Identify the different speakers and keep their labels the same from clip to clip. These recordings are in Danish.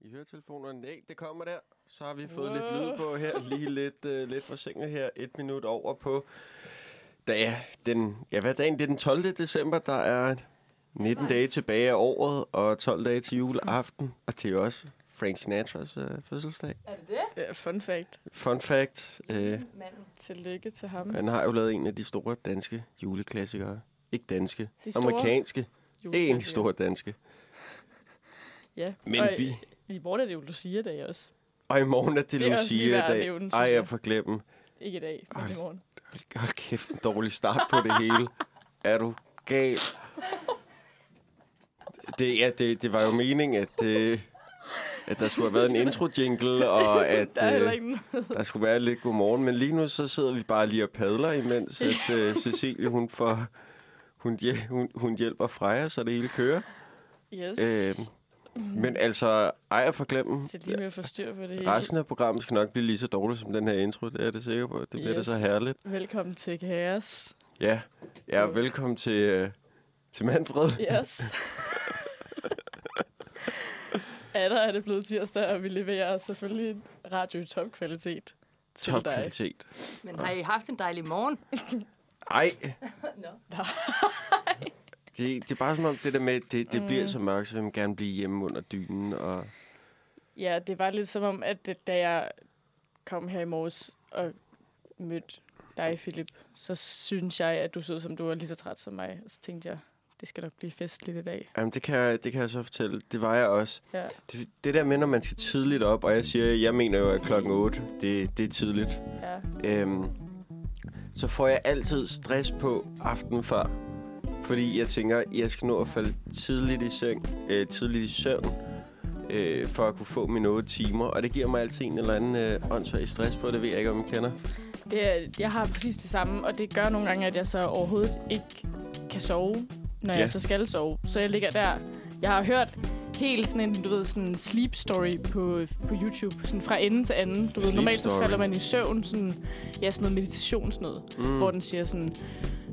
Speaker 1: i høretelefonerne. Nej, det kommer der. Så har vi fået lidt lyd på her, lige lidt, øh, lidt forsinket her, et minut over på, da er den, ja, hvad er dagen? Det er den 12. december, der er 19 nice. dage tilbage af året, og 12 dage til juleaften, og det er jo også Frank Sinatras øh, fødselsdag.
Speaker 2: Er det det?
Speaker 3: Ja, Øh, fun fact.
Speaker 1: Fun fact, øh,
Speaker 2: Manden.
Speaker 3: Tillykke til ham.
Speaker 1: han har jo lavet en af de store danske juleklassikere. Ikke danske,
Speaker 3: De store
Speaker 1: amerikanske. En af de
Speaker 3: Juleklassiker.
Speaker 1: store danske.
Speaker 3: Ja.
Speaker 1: Men
Speaker 3: og,
Speaker 1: vi-
Speaker 3: I morgen er det jo Lucia-dag også.
Speaker 1: Og i morgen er det,
Speaker 3: Det er også lige værd at
Speaker 1: Lucia-dag.
Speaker 3: nævne, synes
Speaker 1: Ej, jeg
Speaker 3: jeg.
Speaker 1: får glemt dem.
Speaker 3: Ikke i dag, men
Speaker 1: Ej.
Speaker 3: i morgen.
Speaker 1: Hold, hold kæft, en dårlig start på det hele. Er du gal? Det, ja, det, det var jo meningen, at, øh, at der skulle have været en intro-jingle, og at
Speaker 3: Der er heller
Speaker 1: øh,
Speaker 3: ikke noget.
Speaker 1: der skulle være lidt godmorgen. Men lige nu så sidder vi bare lige og padler, imens at, øh, Cecilie hun, får, hun, hje- hun, hun hjælper Freja, så det hele kører.
Speaker 3: Yes.
Speaker 1: Øh,
Speaker 3: Mm.
Speaker 1: men altså, ej at forglemme,
Speaker 3: Så lige med at få styr på det hele.
Speaker 1: resten af programmet skal nok blive lige så dårligt som den her intro, det er det sikker på. Det bliver yes. det
Speaker 3: Yes.
Speaker 1: så herligt.
Speaker 3: Velkommen til Kaos.
Speaker 1: Ja, ja og velkommen til, øh, til Manfred.
Speaker 3: Yes. ja, der er det blevet tirsdag, og vi leverer selvfølgelig radio i topkvalitet til
Speaker 1: Top
Speaker 3: dig.
Speaker 1: kvalitet.
Speaker 2: Men har I haft en dejlig morgen?
Speaker 1: Ej,
Speaker 2: Nå.
Speaker 1: det, det er bare som om det der med, at det, det mm. bliver så mørkt, så vil man gerne blive hjemme under dynen. Og,
Speaker 3: Ja, det var lidt som om, at det- da jeg kom her i morges og mødte dig, Philip, så synes jeg, at du så ud, som du var lige så træt som mig. Og så tænkte jeg, det skal nok blive festligt i dag.
Speaker 1: jamen, det, kan jeg, det kan jeg så fortælle. Det var jeg også.
Speaker 3: Ja.
Speaker 1: Det, det der med, når man skal tidligt op, og jeg siger, jeg mener jo, at klokken 8, det, det er tidligt.
Speaker 3: ja.
Speaker 1: Øhm, så får jeg altid stress på aftenen før. Fordi jeg tænker, jeg skal nå at falde tidligt i, seng, øh, tidligt i søvn, øh, for at kunne få mine 8 timer. Og det giver mig altid en eller anden øh, åndssvag stress på, det ved jeg ikke, om I kender.
Speaker 3: Det, er- jeg har præcis det samme, og det gør nogle gange, at jeg så overhovedet ikke kan sove, når
Speaker 1: Ja.
Speaker 3: ja. jeg så skal sove. Så jeg ligger der. Jeg har hørt helt sådan en, du ved, sådan en sleep story på, på YouTube, sådan fra ende til anden. Du ved,
Speaker 1: Sleep
Speaker 3: normalt
Speaker 1: story.
Speaker 3: så falder man i søvn, sådan, ja, sådan noget meditationsnød, mm. hvor den siger sådan,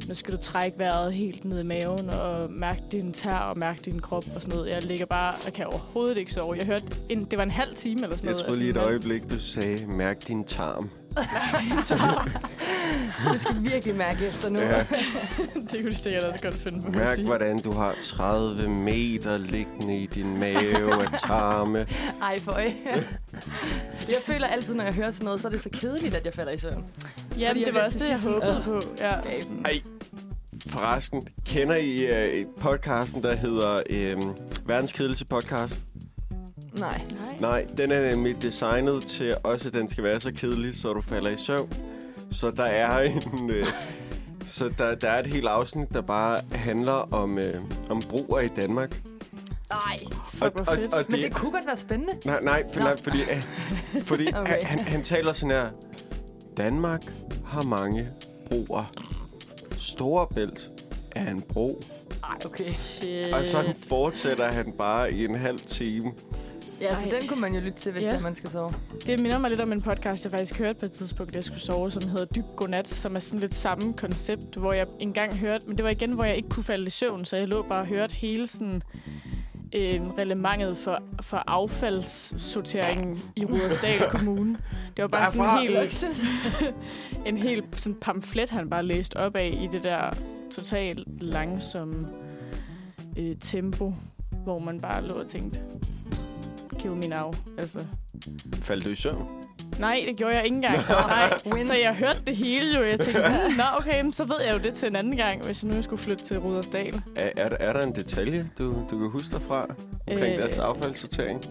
Speaker 3: nu skal du trække vejret helt ned i maven, og mærke din tær, og mærke din krop, og sådan noget. Jeg ligger bare og kan overhovedet ikke sove. Jeg hørte, en, det var en halv time eller sådan
Speaker 1: Jeg
Speaker 3: noget.
Speaker 1: troede lige et
Speaker 3: altså,
Speaker 1: øjeblik, du sagde, mærk din tarm.
Speaker 2: Det skal vi virkelig mærke efter nu.
Speaker 1: Ja,
Speaker 3: Det kunne de sikkert også godt finde på. kan man
Speaker 1: mærk,
Speaker 3: sige.
Speaker 1: hvordan du har 30 meter liggende i din mave og tarme.
Speaker 2: Ej, for Jeg føler altid, når jeg hører sådan noget, så er det så kedeligt, at jeg falder i søvn.
Speaker 3: Ja,
Speaker 2: Fordi jeg
Speaker 3: det var
Speaker 2: bliver
Speaker 3: også det,
Speaker 2: til
Speaker 3: jeg
Speaker 2: sidst sådan,
Speaker 3: håbede på. Ja.
Speaker 2: Gaben.
Speaker 1: Ej, forresten, kender I øh, podcasten, der hedder øh, Verdens Kedelse Podcast?
Speaker 2: Nej.
Speaker 1: Nej, den er nemlig designet til også, at den skal være så kedelig, så du falder i søvn. Så der er en... Øh, så der, der er et helt afsnit, der bare handler om, øh, om broer i Danmark.
Speaker 2: Nej.
Speaker 1: Og,
Speaker 3: hvor
Speaker 1: og,
Speaker 3: fedt.
Speaker 1: og
Speaker 2: Men
Speaker 1: det,
Speaker 2: det kunne godt være spændende.
Speaker 1: nej, nej, for,
Speaker 2: Nå.
Speaker 1: nej fordi, øh, fordi
Speaker 2: Okay.
Speaker 1: okay. han, han taler sådan her. Danmark har mange broer. Storebælt er en bro.
Speaker 2: Nej, okay.
Speaker 3: Shit.
Speaker 1: Og sådan fortsætter han bare i en halv time.
Speaker 2: Ja, så
Speaker 3: Ej.
Speaker 2: den kunne man jo lytte til, hvis
Speaker 3: Ja.
Speaker 2: det er, man skal sove.
Speaker 3: Det minder mig lidt om en podcast, jeg faktisk hørte på et tidspunkt, da jeg skulle sove, som hedder Dyb Godnat, som er sådan lidt samme koncept, hvor jeg engang hørte, men det var igen, hvor jeg ikke kunne falde i søvn, så jeg lå bare og hørte hele sådan øh, relementet for, for affaldssorteringen i Rudersdal Kommune. Det var bare
Speaker 1: Derfra.
Speaker 3: sådan en helt,
Speaker 2: Luksus.
Speaker 3: en hel sådan pamflet, han bare læste op af i det der totalt langsomme øh, tempo, hvor man bare lå og tænkte, kill me now. Altså,
Speaker 1: Faldt du i søvn?
Speaker 3: nej, det gjorde jeg ikke engang. nej.
Speaker 2: Win.
Speaker 3: Så jeg hørte det hele jo, jeg tænkte, "Hmm, nå okay, men så ved jeg jo det til en anden gang, hvis jeg nu skulle flytte til Rudersdal.
Speaker 1: Er, er, der- er der en detalje, du, du kan huske dig fra? Omkring øh,
Speaker 3: Øh.
Speaker 1: deres affaldssortering?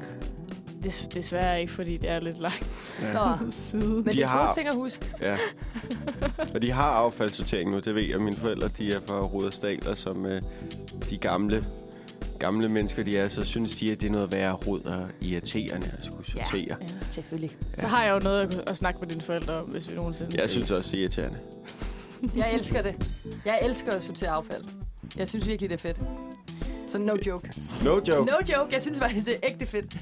Speaker 3: Des, desværre ikke, fordi det er lidt langt
Speaker 2: Nå.
Speaker 3: siden.
Speaker 2: Men
Speaker 1: De
Speaker 2: det er
Speaker 1: har-
Speaker 2: gode ting at huske.
Speaker 1: Ja. Og de har affaldssortering nu, det ved jeg. Mine forældre, de er fra Rudersdal, og som øh, de gamle gamle mennesker, de er, så synes de, at det er noget værre rod og irriterende at skulle
Speaker 2: Ja.
Speaker 1: sortere. Ja.
Speaker 2: Selvfølgelig.
Speaker 3: Så har jeg jo noget at, at snakke med dine forældre om, hvis vi nogensinde
Speaker 1: Jeg
Speaker 3: ses.
Speaker 1: synes også, det er irriterende.
Speaker 2: Jeg elsker det. Jeg elsker at sortere affald. Jeg synes virkelig, det er fedt. Så no joke.
Speaker 1: No joke.
Speaker 2: No joke. Jeg synes faktisk, det er ægte fedt.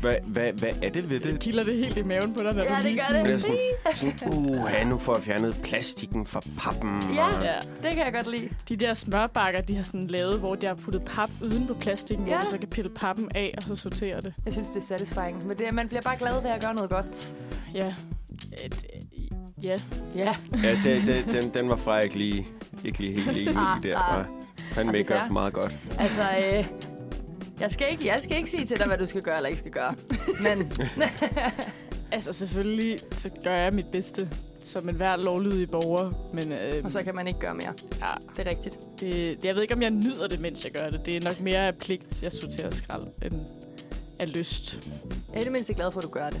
Speaker 1: Hvad, hvad, hvad er det ved det?
Speaker 3: Kilder det helt i maven på dig, når
Speaker 2: Ja,
Speaker 3: du
Speaker 2: det
Speaker 3: lige
Speaker 2: gør
Speaker 1: Det
Speaker 3: sådan-
Speaker 1: er sådan, sådan uha, nu får jeg fjernet plastikken fra pappen.
Speaker 2: Ja.
Speaker 1: og-
Speaker 3: Ja.
Speaker 2: Det kan jeg godt lide.
Speaker 3: De der smørbakker, de har sådan lavet, hvor de har puttet pap uden på plastikken, ja.
Speaker 2: Ja.
Speaker 3: hvor du så kan pille pappen af og så sortere det.
Speaker 2: Jeg synes, det er satisfying. Men det, man bliver bare glad ved at gøre noget godt.
Speaker 3: Ja. Et, Øh, ja.
Speaker 2: Ja,
Speaker 1: Ja, det, det, den, den var fra ikke lige, ikke lige helt enig i
Speaker 2: Ah,
Speaker 1: der.
Speaker 2: ah.
Speaker 1: Ah. Han
Speaker 2: det
Speaker 1: ikke
Speaker 2: er
Speaker 1: for meget godt.
Speaker 2: altså... Øh, jeg skal, ikke, jeg skal ikke sige til dig, hvad du skal gøre eller ikke skal gøre. Men
Speaker 3: Altså selvfølgelig, så gør jeg mit bedste som en hver lovlydig borger, men øh,
Speaker 2: og så kan man ikke gøre mere.
Speaker 3: ja,
Speaker 2: Det er rigtigt.
Speaker 3: det, jeg ved ikke, om jeg nyder det, mens jeg gør det. Det er nok mere af pligt, jeg sorterer skrald, end af lyst.
Speaker 2: Jeg er i det mindste glad for, at du gør det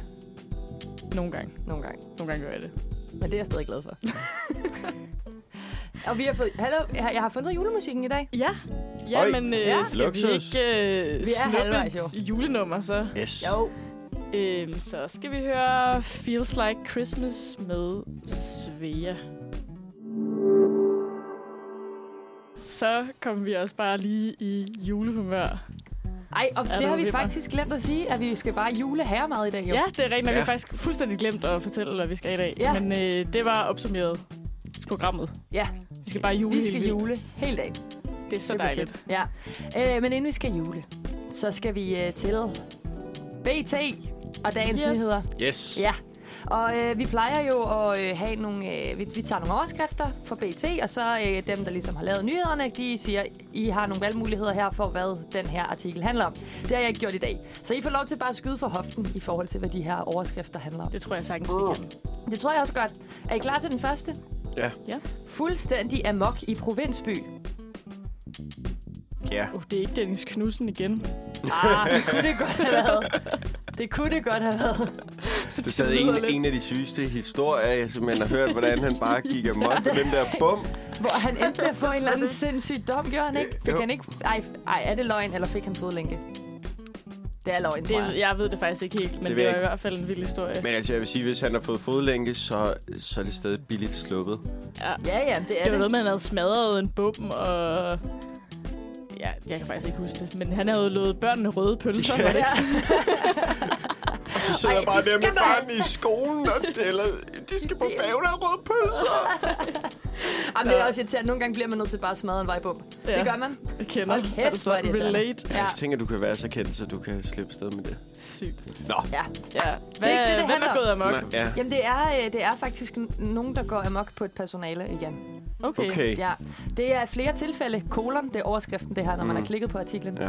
Speaker 3: Nogle gange.
Speaker 2: nogle gange.
Speaker 3: Nogle gange gør jeg det.
Speaker 2: Men det er jeg stadig glad for. og vi har fået... Hallo, jeg har- jeg har fundet julemusikken i dag.
Speaker 3: Ja, ja
Speaker 1: Øj,
Speaker 3: men øh,
Speaker 2: ja.
Speaker 3: skal vi
Speaker 1: Luksus.
Speaker 3: ikke øh,
Speaker 2: Vi er
Speaker 3: snuppe
Speaker 2: halvvejs, jo.
Speaker 3: et julenummer så?
Speaker 1: Yes.
Speaker 2: Jo,
Speaker 3: Øhm, så skal vi høre Feels Like Christmas med Svea. Så kom vi også bare lige i julehumør.
Speaker 2: Ej, og
Speaker 3: Ja,
Speaker 2: det
Speaker 3: det må
Speaker 2: har vi
Speaker 3: vi bare.
Speaker 2: faktisk glemt at sige, at vi skal bare jule herremad i dag, jo.
Speaker 3: Jo. Ja, det er rent nok. Ja.
Speaker 1: Ja.
Speaker 3: Vi har faktisk fuldstændig glemt at fortælle, hvad vi skal i dag.
Speaker 2: Ja.
Speaker 3: Men øh, det var opsummeret programmet.
Speaker 2: Ja.
Speaker 3: Vi skal bare jule
Speaker 2: Vi
Speaker 3: helt
Speaker 2: skal
Speaker 3: vildt.
Speaker 2: jule hele dagen.
Speaker 3: Det er så
Speaker 2: Det bliver
Speaker 3: dejligt.
Speaker 2: fedt. Ja. Øh, men inden vi skal jule, så skal vi øh, til BT og dagens
Speaker 3: Yes.
Speaker 2: nyheder.
Speaker 1: Yes.
Speaker 2: Ja. Og øh, vi plejer jo at øh, have nogle... Øh, vi, vi tager nogle overskrifter fra BT, og så øh, dem, der ligesom har lavet nyhederne, de siger, I har nogle valgmuligheder her for, hvad den her artikel handler om. Det har jeg ikke gjort i dag. Så I får lov til bare at skyde for hoften i forhold til, hvad de her overskrifter handler om.
Speaker 3: Det tror jeg sagtens, vi kan.
Speaker 2: Det tror jeg også godt. Er I klar til den første?
Speaker 1: Ja.
Speaker 3: Ja.
Speaker 2: Fuldstændig amok i provinsby.
Speaker 1: ja.
Speaker 3: Uh, det er ikke Dennis Knudsen igen.
Speaker 2: Ah, det kunne det godt have været. Det kunne det godt have været.
Speaker 1: Det sad
Speaker 3: lyder
Speaker 1: en,
Speaker 3: lidt.
Speaker 1: en af de sygeste historier, jeg simpelthen har hørt, hvordan han bare gik amok på den der bum.
Speaker 2: Hvor han endte med at få en eller anden sindssyg dom, gjorde han ikke? Fik
Speaker 1: Jo.
Speaker 2: han ikke? Ej, ej, er det løgn, eller fik han fodlænke? Det er løgn, tror
Speaker 3: Det,
Speaker 2: jeg.
Speaker 3: jeg ved det faktisk ikke helt, men
Speaker 1: Det
Speaker 3: det,
Speaker 1: ved jeg
Speaker 3: det var i
Speaker 1: ikke.
Speaker 3: hvert fald en vild historie.
Speaker 1: Men altså, jeg vil sige, hvis han har fået fodlænke, så, så er det stadig billigt sluppet.
Speaker 2: Ja, ja, det
Speaker 3: Det var
Speaker 2: er
Speaker 3: noget
Speaker 2: det.
Speaker 3: med, at han havde smadret en bum, og... Ja, jeg kan faktisk ikke huske det, men han havde lovet børnene røde pølser.
Speaker 1: Ja.
Speaker 3: Yeah. Ikke?
Speaker 1: Og så sidder
Speaker 2: Ej,
Speaker 1: jeg bare
Speaker 2: de
Speaker 1: der med
Speaker 2: skal bare-
Speaker 1: barn i skolen, og eller, de skal på færgen og røde pølser.
Speaker 2: Jamen, det er også irriterende. Nogle gange bliver man nødt til bare at smadre en vejbom.
Speaker 3: Ja.
Speaker 2: Det gør man.
Speaker 3: Jeg kender.
Speaker 2: Hold kæft, hvor er det irriterende.
Speaker 3: relate.
Speaker 1: Ja.
Speaker 2: Ja.
Speaker 1: Jeg tænker, Altså, du kan være så kendt, så du kan slippe sted med det.
Speaker 3: Sygt.
Speaker 1: Nå.
Speaker 2: Ja.
Speaker 3: Ja. Hvad,
Speaker 2: ikke det, det
Speaker 3: hvem
Speaker 2: handler
Speaker 3: er
Speaker 2: om.
Speaker 3: gået amok?
Speaker 1: Nå, Ja.
Speaker 2: Jamen, det er, øh, det er faktisk n- nogen, der går amok på et personale igen.
Speaker 3: Okay. okay.
Speaker 1: Okay.
Speaker 2: Ja. Det er flere tilfælde. Kolon, det er overskriften, det her, når man har klikket på artiklen.
Speaker 1: Mm. Ja.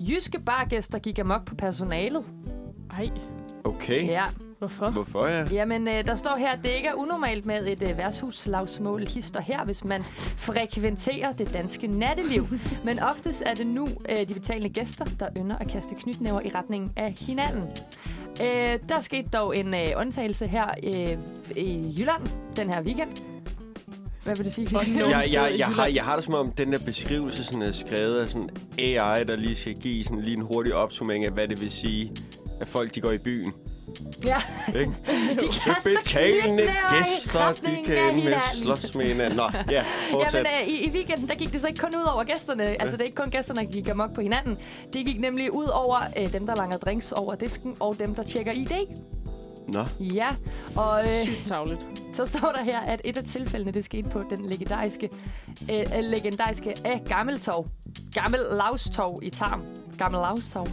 Speaker 2: Jyske bargæster gik amok på personalet.
Speaker 3: Ej,
Speaker 1: Okay.
Speaker 2: Ja.
Speaker 3: hvorfor?
Speaker 1: Hvorfor, ja?
Speaker 2: Jamen, øh, der står her, at det ikke er unormalt med et øh, værtshusslagsmål hister her, hvis man frekventerer det danske natteliv. Men oftest er det nu øh, de betalende gæster, der ynder at kaste knytnæver i retningen af hinanden. Øh, der skete dog en øh, undtagelse her øh, i Jylland den her weekend. Hvad vil du sige?
Speaker 3: Og
Speaker 2: Line?
Speaker 3: no.
Speaker 1: jeg,
Speaker 3: sted
Speaker 1: jeg,
Speaker 3: i
Speaker 1: jeg, har,
Speaker 3: Jylland.
Speaker 1: jeg har det som om, den der beskrivelse sådan er skrevet af sådan AI, der lige skal give sådan lige en hurtig opsummering af, hvad det vil sige, at folk de går i byen.
Speaker 2: ja,
Speaker 1: Ikke?
Speaker 2: de kaster
Speaker 1: Betalende
Speaker 2: knytnæver
Speaker 1: gæster,
Speaker 2: i
Speaker 1: de
Speaker 2: retningen
Speaker 1: kan
Speaker 2: af
Speaker 1: ende med
Speaker 2: hinanden.
Speaker 1: slås med hinanden. Nå, ja,
Speaker 2: Jamen,
Speaker 1: fortsæt.
Speaker 2: øh, i, i weekenden, der gik det så ikke kun ud over gæsterne. Altså, det er ikke kun gæsterne, der gik amok på hinanden. Det gik nemlig ud over øh, dem, der langer drinks over disken, og dem, der tjekker ID.
Speaker 1: Nå,
Speaker 2: Ja, og øh,
Speaker 3: Sygt savligt.
Speaker 2: så står der her, at et af tilfældene, det skete på den legendariske, øh, øh, legendariske af Gammeltorv. Gammel Lavstorv i Tarm. Gammel Lavstorv.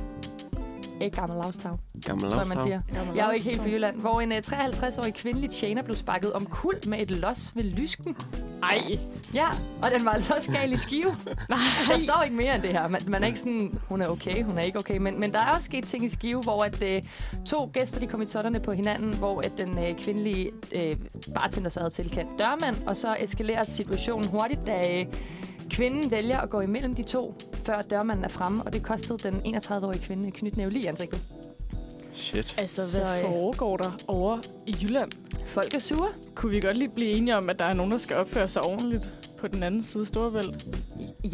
Speaker 2: Ikke Gammel Lavstorv,
Speaker 1: gammel
Speaker 2: som man
Speaker 1: afslag.
Speaker 2: siger. Jeg er jo ikke helt fra Jylland. Hvor en øh, 53-årig kvindelig tjener blev sparket om kul med et los ved lysken.
Speaker 3: Ej,
Speaker 2: Ja, og den var altså også gal i skive.
Speaker 3: nej.
Speaker 2: Der står ikke mere end det her. Man, man er ikke sådan, hun er okay, hun er ikke okay. Men, men der er også sket ting i Skive, hvor at, øh, to gæster de kom i totterne på hinanden, hvor at den øh, kvindelige øh, bartender så havde tilkendt dørmand, og så eskalerer situationen hurtigt, da øh, kvinden vælger at gå imellem de to, før dørmanden er fremme, og det kostede den 31-årige kvinde en knytnæve lige i ansigtet.
Speaker 1: Shit.
Speaker 3: Altså, hvad
Speaker 2: Så, øh,
Speaker 3: foregår der over i Jylland?
Speaker 2: Folk er sure.
Speaker 3: Kunne vi godt lige blive enige om, at der er nogen, der skal opføre sig ordentligt på den anden side af Storebælt?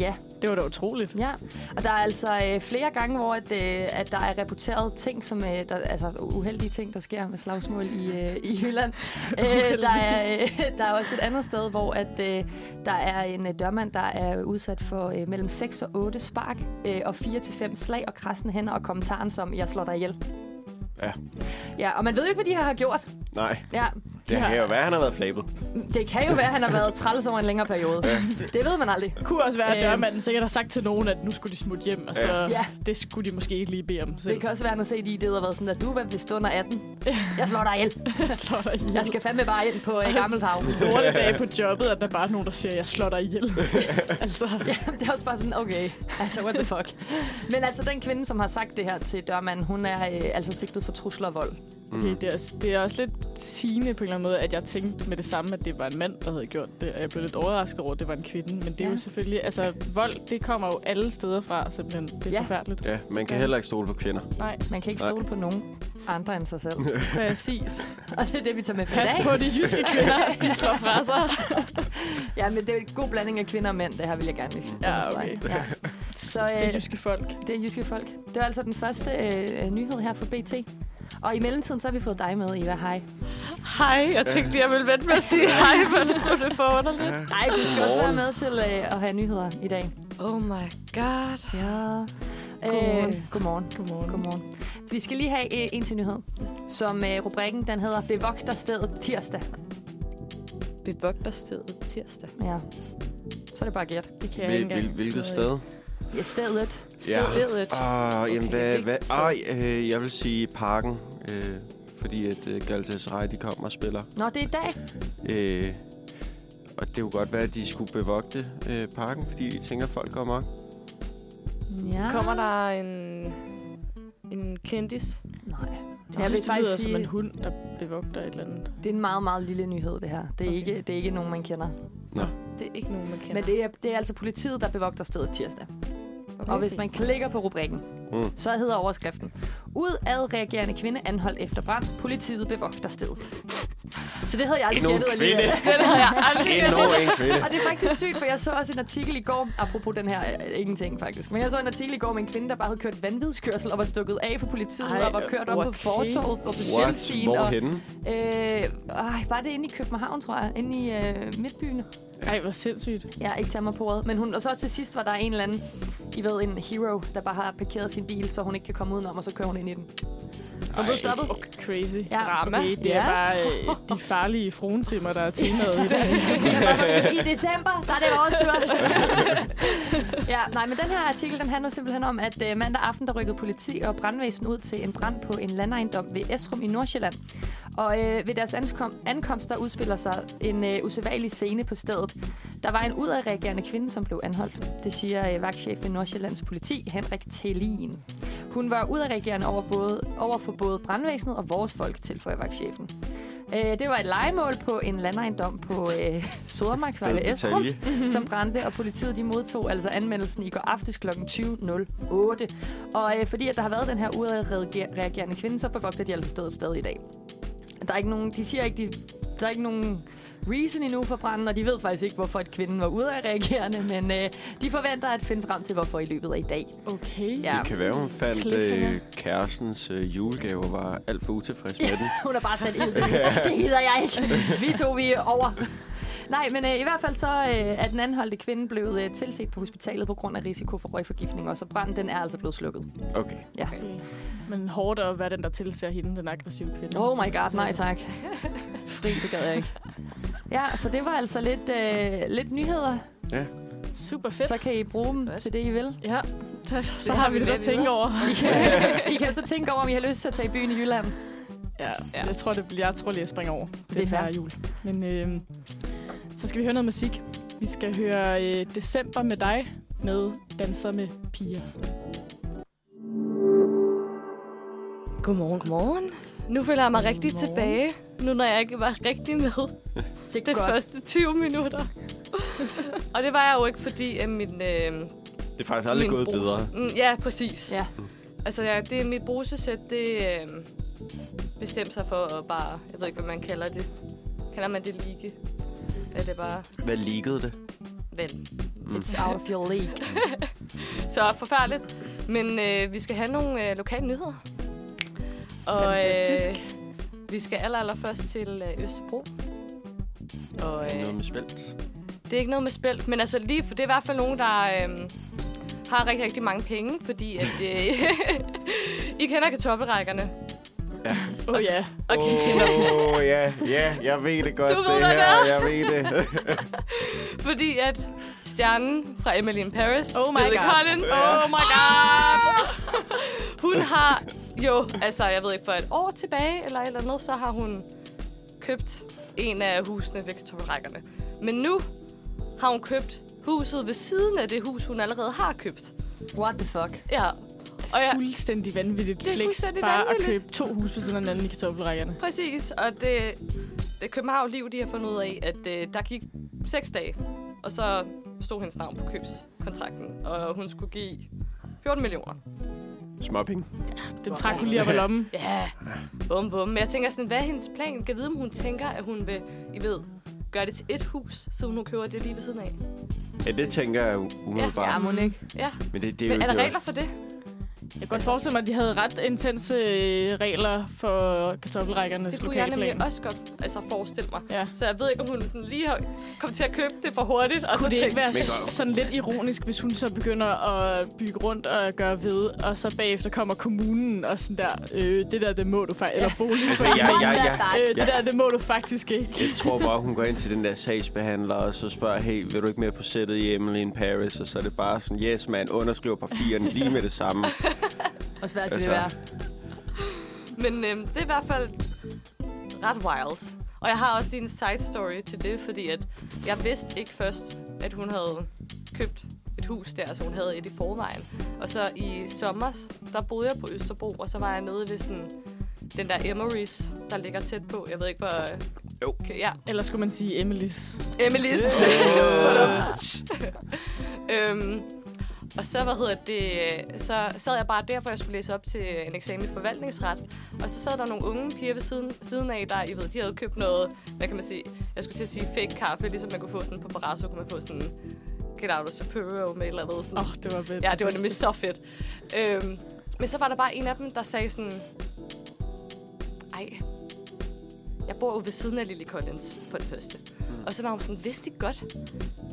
Speaker 2: Ja,
Speaker 3: Det var da utroligt.
Speaker 2: Ja, og der er altså øh, flere gange, hvor at, øh, at der er rapporteret ting, som øh, der, altså uheldige ting, der sker med slagsmål i, øh, i Jylland. Øh, der, er, øh, der er også et andet sted, hvor at, øh, der er en øh, dørmand, der er udsat for øh, mellem 6 og 8 spark, øh, og 4 til 5 slag og krassende hænder, og kommentaren som, jeg slår dig ihjel.
Speaker 1: Ja.
Speaker 2: Ja, og man ved jo ikke, hvad de her har gjort.
Speaker 1: Nej,
Speaker 2: Ja,
Speaker 1: det
Speaker 3: har-
Speaker 1: kan jo være, at han har været flabet.
Speaker 2: det kan jo være, at han har været træls over en længere periode. Det ved man aldrig.
Speaker 3: Det kunne også være, at
Speaker 2: Øhm.
Speaker 3: dørmanden sikkert har sagt til nogen, at nu skulle de smutte hjem, og så
Speaker 2: Ja.
Speaker 3: ja. det skulle de måske ikke lige bede om selv.
Speaker 2: Det kan også være, at han har set i det og været sådan, at du er ved at blive stående 18. Jeg slår dig ihjel.
Speaker 3: slår dig ihjel.
Speaker 2: Jeg skal fandme bare ind på øh, gammelt hav.
Speaker 3: Lorte dage på jobbet, at der bare er nogen, der siger, at jeg slår dig ihjel. altså, ja.
Speaker 2: det er også bare sådan, okay, altså what the fuck. Men altså, den kvinde, som har sagt det her til dørmanden, hun er øh, altså sigtet for trusler og vold.
Speaker 3: okay, det, er også, det er også lidt sigende på en eller anden måde, at jeg tænkte med det samme, at det var en mand, der havde gjort det. Og jeg blev lidt overrasket over, at det var en kvinde. Men det er
Speaker 2: Ja.
Speaker 3: jo selvfølgelig... Altså, vold, det kommer jo alle steder fra, simpelthen. Det er
Speaker 2: Ja.
Speaker 3: ja. forfærdeligt.
Speaker 1: Ja, man kan
Speaker 3: Ja.
Speaker 1: heller ikke stole på kvinder.
Speaker 3: Nej,
Speaker 2: Man kan ikke
Speaker 1: Nej.
Speaker 2: stole på nogen andre end sig selv.
Speaker 3: præcis.
Speaker 2: og det er det, vi tager med for i
Speaker 3: Pas
Speaker 2: dag.
Speaker 3: på de jyske kvinder, de slår fra sig.
Speaker 2: Ja, men det er jo en god blanding af kvinder og mænd, det her vil jeg gerne lige
Speaker 3: Ja,
Speaker 2: understrege.
Speaker 3: okay.
Speaker 2: Ja. Så øh,
Speaker 3: Det er jyske folk.
Speaker 2: det er jyske folk. Det var altså den første øh, nyhed her fra BT. Og i mellemtiden, så har vi fået dig med, Eva. Hej.
Speaker 3: Hej, jeg tænkte lige, jeg ville vente med at sige hej, men det skulle det for underligt.
Speaker 2: Nej, du skal også være
Speaker 1: Godmorgen.
Speaker 2: med til øh, at have nyheder i dag.
Speaker 4: Oh my god.
Speaker 2: Ja. Øh,
Speaker 4: Godmorgen.
Speaker 2: godmorgen.
Speaker 4: Godmorgen.
Speaker 2: Godmorgen. Vi skal lige have øh, en til nyhed, som øh, rubrikken den hedder Bevogter stedet tirsdag.
Speaker 4: Bevogter stedet tirsdag.
Speaker 2: Ja. Så er det bare gæt.
Speaker 3: Det kan jeg
Speaker 1: Hvil,
Speaker 3: ikke
Speaker 1: hvil,
Speaker 3: engang.
Speaker 1: hvilket sted?
Speaker 2: Ja, stedet.
Speaker 4: Stedet.
Speaker 1: Ah, okay, jamen,
Speaker 4: det er
Speaker 1: hvad,
Speaker 4: ikke
Speaker 1: hvad,
Speaker 4: et sted.
Speaker 1: ej, øh, jeg vil sige parken, øh, fordi at øh, Galatasaray, de kommer og spiller.
Speaker 2: Nå, det er i dag.
Speaker 1: Øh, og det kunne godt være, at de skulle bevogte øh, parken, fordi de tænker, at folk går amok.
Speaker 2: Ja.
Speaker 4: Kommer der en, en kendis?
Speaker 2: Nej.
Speaker 3: Jeg, jeg vil faktisk sige... som en hund, der bevogter et eller andet.
Speaker 2: det er en meget, meget lille nyhed, det her. Det er, okay.
Speaker 3: Okay.
Speaker 2: ikke, det er ikke nogen, man kender. kender.
Speaker 4: Det er ikke nogen, man kender.
Speaker 2: Men det er, det er altså politiet, der bevogter stedet tirsdag.
Speaker 4: okay.
Speaker 2: Og hvis man klikker på rubrikken,
Speaker 1: Mm.
Speaker 2: så hedder overskriften. Udadreagerende kvinde anholdt efter brand. Politiet bevogter stedet. Så det havde jeg aldrig
Speaker 1: Endnu en
Speaker 2: gættet
Speaker 1: kvinde.
Speaker 2: alligevel.
Speaker 3: Den har jeg aldrig
Speaker 1: Endnu en kvinde.
Speaker 2: Og det er faktisk sygt, for jeg så også en artikel i går, apropos den her øh, ingenting faktisk, men jeg så en artikel i går med en kvinde, der bare havde kørt vanvidskørsel og var stukket af på politiet
Speaker 3: Ej,
Speaker 2: og var kørt om på
Speaker 3: okay.
Speaker 2: fortorvet og på
Speaker 1: What?
Speaker 2: Sjælstien. Og,
Speaker 1: Hvorhenne?
Speaker 2: øh, øh, var det inde i København, tror jeg? Inde i øh, Midtbyen?
Speaker 3: Ej, hvor sindssygt.
Speaker 2: Jeg er ikke taget mig på ordet. Men hun, og så til sidst var der en eller anden, I ved, en hero, der bare har parkeret sin bil, så hun ikke kan komme udenom, og så kører hun ind i den. Så blev stoppet.
Speaker 3: Okay, crazy.
Speaker 2: Ja.
Speaker 3: Drama. Okay, det
Speaker 2: Ja.
Speaker 3: er bare øh, de farlige fruentimer, der er temaet i dag.
Speaker 2: Det kan godt være sådan, I december, der er det vores tur. ja, nej, men den her artikel, den handler simpelthen om, at øh, mandag aften, der rykkede politi og brandvæsen ud til en brand på en landejendom ved Esrum i Nordsjælland. Og øh, ved deres anskom, ankomst, der udspiller sig en øh, usædvanlig scene på stedet. Der var en udadreagerende kvinde, som blev anholdt. Det siger øh, vagtchef ved Nordsjællands politi, Henrik Thelin. Hun var udadreagerende over, både, over for både brandvæsenet og vores folk, tilføjer vagtchefen. Øh, det var et legemål på en landejendom på øh, Sodermarksvej ved
Speaker 1: Fed
Speaker 2: Esrum
Speaker 1: detalje. Mhm.
Speaker 2: som brændte, og politiet de modtog altså anmeldelsen i går aftes kl. 20.08. Og øh, fordi at der har været den her udadreagerende kvinde, så bevogter de altså stedet stadig i dag. Der er ikke nogen, de siger ikke, de, der er ikke nogen reason endnu for branden, og de ved faktisk ikke, hvorfor at kvinden var udadreagerende, men øh, de forventer at finde frem til, hvorfor i løbet af i dag.
Speaker 3: Okay.
Speaker 2: Ja.
Speaker 1: Det kan være, hun fandt
Speaker 3: Cliffhanger.
Speaker 1: øh, kærestens øh, julegaver var alt for utilfreds med den.
Speaker 2: Hun har bare sat ild til den. Det hedder jeg ikke. Vi to, vi er over. Nej, men øh, i hvert fald så øh, er den anholdte kvinde blevet øh, tilset på hospitalet på grund af risiko for røgforgiftning, og så branden den er altså blevet slukket.
Speaker 1: Okay.
Speaker 2: Ja.
Speaker 3: Okay. Men hårdt at være den, der tilser hende, den aggressive kvinde.
Speaker 2: Oh my god, nej tak. Fri, det gad jeg ikke. Ja, så det var altså lidt, øh, lidt nyheder.
Speaker 1: Ja.
Speaker 3: Super fedt.
Speaker 2: Så kan I bruge dem til det, I vil.
Speaker 3: Ja, så, så
Speaker 4: Det
Speaker 3: har
Speaker 4: tager
Speaker 3: vi
Speaker 4: vi
Speaker 3: lidt
Speaker 4: med
Speaker 3: at tænke
Speaker 4: videre.
Speaker 3: over.
Speaker 2: I kan, I kan jo så tænke over, om I har lyst til at tage i byen i Jylland.
Speaker 3: Ja,
Speaker 4: Ja.
Speaker 3: jeg tror, det bliver, jeg tror lige, jeg springer over. Det,
Speaker 2: Det er
Speaker 3: det
Speaker 2: fair.
Speaker 3: er jul. Men øh, så skal vi høre noget musik. Vi skal høre øh, December med dig med Danser med piger.
Speaker 4: Godmorgen, godmorgen. Nu føler jeg mig rigtig tilbage, nu når jeg ikke var rigtig med
Speaker 2: Det
Speaker 4: de første 20 minutter. og det var jeg jo ikke, fordi øh, min, øh,
Speaker 1: Det er faktisk aldrig
Speaker 4: min
Speaker 1: gået
Speaker 4: brus-
Speaker 1: bedre.
Speaker 4: Mm, ja, præcis.
Speaker 2: Ja.
Speaker 4: Altså, ja, det, mit brusesæt, det øh, bestemte sig for at bare... Jeg ved ikke, hvad man kalder det. Kalder man det lige? Er det bare...
Speaker 1: Hvad liggede det?
Speaker 4: Vel.
Speaker 2: It's out of your league.
Speaker 4: Så forfærdeligt. Men øh, vi skal have nogle øh, lokale nyheder. Og øh,
Speaker 3: Fantastisk.
Speaker 4: vi skal aller, aller først til øh, Østerbro. Og øh,
Speaker 1: Noget med spelt.
Speaker 4: det er ikke noget med spil, men altså lige for det er i hvert fald nogen, der øh, har rigtig, rigtig mange penge, fordi at, øh, I kender kartoffelrækkerne.
Speaker 3: Åh oh, ja.
Speaker 4: Okay.
Speaker 1: Åh, oh, ja, ja, jeg ved det godt,
Speaker 4: Du ved,
Speaker 1: det
Speaker 4: hvad
Speaker 1: her,
Speaker 4: det er.
Speaker 1: jeg ved det.
Speaker 4: Fordi at stjernen fra Emily in Paris,
Speaker 3: Oh my
Speaker 4: Lily
Speaker 3: God.
Speaker 4: Collins,
Speaker 3: Oh my god.
Speaker 4: hun har jo, altså jeg ved ikke, for et år tilbage eller et eller andet, så har hun købt en af husene ved kartoffelrækkerne. Men nu har hun købt huset ved siden af det hus, hun allerede har købt.
Speaker 2: What the fuck?
Speaker 4: Ja. Og jeg,
Speaker 3: Fuldstændig vanvittigt
Speaker 4: Det er
Speaker 3: flex.
Speaker 4: fuldstændig
Speaker 3: bare at
Speaker 4: vanvittigt.
Speaker 3: købe to hus på siden af hinanden i kartoffelrækkerne.
Speaker 4: Præcis, og det, det København Liv, de har fundet ud af, at øh, der gik seks dage, og så stod hendes navn på købskontrakten, og hun skulle give 14 millioner.
Speaker 1: Småpenge.
Speaker 3: Dem trak hun lige op af lommen.
Speaker 4: Ja, bum bum. Men jeg tænker sådan, hvad er hendes plan? Kan vide, om hun tænker, at hun vil, I ved, gøre det til et hus, så hun nu køber det lige ved siden af.
Speaker 1: Ja, det tænker jeg umiddelbart.
Speaker 2: Ja, mon ikke.
Speaker 4: Ja,
Speaker 1: Men det, det er
Speaker 4: men
Speaker 1: jo
Speaker 4: er der
Speaker 1: det er jo-
Speaker 4: regler for det?
Speaker 3: Jeg kan godt forestille mig, at de havde ret intense øh, regler for
Speaker 4: Det
Speaker 3: kartoffelrækkernes
Speaker 4: kunne jeg
Speaker 3: lokalplan.
Speaker 4: nemlig også godt altså, forestille mig.
Speaker 3: Ja.
Speaker 4: Så jeg ved ikke, om hun sådan lige har kommet til at købe det for hurtigt. Og
Speaker 3: Kunne
Speaker 4: så
Speaker 3: det ikke
Speaker 4: tænkte,
Speaker 3: være
Speaker 1: Men godt.
Speaker 3: sådan lidt ironisk, hvis hun så begynder at bygge rundt og gøre ved, og så bagefter kommer kommunen og sådan der, øh, det der, det må du faktisk, eller bolig,
Speaker 1: Altså, jeg, jeg, jeg, jeg,
Speaker 3: øh, det
Speaker 1: ja.
Speaker 3: der, det må du faktisk ikke.
Speaker 1: Jeg tror bare, hun går ind til den der sagsbehandler, og så spørger, hey, vil du ikke med på sættet i Emily in Paris? Og så er det bare sådan, yes, man, underskriver papirerne lige med det samme.
Speaker 2: Hvor svært kan det
Speaker 1: Altså.
Speaker 2: være?
Speaker 4: Men øhm, det er i hvert fald ret wild. Og jeg har også lige en side story til det, fordi at jeg vidste ikke først, at hun havde købt et hus der, så hun havde et i forvejen. Og så i sommer, der boede jeg på Østerbro, og så var jeg nede ved sådan den der Emery's, der ligger tæt på. Jeg ved ikke, hvor...
Speaker 1: Jo.
Speaker 4: Okay, ja,
Speaker 3: Eller skulle man sige Emilys?
Speaker 4: Emily's.
Speaker 1: What?
Speaker 4: øhm, og så, hvad hedder det, så sad jeg bare der, hvor jeg skulle læse op til en eksamen i forvaltningsret. Og så sad der nogle unge piger ved siden, siden af, der, I ved, de havde købt noget, hvad kan man sige, jeg skulle til at sige fake kaffe, ligesom man kunne få sådan på Barasso, kunne man få sådan Get Out of Superior med et eller andet. Sådan.
Speaker 3: Åh, oh, det var bedre.
Speaker 4: Ja, det var nemlig så fedt. Øhm, men så var der bare en af dem, der sagde sådan, ej, jeg bor jo ved siden af Lily Collins for det første. Mm. Og så var hun sådan, vidste de godt,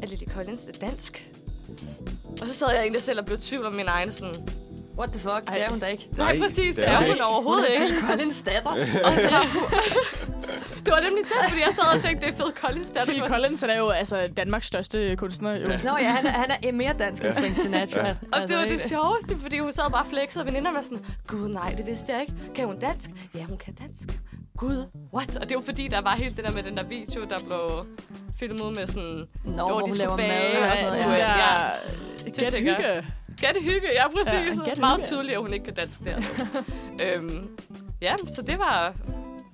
Speaker 4: at Lily Collins er dansk? Og så sad jeg egentlig selv og blev i tvivl om min egen sådan,
Speaker 2: What the fuck? Det er hun da ikke.
Speaker 4: nej,
Speaker 1: Nej,
Speaker 4: præcis,
Speaker 1: det
Speaker 4: det
Speaker 1: er
Speaker 4: er
Speaker 1: det
Speaker 4: hun
Speaker 1: ikke.
Speaker 4: overhovedet ikke.
Speaker 2: Phil Collins datter.
Speaker 4: Og så var hun... det var nemlig det, fordi jeg sad og tænkte, det er Phil Collins, der er
Speaker 3: Phil Collins er jo altså Danmarks største kunstner. Jo.
Speaker 2: Nå ja, han er, han er mere dansk end Frank Sinatra.
Speaker 4: Og
Speaker 2: Altså,
Speaker 4: det var det
Speaker 2: ikke?
Speaker 4: sjoveste, fordi hun sad bare og flexede, og veninderne var sådan, gud nej, det vidste jeg ikke. Kan hun dansk? Ja, hun kan dansk. Gud, what? Og det var fordi, der var helt det der med den der video, der blev filmet med sådan,
Speaker 2: Nå,
Speaker 4: Jo,
Speaker 2: hvor
Speaker 4: de
Speaker 2: hun
Speaker 4: skulle
Speaker 2: laver mad
Speaker 4: bage
Speaker 2: og
Speaker 4: og
Speaker 2: sådan
Speaker 3: Ja,
Speaker 2: noget. Ja.
Speaker 4: sådan noget.
Speaker 3: ja.
Speaker 4: Ja.
Speaker 3: Get
Speaker 4: tænker jeg.
Speaker 3: hygge.
Speaker 4: kan det hygge? Ja, præcis.
Speaker 3: Ja,
Speaker 4: Ja,
Speaker 3: kan det
Speaker 4: Meget
Speaker 3: hygge?
Speaker 4: tydeligt, at hun ikke kan dansk der. øhm, ja, så det var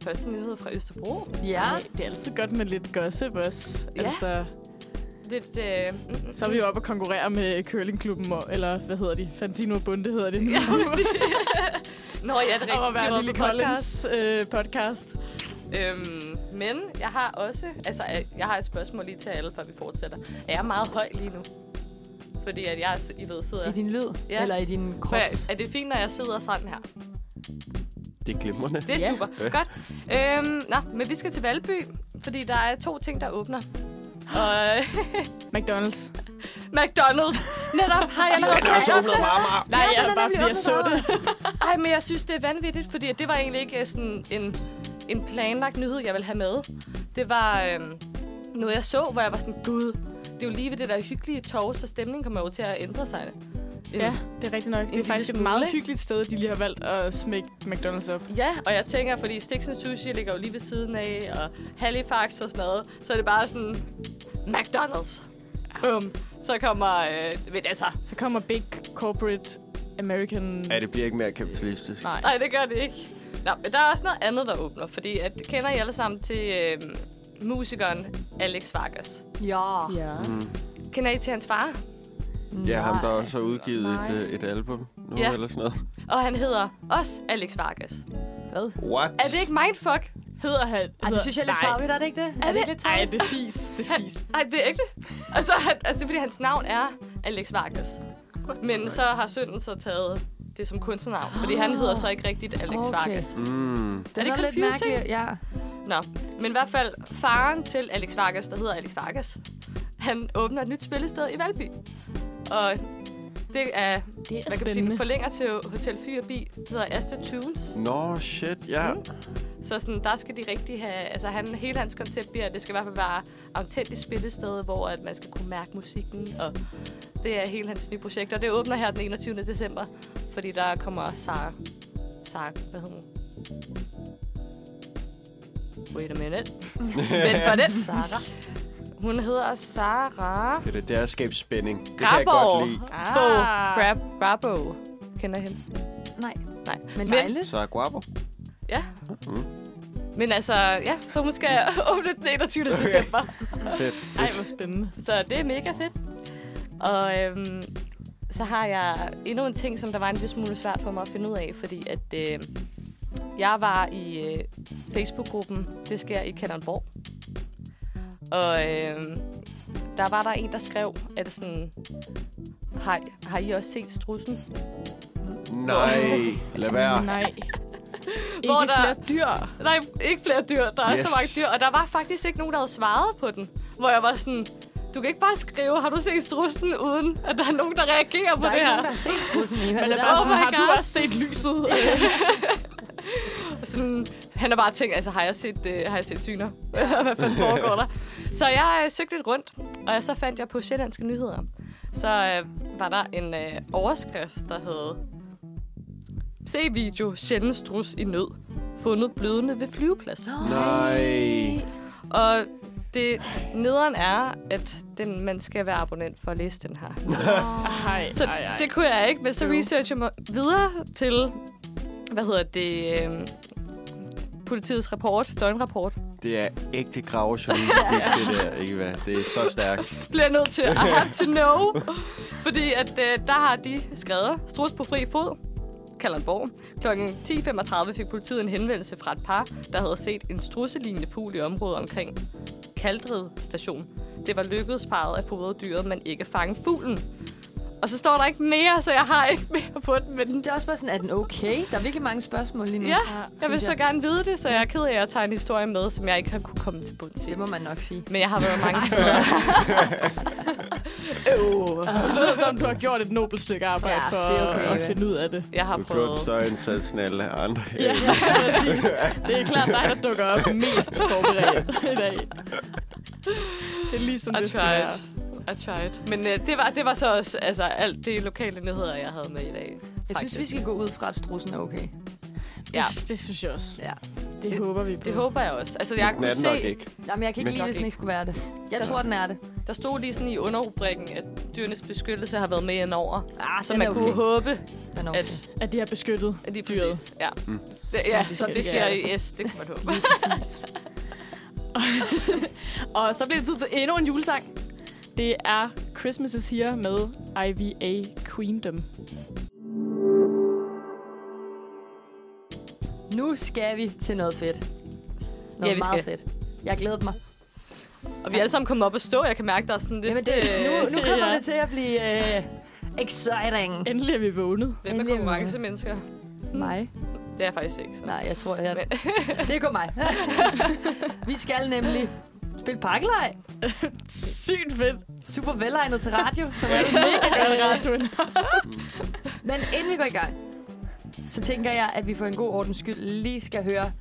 Speaker 4: første nyhed fra Østerbro.
Speaker 2: ja.
Speaker 3: Ej, det er altid godt med lidt gossip også.
Speaker 4: Ja.
Speaker 3: Altså,
Speaker 4: Lidt, øh, mm, mm,
Speaker 3: så er vi jo oppe og konkurrere med curlingklubben, og, eller hvad hedder de? Fantino Bunde hedder det.
Speaker 4: Ja, præcis. Nå, ja, det er rigtigt.
Speaker 3: om at
Speaker 4: Det
Speaker 3: være
Speaker 4: var
Speaker 3: Lille
Speaker 4: på podcast.
Speaker 3: Collins øh, podcast.
Speaker 4: Øhm, men jeg har også, altså jeg har et spørgsmål lige til alle, før vi fortsætter. Er jeg meget høj lige nu? Fordi at jeg, I ved, sidder...
Speaker 2: I din lyd?
Speaker 4: Ja.
Speaker 2: Eller i din krop?
Speaker 4: Er det fint, når jeg sidder sådan her?
Speaker 1: Det er glimrende.
Speaker 4: Det er
Speaker 2: Ja.
Speaker 4: ja. super. Godt. Øhm, nå, men vi skal til Valby, fordi der er to ting, der åbner. Og
Speaker 3: McDonald's.
Speaker 4: McDonald's netop har jeg allerede
Speaker 1: Der er så
Speaker 2: altså,
Speaker 4: talt om
Speaker 1: åbnet meget, meget.
Speaker 4: det.
Speaker 3: Nej,
Speaker 2: den
Speaker 3: ja, bare
Speaker 2: er nemlig
Speaker 3: fordi jeg så
Speaker 2: åbnet
Speaker 3: det.
Speaker 4: Ej, men jeg synes, det er vanvittigt, fordi det var egentlig ikke øh, sådan en, en planlagt nyhed, jeg ville have med. Det var øhm, noget, jeg så, hvor jeg var sådan, gud, det er jo lige ved det der hyggelige tov, så stemningen kommer jo til at ændre sig. Øh,
Speaker 3: Ja, det er rigtigt nok. Det
Speaker 4: lille
Speaker 3: er faktisk et
Speaker 4: smule,
Speaker 3: meget
Speaker 4: ikke?
Speaker 3: hyggeligt sted, de lige har valgt at smække McDonald's op.
Speaker 4: Ja, og jeg tænker, fordi Stixen Sushi ligger jo lige ved siden af, og Halifax og sådan noget, så er det bare sådan, McDonald's. Bum. Så kommer, øh, men altså,
Speaker 3: Så kommer Big Corporate American...
Speaker 1: Ja, det bliver ikke mere kapitalistisk.
Speaker 3: Nej.
Speaker 4: Nej, det gør det ikke. Nå, men der er også noget andet, der åbner, fordi at, kender I alle sammen til øh, musikeren Alex Vargas?
Speaker 2: Ja.
Speaker 3: Ja.
Speaker 4: Kender I til hans far?
Speaker 1: Ja, ham der
Speaker 2: Nej.
Speaker 1: også har udgivet et,
Speaker 4: Nej.
Speaker 1: øh, et album nu
Speaker 4: Ja.
Speaker 1: eller sådan noget.
Speaker 4: Og han hedder også Alex Vargas.
Speaker 2: Hvad?
Speaker 1: What?
Speaker 4: Er det ikke mindfuck?
Speaker 3: Hedder han...
Speaker 2: Ej, det synes jeg er lidt tarveligt, er det ikke det? Er det ikke lidt
Speaker 3: Nej,
Speaker 2: tarveligt?
Speaker 3: det er fis. Det er
Speaker 4: Han,
Speaker 3: fis.
Speaker 4: ej, det er ikke det. Altså, han, altså, det er, fordi hans navn er Alex Vargas. Men så har sønnen så taget det som kunstnernavn, fordi han hedder så ikke rigtigt Alex
Speaker 2: Okay.
Speaker 4: okay. Vargas.
Speaker 1: Mm.
Speaker 2: Den
Speaker 4: det
Speaker 2: er, lidt
Speaker 4: confusing?
Speaker 2: mærkelig. Ja.
Speaker 4: Nå, men i hvert fald faren til Alex Vargas, der hedder Alex Vargas, han åbner et nyt spillested i Valby. Og Det er,
Speaker 3: Det er
Speaker 4: hvad kan man sige, den forlænger til Hotel Fy og Bi, Det hedder Asta Tunes.
Speaker 1: Nå, shit, ja.
Speaker 4: Mm. Så sådan, der skal de rigtig have, altså han, hele hans koncept bliver, at det skal i hvert fald være autentisk spillested, hvor at man skal kunne mærke musikken, og det er hele hans nye projekt, og det åbner her den 21. december, fordi der kommer Sara, Sara, hvad hedder hun? Wait a minute. Vent for det. Sara. Hun hedder Sara
Speaker 1: Det er det, det er at skabe spænding. Det kan jeg
Speaker 4: Grabo.
Speaker 1: godt lide.
Speaker 4: Ah. Grab, Grabo. Kender hende.
Speaker 2: Nej.
Speaker 4: Nej.
Speaker 2: Men,
Speaker 4: Men-
Speaker 2: Vejle?
Speaker 1: Så er guapo.
Speaker 4: Ja.
Speaker 1: Mm.
Speaker 4: Men altså, ja, så hun skal åbne den 21.
Speaker 1: Okay.
Speaker 4: december.
Speaker 1: Fedt.
Speaker 3: Ej, hvor spændende.
Speaker 4: Så det er mega fedt. Og øhm, så har jeg endnu en ting, som der var en lille smule svært for mig at finde ud af, fordi at øh, jeg var i øh, Facebook-gruppen Det sker i Kalundborg. Og øh, der var der en, der skrev, at sådan, har, har I også set strussen?
Speaker 1: Nej, lad være.
Speaker 3: Nej.
Speaker 4: Hvor
Speaker 3: Ikke
Speaker 4: der-
Speaker 3: flere dyr.
Speaker 4: Nej, ikke flere dyr. Der er yes.
Speaker 1: Yes.
Speaker 4: så mange dyr. Og der var faktisk ikke nogen, der havde svaret på den. Hvor jeg var sådan, du kan ikke bare skrive, har du set strussen, uden at der er nogen, der reagerer på
Speaker 2: Der er
Speaker 4: det
Speaker 2: ikke
Speaker 4: her.
Speaker 2: nogen, der har set truslen, Eva.
Speaker 3: Man er
Speaker 2: Der
Speaker 3: bare
Speaker 4: Oh
Speaker 3: sådan,
Speaker 4: my
Speaker 3: har du
Speaker 4: God.
Speaker 3: også set lyset?
Speaker 4: sådan, han har bare tænkt, altså har jeg set, øh, har jeg set syner? Hvad fanden foregår der? Så jeg øh, søgte lidt rundt, og jeg, så fandt jeg på Sjællandske Nyheder. Så øh, var der en øh, overskrift, der hed Se video, sjældent strus i nød. Fundet blødende ved flyveplads.
Speaker 1: Nej.
Speaker 4: Og det nederen er, at den, man skal være abonnent for at læse den her.
Speaker 3: Ej,
Speaker 4: Så
Speaker 3: ej, ej.
Speaker 4: det kunne jeg ikke, men så
Speaker 3: Øv.
Speaker 4: researcher jeg mig videre til, hvad hedder det, øh, politiets rapport, døgnrapport.
Speaker 1: Det er ægte gravejournalistik, det der, ikke hvad? Det er så stærkt.
Speaker 4: Bliver jeg nødt til at have to know. Fordi at øh, der har de skrevet, strus på fri fod, Kalundborg. Kl. 10.35 fik politiet en henvendelse fra et par, der havde set en strusselignende fugl i området omkring Kaldred station. Det var lykkedes parret at fodre dyret, men ikke fange fuglen. Og så står der ikke mere, så jeg har ikke mere på den, men
Speaker 2: Men det er også bare sådan, er den okay? Der er virkelig mange spørgsmål lige nu.
Speaker 4: Ja, jeg
Speaker 2: synes
Speaker 4: vil så gerne vide det, så jeg er ked af at tage en historie med, som jeg ikke har kunne komme til bunds i.
Speaker 2: Det må man nok sige.
Speaker 4: Men jeg har været mange steder.
Speaker 3: Øh. Det lyder som, du har gjort et nobelt stykke arbejde
Speaker 2: Ja,
Speaker 3: for
Speaker 2: det er okay,
Speaker 3: at
Speaker 2: ja.
Speaker 3: finde ud af det.
Speaker 4: Jeg har
Speaker 1: Du har gjort
Speaker 4: prøvet.
Speaker 1: større indsats end alle andre.
Speaker 3: Ja, præcis. Det er klart dig, der dukker op mest forberedt i dag. Det er ligesom
Speaker 4: I
Speaker 3: det skal
Speaker 4: tried.
Speaker 3: være.
Speaker 4: I tried. Men øh, det, var, det var så også altså, alt det lokale nyheder, jeg havde med i dag.
Speaker 2: Jeg synes, vi skal gå ud fra, at strussen er okay.
Speaker 4: Ja.
Speaker 3: Det, det synes jeg også.
Speaker 2: Ja.
Speaker 3: Det, det håber vi på.
Speaker 4: Det håber jeg også. Altså, jeg
Speaker 1: Den
Speaker 4: kunne
Speaker 1: er
Speaker 4: se,
Speaker 1: nok ikke.
Speaker 2: Jamen, jeg kan ikke
Speaker 1: Men-
Speaker 2: lide, hvis den ikke skulle være det. Jeg tror, den er det.
Speaker 4: der stod lige sådan i underrubrikken, at dyrenes beskyttelse har været med indover.
Speaker 2: Ah,
Speaker 4: Så man kunne håbe,
Speaker 2: Den er okay.
Speaker 4: at
Speaker 3: At de har beskyttet
Speaker 4: lige
Speaker 3: dyret.
Speaker 4: præcis. Ja, det,
Speaker 3: som
Speaker 4: ja
Speaker 3: de
Speaker 4: så
Speaker 3: skal
Speaker 4: det
Speaker 3: gøre.
Speaker 4: siger jeg yes, det kunne man håbe.
Speaker 3: Lige præcis. og så bliver det tid til endnu en julesang. Det er Christmas is Here med IVA Queendom.
Speaker 2: Nu skal vi til noget fedt. Noget
Speaker 4: Ja, vi
Speaker 2: meget
Speaker 4: skal.
Speaker 2: fedt. Jeg glæder mig.
Speaker 4: Og vi er alle sammen kommet op og stå. Jeg kan mærke, der er sådan lidt... øh,
Speaker 2: Jamen, det, nu, nu kommer
Speaker 3: Ja.
Speaker 2: det til at blive uh, exciting.
Speaker 3: Endelig er vi vågnet.
Speaker 4: Hvem er
Speaker 2: Alligevel.
Speaker 4: konkurrencemennesker?
Speaker 2: Mig?
Speaker 4: Det er jeg faktisk ikke. Så.
Speaker 2: Nej, jeg tror, jeg... det går mig. vi skal nemlig spille pakkelej.
Speaker 3: Sygt fedt.
Speaker 2: Super velegnet til radio, som er
Speaker 3: Mega godt radioen.
Speaker 2: Men inden vi går i gang, så tænker jeg, at vi for en god ordens skyld lige skal høre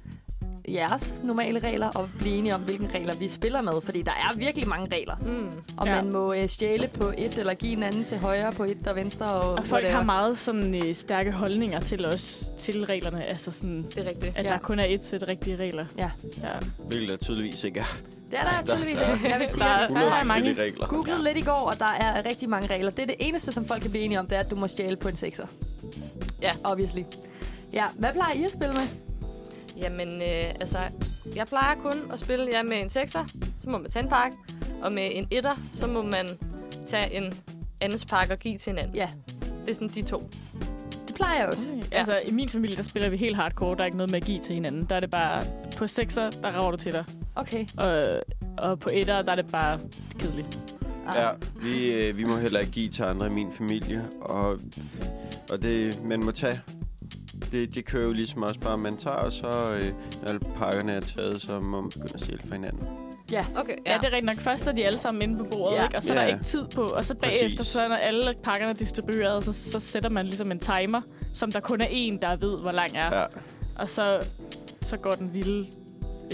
Speaker 2: jeres normale regler, og blive enige om, hvilke regler vi spiller med. Fordi der er virkelig mange regler.
Speaker 4: Mm.
Speaker 2: Og ja.
Speaker 3: Ja.
Speaker 2: man må øh, stjæle på et, eller give en anden til højre på et og venstre. Og,
Speaker 3: Og folk
Speaker 2: whatever.
Speaker 3: har meget sådan, øh, stærke holdninger til os, til reglerne. Altså sådan,
Speaker 4: Det er rigtigt.
Speaker 3: at ja. der kun er et sæt rigtige regler.
Speaker 2: Ja.
Speaker 3: ja.
Speaker 1: Hvilket der tydeligvis ikke er.
Speaker 2: Det er der tydeligvis.
Speaker 1: der-
Speaker 2: ikke. Jeg vil sige,
Speaker 3: der-
Speaker 2: at
Speaker 3: der er mange.
Speaker 1: forskellige regler.
Speaker 2: googlede lidt i går, og der er rigtig mange regler. Det er det eneste, som folk kan blive enige om, det er, at du må stjæle på en sekser.
Speaker 4: Ja.
Speaker 2: Obviously. Ja, hvad plejer I at spille med?
Speaker 4: Jamen, øh, altså, jeg plejer kun at spille ja, med en 6'er, så må man tage en pakke, og med en 1'er, så må man tage en andens pakke og give til en anden.
Speaker 2: Ja,
Speaker 4: Det er sådan de to.
Speaker 2: det plejer jeg også.
Speaker 3: Okay. Altså, i min familie, der spiller vi helt hardcore. Der er ikke noget med at give til hinanden. Der er det bare, på sekser, der rager du til dig.
Speaker 2: Okay.
Speaker 3: Og, og på etter, der er det bare kedeligt.
Speaker 2: Ah.
Speaker 1: Ja, vi, øh, vi må heller ikke give til andre i min familie, og, og det, man må tage. Det, det kører jo ligesom også bare, man tager, og så øh, når alle pakkerne er taget, så må man begynde at stjæle for hinanden.
Speaker 2: Ja.
Speaker 4: Okay,
Speaker 3: Ja, det er rigtigt nok. Først er de alle sammen inde på bordet,
Speaker 2: Ja.
Speaker 3: ja. ikke? og så er der
Speaker 1: Ja.
Speaker 3: ikke tid på. Og så
Speaker 1: Præcis.
Speaker 3: bagefter, så når alle pakkerne er distribueret, så, så sætter man ligesom en timer, som der kun er en, der ved, hvor lang er. Ja.
Speaker 1: Ja.
Speaker 3: Og så, så går den vilde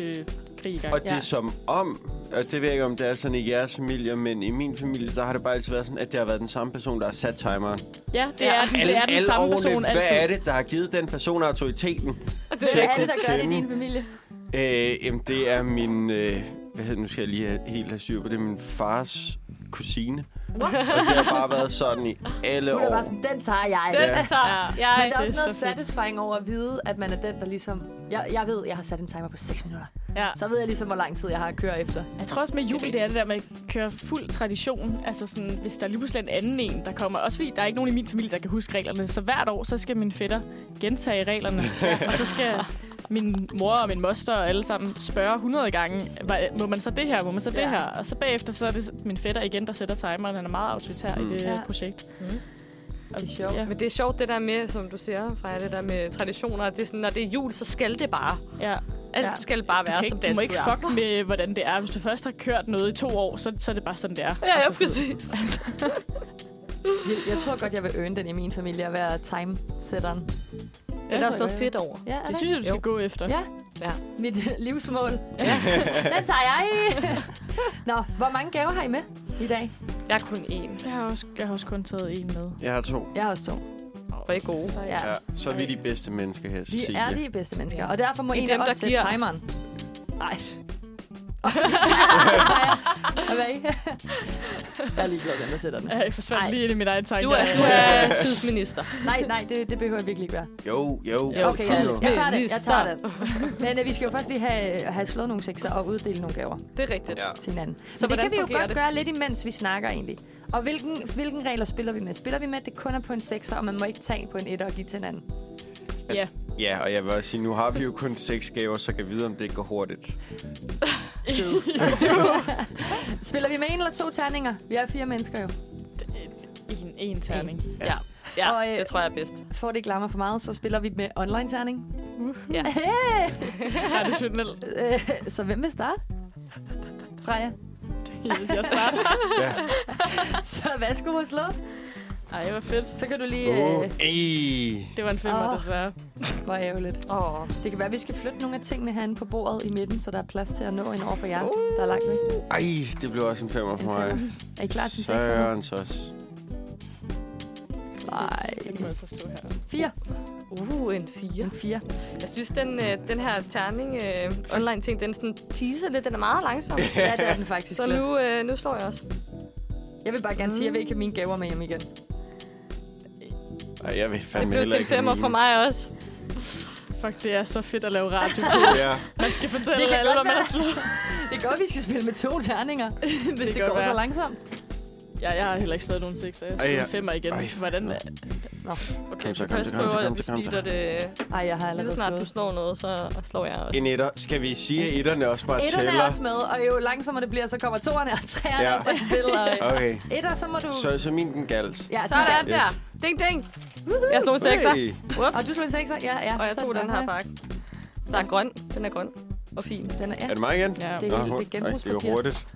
Speaker 3: øh, krig i gang.
Speaker 1: Og det er
Speaker 2: Ja.
Speaker 1: som om, og det ved jeg ikke, om det er sådan i jeres familie, men i min familie, der har det bare altid været sådan, at det har været den samme person, der har sat timeren.
Speaker 3: ja, det
Speaker 4: Ja.
Speaker 3: er, den, det er den
Speaker 1: alle
Speaker 3: samme
Speaker 1: årene,
Speaker 3: person
Speaker 1: hvad
Speaker 3: altid.
Speaker 1: er det, der har givet den person autoriteten?
Speaker 4: det
Speaker 2: Hvad
Speaker 1: Tjek
Speaker 2: er det, der
Speaker 1: den
Speaker 2: gør det i
Speaker 1: kvinde.
Speaker 2: din familie?
Speaker 1: Øh, jamen, det er min... Øh, hvad hedder det? nu skal jeg lige have, helt have styr på det. Min fars kusine.
Speaker 2: What?
Speaker 1: Og det har bare været sådan i alle
Speaker 2: Hun er bare
Speaker 1: år.
Speaker 2: sådan, den tager jeg.
Speaker 4: Den
Speaker 1: Ja.
Speaker 4: ja. tager.
Speaker 3: Ja,
Speaker 2: Men der er også
Speaker 3: det
Speaker 2: noget
Speaker 3: så fedt.
Speaker 2: satisfying over at vide, at man er den, der ligesom... Jeg, jeg ved, jeg har sat en timer på 6 minutter.
Speaker 3: Ja.
Speaker 2: Så ved jeg ligesom, hvor lang tid jeg har at køre efter.
Speaker 3: Jeg tror også med jul, det er det der med at køre fuld tradition. Altså sådan, hvis der lige pludselig er en anden en, der kommer. Også fordi, der er ikke nogen i min familie, der kan huske reglerne. Så hvert år, så skal min fætter gentage reglerne. og så skal min mor og min moster og alle sammen spørge 100 gange, "Hva- må man så det her, må man så det
Speaker 2: Ja.
Speaker 3: her? Og så bagefter, så er det min fætter igen, der sætter timeren. Han er meget autoritær mm. i det
Speaker 2: Ja.
Speaker 3: ja. projekt.
Speaker 4: Mm.
Speaker 3: Og-
Speaker 2: Det er sjovt.
Speaker 3: Ja.
Speaker 4: Men det er sjovt, det der med, som du siger, fra det der med traditioner. Det er sådan, når det er jul, så skal det bare.
Speaker 3: ja.
Speaker 4: Alt
Speaker 2: Ja.
Speaker 4: ja. skal bare
Speaker 3: Du,
Speaker 4: være,
Speaker 3: kan
Speaker 4: som
Speaker 3: ikke,
Speaker 4: det
Speaker 3: du må
Speaker 4: altid
Speaker 3: ikke
Speaker 4: er.
Speaker 3: fuck med, hvordan det er. Hvis du først har kørt noget i to år, så, så er det bare sådan, det er.
Speaker 4: Ja, ja, præcis.
Speaker 2: Jeg- Jeg tror godt, jeg vil øne den i min familie at være timesætteren.
Speaker 4: Det er der også
Speaker 2: tror
Speaker 4: noget
Speaker 2: jeg.
Speaker 4: fedt over.
Speaker 2: Ja, er
Speaker 3: Det
Speaker 2: der
Speaker 3: synes jeg, du skal
Speaker 4: Jo.
Speaker 3: gå efter.
Speaker 2: Ja.
Speaker 4: Ja.
Speaker 2: Mit livsmål. Ja. den tager jeg. Nå, hvor mange gaver har I med i dag?
Speaker 4: Jeg er kun én.
Speaker 3: Jeg har også, jeg har også kun taget en med.
Speaker 1: Jeg har to.
Speaker 2: Jeg har også to.
Speaker 4: Hvor er I gode.
Speaker 3: Sejt.
Speaker 2: Ja.
Speaker 1: Ja, så er vi de bedste mennesker her,
Speaker 2: Vi
Speaker 1: Cecilie.
Speaker 2: er de bedste mennesker, og derfor må
Speaker 4: I
Speaker 2: en
Speaker 4: dem,
Speaker 2: af os
Speaker 4: der
Speaker 2: sætte
Speaker 4: giver.
Speaker 2: timeren. Nej. Hvad er I? Jeg er lige glad, den der sætter den.
Speaker 3: Jeg forsvandt
Speaker 2: Ej.
Speaker 3: lige ind i min egen tanke.
Speaker 4: Du er, du er tidsminister.
Speaker 2: Nej, nej, det, det behøver jeg virkelig ikke være.
Speaker 1: Jo, jo.
Speaker 4: Jo,
Speaker 2: Okay, jeg,
Speaker 4: tidsminister.
Speaker 2: jeg tager det, jeg tager det. Men øh, vi skal jo først lige have, have slået nogle sekser og uddele nogle gaver
Speaker 4: Det er rigtigt.
Speaker 1: Ja.
Speaker 2: til hinanden.
Speaker 4: Så
Speaker 2: Så det
Speaker 4: hvordan
Speaker 2: kan vi jo
Speaker 4: fungerer
Speaker 2: godt det?
Speaker 4: det?
Speaker 2: gøre lidt imens vi snakker egentlig. Og hvilken, hvilken regler spiller vi med? Spiller vi med, at det kun er på en sekser, og man må ikke tage på en etter og give til hinanden?
Speaker 3: Ja.
Speaker 1: Ja, og jeg vil også sige, nu har vi jo kun seks gaver, så kan vi vide, om det ikke går hurtigt.
Speaker 2: Spiller vi med en eller to terninger? Vi er fire mennesker jo.
Speaker 3: En, en terning.
Speaker 4: Ja. Ja,
Speaker 2: Og, øh,
Speaker 4: det tror jeg er bedst.
Speaker 2: For det glammer for meget, så spiller vi med online-terning.
Speaker 4: Ja.
Speaker 3: Traditionel.
Speaker 2: Øh, så hvem vil starte? Freja.
Speaker 3: Jeg starter.
Speaker 1: Ja.
Speaker 2: Så værsgo at slå.
Speaker 3: Ej, hvor fedt.
Speaker 2: Så kan du lige...
Speaker 1: Uh,
Speaker 2: Øh,
Speaker 1: ey.
Speaker 3: Det var en femmer,
Speaker 2: Åh.
Speaker 3: oh. desværre.
Speaker 2: hvor ærgerligt.
Speaker 4: Åh.
Speaker 2: Det kan være, at vi skal flytte nogle af tingene herinde på bordet i midten, så der er plads til at nå en over for jer, der er langt væk.
Speaker 1: Ej, det blev også en femmer for
Speaker 2: En
Speaker 1: mig.
Speaker 2: femmer. Er I klar til sekserne?
Speaker 1: Sørens også.
Speaker 2: Nej.
Speaker 3: Den må jeg så stå her.
Speaker 2: Fire.
Speaker 4: Uh, en fire.
Speaker 2: En fire.
Speaker 4: Jeg synes, den, øh, den her terning øh, online ting, den sådan teaser lidt. Den er meget langsom.
Speaker 2: Ja, det er den faktisk.
Speaker 4: Så
Speaker 2: lidt.
Speaker 4: nu, øh, nu slår jeg også.
Speaker 2: Jeg vil bare gerne sige, at jeg vil ikke have mine gaver med hjem igen.
Speaker 1: Ej, jeg vil
Speaker 4: Det
Speaker 1: fandme
Speaker 4: blev
Speaker 1: heller
Speaker 4: til en
Speaker 1: ikke have
Speaker 4: femmer
Speaker 1: mine.
Speaker 4: fra mig også.
Speaker 3: Fuck, det er så fedt at lave radio.
Speaker 1: Ja.
Speaker 3: Man skal
Speaker 2: Det
Speaker 3: fortælle
Speaker 2: kan
Speaker 3: alle,
Speaker 2: godt
Speaker 3: hvad man
Speaker 2: være.
Speaker 3: har slået.
Speaker 2: Det er godt, vi skal spille med to terninger, hvis det,
Speaker 3: kan
Speaker 2: det går
Speaker 3: godt
Speaker 2: så
Speaker 3: være.
Speaker 2: langsomt.
Speaker 3: Ja, jeg har heller ikke slået nogen seks, så jeg
Speaker 1: Ej,
Speaker 3: slog
Speaker 1: ja.
Speaker 3: en femmer igen.
Speaker 1: Ej.
Speaker 3: Hvordan?
Speaker 4: Okay,
Speaker 1: Kom så,
Speaker 4: så
Speaker 1: kom
Speaker 4: først
Speaker 1: så, kom så,
Speaker 4: prøver
Speaker 1: kom
Speaker 4: at vi
Speaker 1: så, kom så.
Speaker 4: speeder det.
Speaker 2: Ej, jeg har
Speaker 4: Lige så
Speaker 2: allerede
Speaker 4: snart du
Speaker 2: slået.
Speaker 4: slår noget, så slår jeg også.
Speaker 1: En etter. Skal vi sige, at etterne også bare
Speaker 2: Etterne er
Speaker 1: tæller?
Speaker 2: også med, og jo langsommere det bliver, så kommer toerne og træerne
Speaker 1: Ja.
Speaker 2: ja. også i spil. Og
Speaker 1: Okay,
Speaker 2: etter, så må du...
Speaker 1: så, så min den galt.
Speaker 2: Ja,
Speaker 4: Sådan
Speaker 2: sådan.
Speaker 1: Yes.
Speaker 4: der. Ding, ding. Jeg slog en sekser.
Speaker 1: Hey.
Speaker 2: Og du
Speaker 4: Ups.
Speaker 2: slog en sekser? Ja, ja.
Speaker 4: Og jeg
Speaker 2: så er
Speaker 4: tog
Speaker 2: det
Speaker 4: den
Speaker 2: nok
Speaker 4: her
Speaker 2: med.
Speaker 4: bakke. Der er grøn. Den er grøn. Og fin.
Speaker 2: Den er, ja.
Speaker 1: Er det mig igen?
Speaker 3: Ja.
Speaker 2: Det er
Speaker 1: Nå,
Speaker 2: helt-
Speaker 1: hu- Ej,
Speaker 2: det er
Speaker 1: det
Speaker 2: genbrugspapir.
Speaker 1: er hurtigt.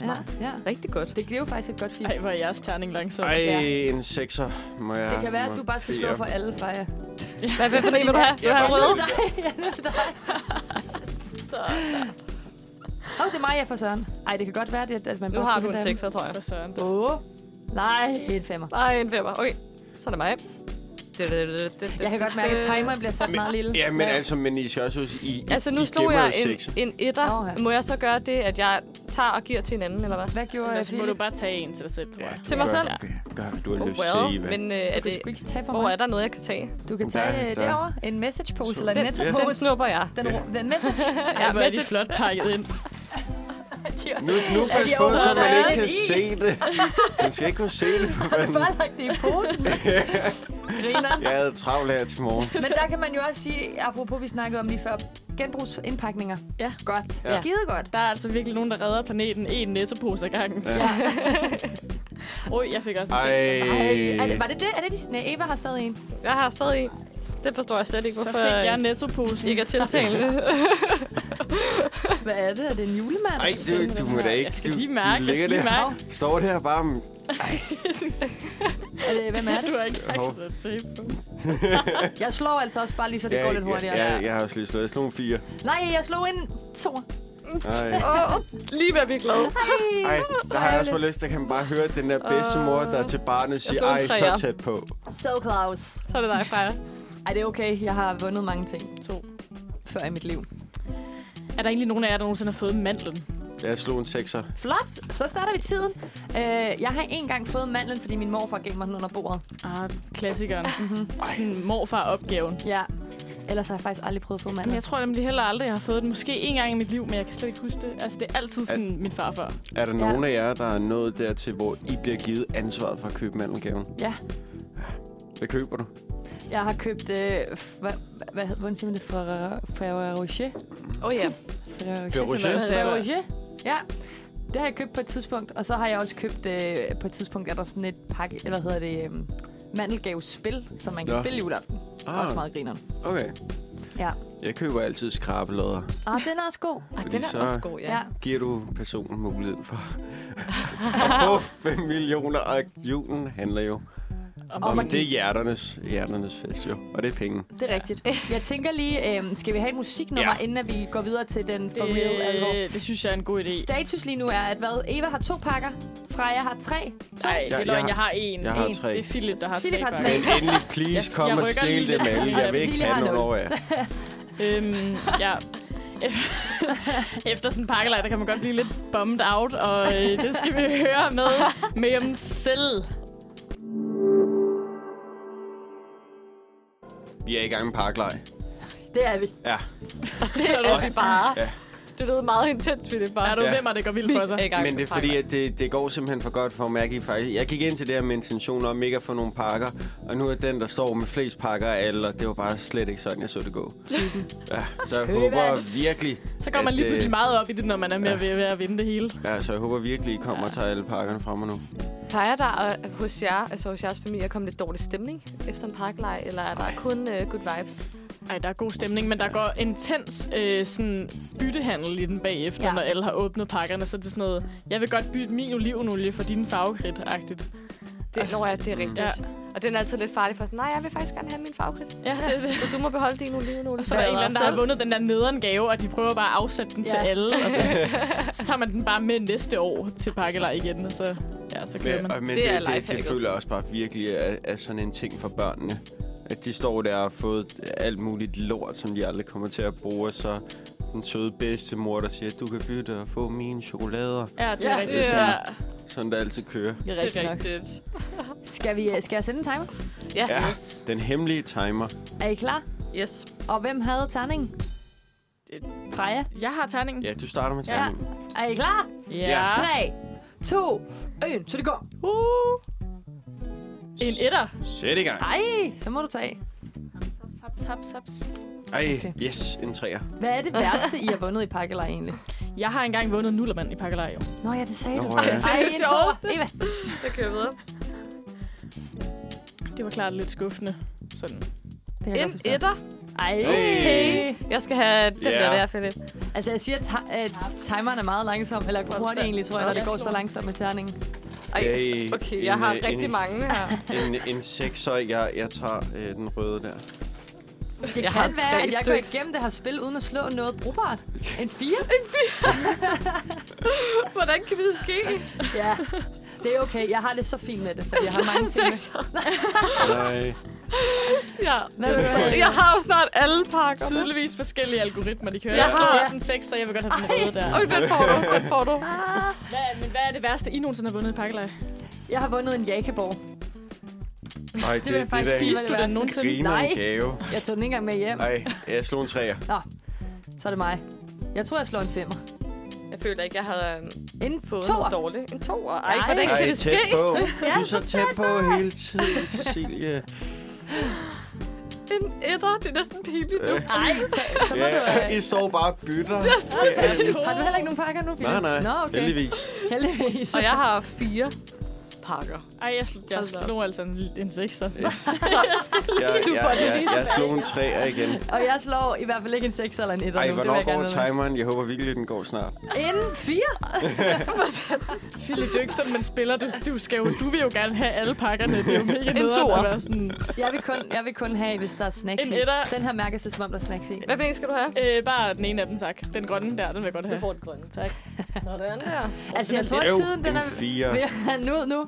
Speaker 2: Ja, ja.
Speaker 4: Rigtig godt.
Speaker 2: Det giver jo faktisk et godt fif.
Speaker 3: Ej, hvor er jeres terning langsom.
Speaker 1: Ej,
Speaker 2: Ja.
Speaker 1: en sekser. Må jeg,
Speaker 2: Det kan være, at du bare skal slå
Speaker 1: markere?
Speaker 2: for alle, Freja.
Speaker 4: Hvad, hvad for en vil du have? Vil du have
Speaker 2: Jeg
Speaker 4: rød?
Speaker 2: tror dig. Jeg tror dig. Åh, oh, det er mig, jeg får søren. Ej, det kan godt være, det, at man
Speaker 4: Nu
Speaker 2: bare
Speaker 4: har du
Speaker 2: skal
Speaker 4: en
Speaker 2: bestemme.
Speaker 4: sekser, tror jeg.
Speaker 3: For søren.
Speaker 2: Åh, nej, en femmer.
Speaker 4: Nej, en femmer. Okay. Så er det mig.
Speaker 2: Jeg kan godt mærke, at timeren bliver sat meget lille.
Speaker 1: Ja, men altså, men I skal også huske, I, I
Speaker 4: Altså, nu
Speaker 1: I
Speaker 4: slog
Speaker 1: gemmer
Speaker 4: jeg
Speaker 1: jo
Speaker 4: en,
Speaker 1: sekser.
Speaker 4: en etter.
Speaker 2: Nå, ja.
Speaker 4: Må jeg så gøre det, at jeg tager og giver til en anden, eller hvad?
Speaker 2: Hvad gjorde
Speaker 3: Ellers
Speaker 2: jeg?
Speaker 3: så Altså, må du bare tage en til dig selv, tror
Speaker 1: Ja,
Speaker 3: jeg.
Speaker 1: du
Speaker 4: Til mig
Speaker 1: gør-
Speaker 4: selv.
Speaker 1: gør- Gør, hvad du har
Speaker 4: Oh,
Speaker 1: lyst til,
Speaker 4: well.
Speaker 1: Eva.
Speaker 4: Men øh, er
Speaker 2: Du kan
Speaker 4: det,
Speaker 2: sgu ikke tage for
Speaker 4: hvor er
Speaker 2: mig.
Speaker 4: der noget, jeg kan tage?
Speaker 2: Du kan
Speaker 1: Der-
Speaker 2: tage øh,
Speaker 1: der-
Speaker 2: derovre en messagepose eller en
Speaker 4: Den,
Speaker 2: netspose.
Speaker 4: den snupper jeg.
Speaker 2: Den,
Speaker 1: Ja.
Speaker 2: den message.
Speaker 3: Ej, hvor er de
Speaker 4: message.
Speaker 3: flot pakket ind.
Speaker 1: Nu, nu pas
Speaker 2: de
Speaker 1: på, så man
Speaker 2: overhovedet
Speaker 1: ikke
Speaker 2: været
Speaker 1: kan
Speaker 2: i?
Speaker 1: se det. Man skal ikke kunne se det. For
Speaker 2: Du har
Speaker 1: man,
Speaker 2: bare lagt det i posen. Griner.
Speaker 1: jeg havde travlt her til morgen.
Speaker 2: Men der kan man jo også sige, apropos vi snakkede om lige før, genbrugsindpakninger.
Speaker 3: Ja.
Speaker 2: Godt.
Speaker 1: Ja.
Speaker 2: Ja. Skide godt.
Speaker 3: Der er altså virkelig nogen, der redder planeten en nettopose ad gangen.
Speaker 1: Ja.
Speaker 3: Oj, jeg fik også en
Speaker 1: Ej.
Speaker 3: sekser.
Speaker 2: Er det, var det det? Er det de, nej, Eva har stadig en.
Speaker 4: Jeg har stadig en. Det forstår jeg slet ikke,
Speaker 3: Så
Speaker 4: hvorfor
Speaker 3: fik jeg nettoposen.
Speaker 4: ikke er tiltalende.
Speaker 2: Hvad er det? Er det en julemand?
Speaker 1: Ej, du, du må da ikke.
Speaker 3: Jeg skal
Speaker 1: du,
Speaker 3: lige mærke,
Speaker 1: du
Speaker 3: jeg
Speaker 1: ligger
Speaker 3: skal lige
Speaker 1: der.
Speaker 3: mærke.
Speaker 1: Står der bare... mm,
Speaker 2: Er det, hvem er
Speaker 3: Du
Speaker 2: det?
Speaker 3: har ikke
Speaker 1: Hov.
Speaker 3: lagt noget tape på.
Speaker 2: Jeg slår altså også bare lige, så det
Speaker 1: ja,
Speaker 2: går lidt hurtigere.
Speaker 1: Ja, ja, jeg har også lige slået sådan nogle fire.
Speaker 2: Nej, jeg slog en to. oh,
Speaker 1: Ej.
Speaker 4: Åh, lige hvad vi er glade.
Speaker 1: Ej, der har jeg også fået lyst. Der kan man bare høre den der bedstemor, der til barnet siger,
Speaker 4: slog en
Speaker 1: ej, så
Speaker 4: treer."
Speaker 1: tæt på.
Speaker 2: So close.
Speaker 3: Så er det dig, Freja.
Speaker 2: Ej, det er okay. Jeg har vundet mange ting
Speaker 3: To.
Speaker 2: før i mit liv.
Speaker 3: Er der egentlig nogen af jer, der nogensinde har fået mandlen?
Speaker 1: Jeg slog en sekser.
Speaker 2: Flot. Så starter vi tiden. Øh, jeg har engang fået mandlen, fordi min morfar gav mig den under bordet.
Speaker 3: Ah, klassikeren. Mhm. Sådan morfar-opgaven.
Speaker 2: Ja. Ellers har jeg faktisk aldrig prøvet at få
Speaker 3: Jamen,
Speaker 2: mandlen.
Speaker 3: jeg tror nemlig heller aldrig, jeg har fået den. Måske en gang i mit liv, men jeg kan slet ikke huske det. Altså, det er altid sådan min farfar.
Speaker 1: Er der nogen af jer, der er nået dertil, hvor I bliver givet ansvaret for at købe mandelgaven?
Speaker 2: Ja.
Speaker 1: Hvad køber du?
Speaker 2: Jeg har købt... Øh, f- hvad, hvad, hed- hvordan siger man det? Ferrero Ferrero Rocher?
Speaker 4: Åh oh, ja.
Speaker 2: Ferrero Rocher?
Speaker 1: Ferrero
Speaker 3: Eller
Speaker 1: Rocher?
Speaker 3: hvad hedder
Speaker 2: Ferrero
Speaker 3: det?
Speaker 2: Rocher? Ja. Det har jeg købt på et tidspunkt, og så har jeg også købt øh, på et tidspunkt, er der sådan et pakke, eller hvad hedder det, øh, mandelgavespil, som man kan
Speaker 1: Nå.
Speaker 2: spille juleaften. Ah. Også meget grineren.
Speaker 1: okay.
Speaker 2: Ja.
Speaker 1: Jeg køber altid skrabelodder.
Speaker 2: Ah, den er også god.
Speaker 4: Ah,
Speaker 1: Fordi
Speaker 4: den er
Speaker 1: så-
Speaker 4: også god, ja.
Speaker 2: Ja.
Speaker 1: Giver du personen muligheden for at få 5 millioner, og julen handler jo
Speaker 3: Om,
Speaker 1: om,
Speaker 2: man-
Speaker 1: det er hjerternes, hjerternes fest, jo. Og det er penge.
Speaker 2: Det er rigtigt. Jeg tænker lige, øh, skal vi have et musiknummer,
Speaker 1: Ja.
Speaker 2: ja. inden at vi går videre til den for real alvor?
Speaker 3: øh, det, det synes jeg er en god idé.
Speaker 2: Status lige nu er, at hvad? Eva har to pakker, Freja har tre. To.
Speaker 3: Nej, det
Speaker 1: Jeg-
Speaker 3: er
Speaker 1: jeg
Speaker 3: løgn.
Speaker 1: har-
Speaker 3: Jeg har en.
Speaker 1: jeg har
Speaker 3: en.
Speaker 1: tre.
Speaker 3: Det er Philip, der har
Speaker 2: Philip
Speaker 3: tre.
Speaker 2: har
Speaker 3: faktisk.
Speaker 1: Men endelig, please,
Speaker 3: Jeg-
Speaker 1: kom
Speaker 3: jeg
Speaker 1: og
Speaker 3: rykker
Speaker 1: stjæl
Speaker 3: lige
Speaker 1: dem
Speaker 3: lidt.
Speaker 1: alle. Jeg vil ikke
Speaker 2: Cecilie
Speaker 1: have
Speaker 2: har
Speaker 1: nogen
Speaker 2: nul.
Speaker 1: over jer.
Speaker 3: Øhm, ja. Efter sådan en pakkelej, der kan man godt blive lidt bummed out, og øh, det skal vi høre med Mayhem selv.
Speaker 1: Vi er i gang med parklej.
Speaker 2: Det er vi.
Speaker 1: Ja.
Speaker 3: Det er, du,
Speaker 4: Det er bare... Det lød meget intens, vi det bare.
Speaker 3: er du
Speaker 1: Ja.
Speaker 3: hvem, og det går vildt for sig?
Speaker 4: gang
Speaker 1: Men det er fordi, at det, det går simpelthen for godt for mig. Jeg gik, faktisk, jeg gik ind til det her med intentioner om ikke at få nogle pakker, og nu er den, der står med flest pakker af alle, og det var bare slet ikke sådan, jeg så det gå. Ja, så jeg
Speaker 2: Skønt.
Speaker 1: håber virkelig,
Speaker 3: Så går man
Speaker 1: at,
Speaker 3: lige
Speaker 1: øh,
Speaker 3: pludselig meget op i det, når man er med ved, ved at vinde det hele.
Speaker 1: Ja, så jeg håber virkelig, I kommer og tager alle pakkerne fra mig nu.
Speaker 4: Plejer der at, hos jer, altså hos jeres familie, at komme lidt dårlig stemning efter en parklej, eller er der kun uh, good vibes?
Speaker 3: Ej, der er god stemning, men der går intens øh, sådan byttehandel i den bagefter, ja.
Speaker 2: Ja.
Speaker 3: når alle har åbnet pakkerne. Så er det sådan noget, jeg vil godt bytte min olivenolie for din farvekridt-agtigt.
Speaker 4: Det når jeg, det er rigtigt.
Speaker 3: Ja.
Speaker 4: Ja. Og den er altid lidt farlig for sådan, nej, jeg vil faktisk gerne have min fagkrit.
Speaker 3: Ja, det er det.
Speaker 4: Så du må beholde din olivenolie.
Speaker 3: Og så er der en eller anden, der har
Speaker 4: Selv.
Speaker 3: vundet den der nederen gave, og de prøver bare at afsætte den ja.
Speaker 2: Ja.
Speaker 3: til alle. Og så, så tager man den bare med næste år til pakkelej igen, og så, ja, så kører man.
Speaker 1: Men, men
Speaker 4: Det er
Speaker 1: det, det, det, det
Speaker 4: lifehacket.
Speaker 1: føler jeg også bare virkelig er, er sådan en ting for børnene. At de står der og har fået alt muligt lort, som de aldrig kommer til at bruge, og så den søde bedstemor, der siger, du kan bytte og få mine chokolader.
Speaker 3: Ja, det er
Speaker 2: Ja,
Speaker 3: rigtigt.
Speaker 1: det er
Speaker 3: ja,
Speaker 1: Sådan der altid kører.
Speaker 2: Det er
Speaker 3: det
Speaker 2: rigtigt
Speaker 3: er
Speaker 2: nok.
Speaker 3: rigtigt.
Speaker 2: Skal, vi, øh, skal jeg sende en timer?
Speaker 4: Ja.
Speaker 1: Ja,
Speaker 4: Yes.
Speaker 1: den hemmelige timer.
Speaker 2: Er I klar?
Speaker 4: yes.
Speaker 2: Og hvem havde terningen? Freja.
Speaker 3: Jeg har terningen.
Speaker 1: Ja, du starter med
Speaker 2: Ja.
Speaker 1: terningen.
Speaker 2: Er I klar?
Speaker 1: Ja.
Speaker 2: 3, 2, 1, så det går.
Speaker 3: Uh. En etter.
Speaker 1: Sæt i gang.
Speaker 2: Ej, så må du tage.
Speaker 3: Haps, haps, haps.
Speaker 1: Ej,
Speaker 2: Okay.
Speaker 1: yes, en træer.
Speaker 2: Hvad er det værste, I har vundet i pakkelej egentlig?
Speaker 3: Jeg har engang vundet nullermand i pakkelej, jo.
Speaker 2: Nå ja, det sagde
Speaker 1: Nå,
Speaker 2: du.
Speaker 1: ja.
Speaker 2: Ej,
Speaker 3: Det er det
Speaker 2: en toer.
Speaker 3: sjoveste.
Speaker 2: Eva.
Speaker 4: Jeg kører videre.
Speaker 3: Det var klart lidt skuffende. Sådan.
Speaker 2: Det kan jeg
Speaker 4: En
Speaker 2: godt forstå.
Speaker 4: etter.
Speaker 2: Ej,
Speaker 1: Hey.
Speaker 2: okay.
Speaker 4: Jeg skal have den
Speaker 1: Ja.
Speaker 4: der der, Philip.
Speaker 2: Altså, jeg siger, at ti- at timeren er meget langsom, eller hurtig egentlig, tror jeg, når det går så langsomt med terningen.
Speaker 4: Ej,
Speaker 1: Hey,
Speaker 4: okay,
Speaker 1: en,
Speaker 4: jeg har
Speaker 1: øh,
Speaker 4: rigtig
Speaker 1: en-
Speaker 4: mange her.
Speaker 1: En, en sekser, jeg, jeg tager øh, den røde der.
Speaker 2: Det
Speaker 4: Jeg
Speaker 2: jeg
Speaker 4: har
Speaker 2: kan være,
Speaker 4: tre
Speaker 2: at jeg går
Speaker 4: styks.
Speaker 2: igennem det her spil, uden at slå noget brugbart. En fire?
Speaker 4: Hvordan kan det ske?
Speaker 2: ja, det er okay. Jeg har det så fint med det, fordi jeg har mange ting med.
Speaker 1: Nej.
Speaker 4: Ja.
Speaker 2: Nå, det er stadig-
Speaker 4: Jeg har jo snart alle pakker.
Speaker 3: Tydeligvis forskellige algoritmer, de kører.
Speaker 4: Ja.
Speaker 3: Jeg slår også en 6, så jeg vil godt have den røde der.
Speaker 4: Øj, den får du. Den får du.
Speaker 3: Hvad, er- men hvad er det værste, I nogensinde har vundet i pakkelej?
Speaker 2: Jeg har vundet en jakeborg.
Speaker 1: Nej, det,
Speaker 2: vil jeg faktisk sige,
Speaker 1: det
Speaker 2: var
Speaker 1: er
Speaker 2: det
Speaker 3: Du der
Speaker 2: værste.
Speaker 3: nogensinde?
Speaker 1: griner
Speaker 2: Nej.
Speaker 1: en gave.
Speaker 2: Jeg tog den ikke engang med hjem.
Speaker 1: Ej, jeg slog en træer.
Speaker 2: Så er det mig. Jeg tror, jeg slår en femmer.
Speaker 4: Jeg føler ikke, jeg har øhm,
Speaker 2: En
Speaker 4: fået
Speaker 2: toer.
Speaker 4: noget dårligt. En toer. Ej,
Speaker 2: Nej.
Speaker 4: hvordan kan
Speaker 1: Ej,
Speaker 4: det
Speaker 1: tæt
Speaker 4: ske?
Speaker 1: på. Du er så tæt på hele tiden, Cecilie.
Speaker 4: En etter. Det er næsten pinligt nu.
Speaker 1: Øh.
Speaker 2: Ej, ta- så må du...
Speaker 1: Ja,
Speaker 2: Øh...
Speaker 1: I står bare og bytter.
Speaker 2: Har du heller ikke nogen pakker nu, Philip?
Speaker 1: Nej, nej.
Speaker 2: Nå, okay.
Speaker 1: Heldigvis.
Speaker 2: Heldigvis.
Speaker 4: Og jeg har fire. pakker.
Speaker 3: Ej, jeg, sl- jeg
Speaker 4: Hold da op.
Speaker 3: slog altså en, en sekser.
Speaker 1: Yes. jeg,
Speaker 3: Du
Speaker 1: jeg,
Speaker 3: får det
Speaker 1: jeg,
Speaker 3: lige
Speaker 1: jeg slog en træer igen.
Speaker 2: Og jeg slår i hvert fald ikke en 6 eller en 1
Speaker 1: Ej,
Speaker 2: nu. det vil
Speaker 1: hvornår
Speaker 2: jeg
Speaker 1: går
Speaker 2: gerne vide.
Speaker 1: timeren? Jeg håber virkelig, den går snart.
Speaker 2: Inden 4?
Speaker 3: Philip, det er jo ikke sådan, man spiller. Du, du, skal jo, du vil jo gerne have alle pakkerne. Det er jo mega
Speaker 2: En
Speaker 3: nederen
Speaker 2: toer.
Speaker 3: at være sådan...
Speaker 2: Jeg vil, kun, jeg vil kun have, hvis der er snacks
Speaker 3: En
Speaker 2: i.
Speaker 3: etter.
Speaker 2: Den her mærker sig, som om der er snacks i.
Speaker 4: Hvad for en skal du have?
Speaker 3: Øh, bare den ene af dem, tak. Den grønne der, den vil jeg godt have.
Speaker 4: får den grønne, tak. Sådan der.
Speaker 2: Altså, jeg tror,
Speaker 1: Øv,
Speaker 2: at tiden den
Speaker 1: en
Speaker 2: er
Speaker 1: fire.
Speaker 2: ved at rende ud nu.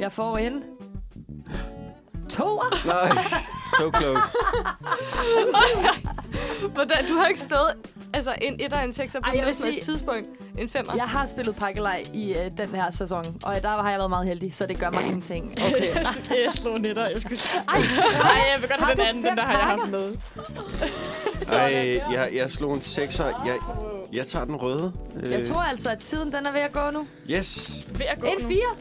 Speaker 2: Jeg får en... Toer?
Speaker 1: Nej, so close.
Speaker 4: Hvordan, du har ikke stået altså, en etter og en sekser på
Speaker 2: Ej, jeg vil
Speaker 4: noget som helst
Speaker 2: sige-
Speaker 4: tidspunkt. En femmer.
Speaker 2: Jeg har spillet pakkelej i øh, den her sæson, og der har jeg været meget heldig, så det gør mig ingenting. Okay.
Speaker 3: jeg slog netter. Jeg skal...
Speaker 2: Ej,
Speaker 3: Ej, jeg vil godt
Speaker 2: Har
Speaker 3: have den
Speaker 2: du
Speaker 3: anden.
Speaker 2: fem
Speaker 3: Den der har jeg haft
Speaker 2: pakker?
Speaker 3: med.
Speaker 1: Ej, jeg, jeg slog en sekser. Jeg, jeg tager den røde. Øh,
Speaker 2: jeg tror altså, at tiden den er ved at gå nu.
Speaker 1: Yes.
Speaker 3: Ved at gå
Speaker 2: En
Speaker 3: nu.
Speaker 2: fire.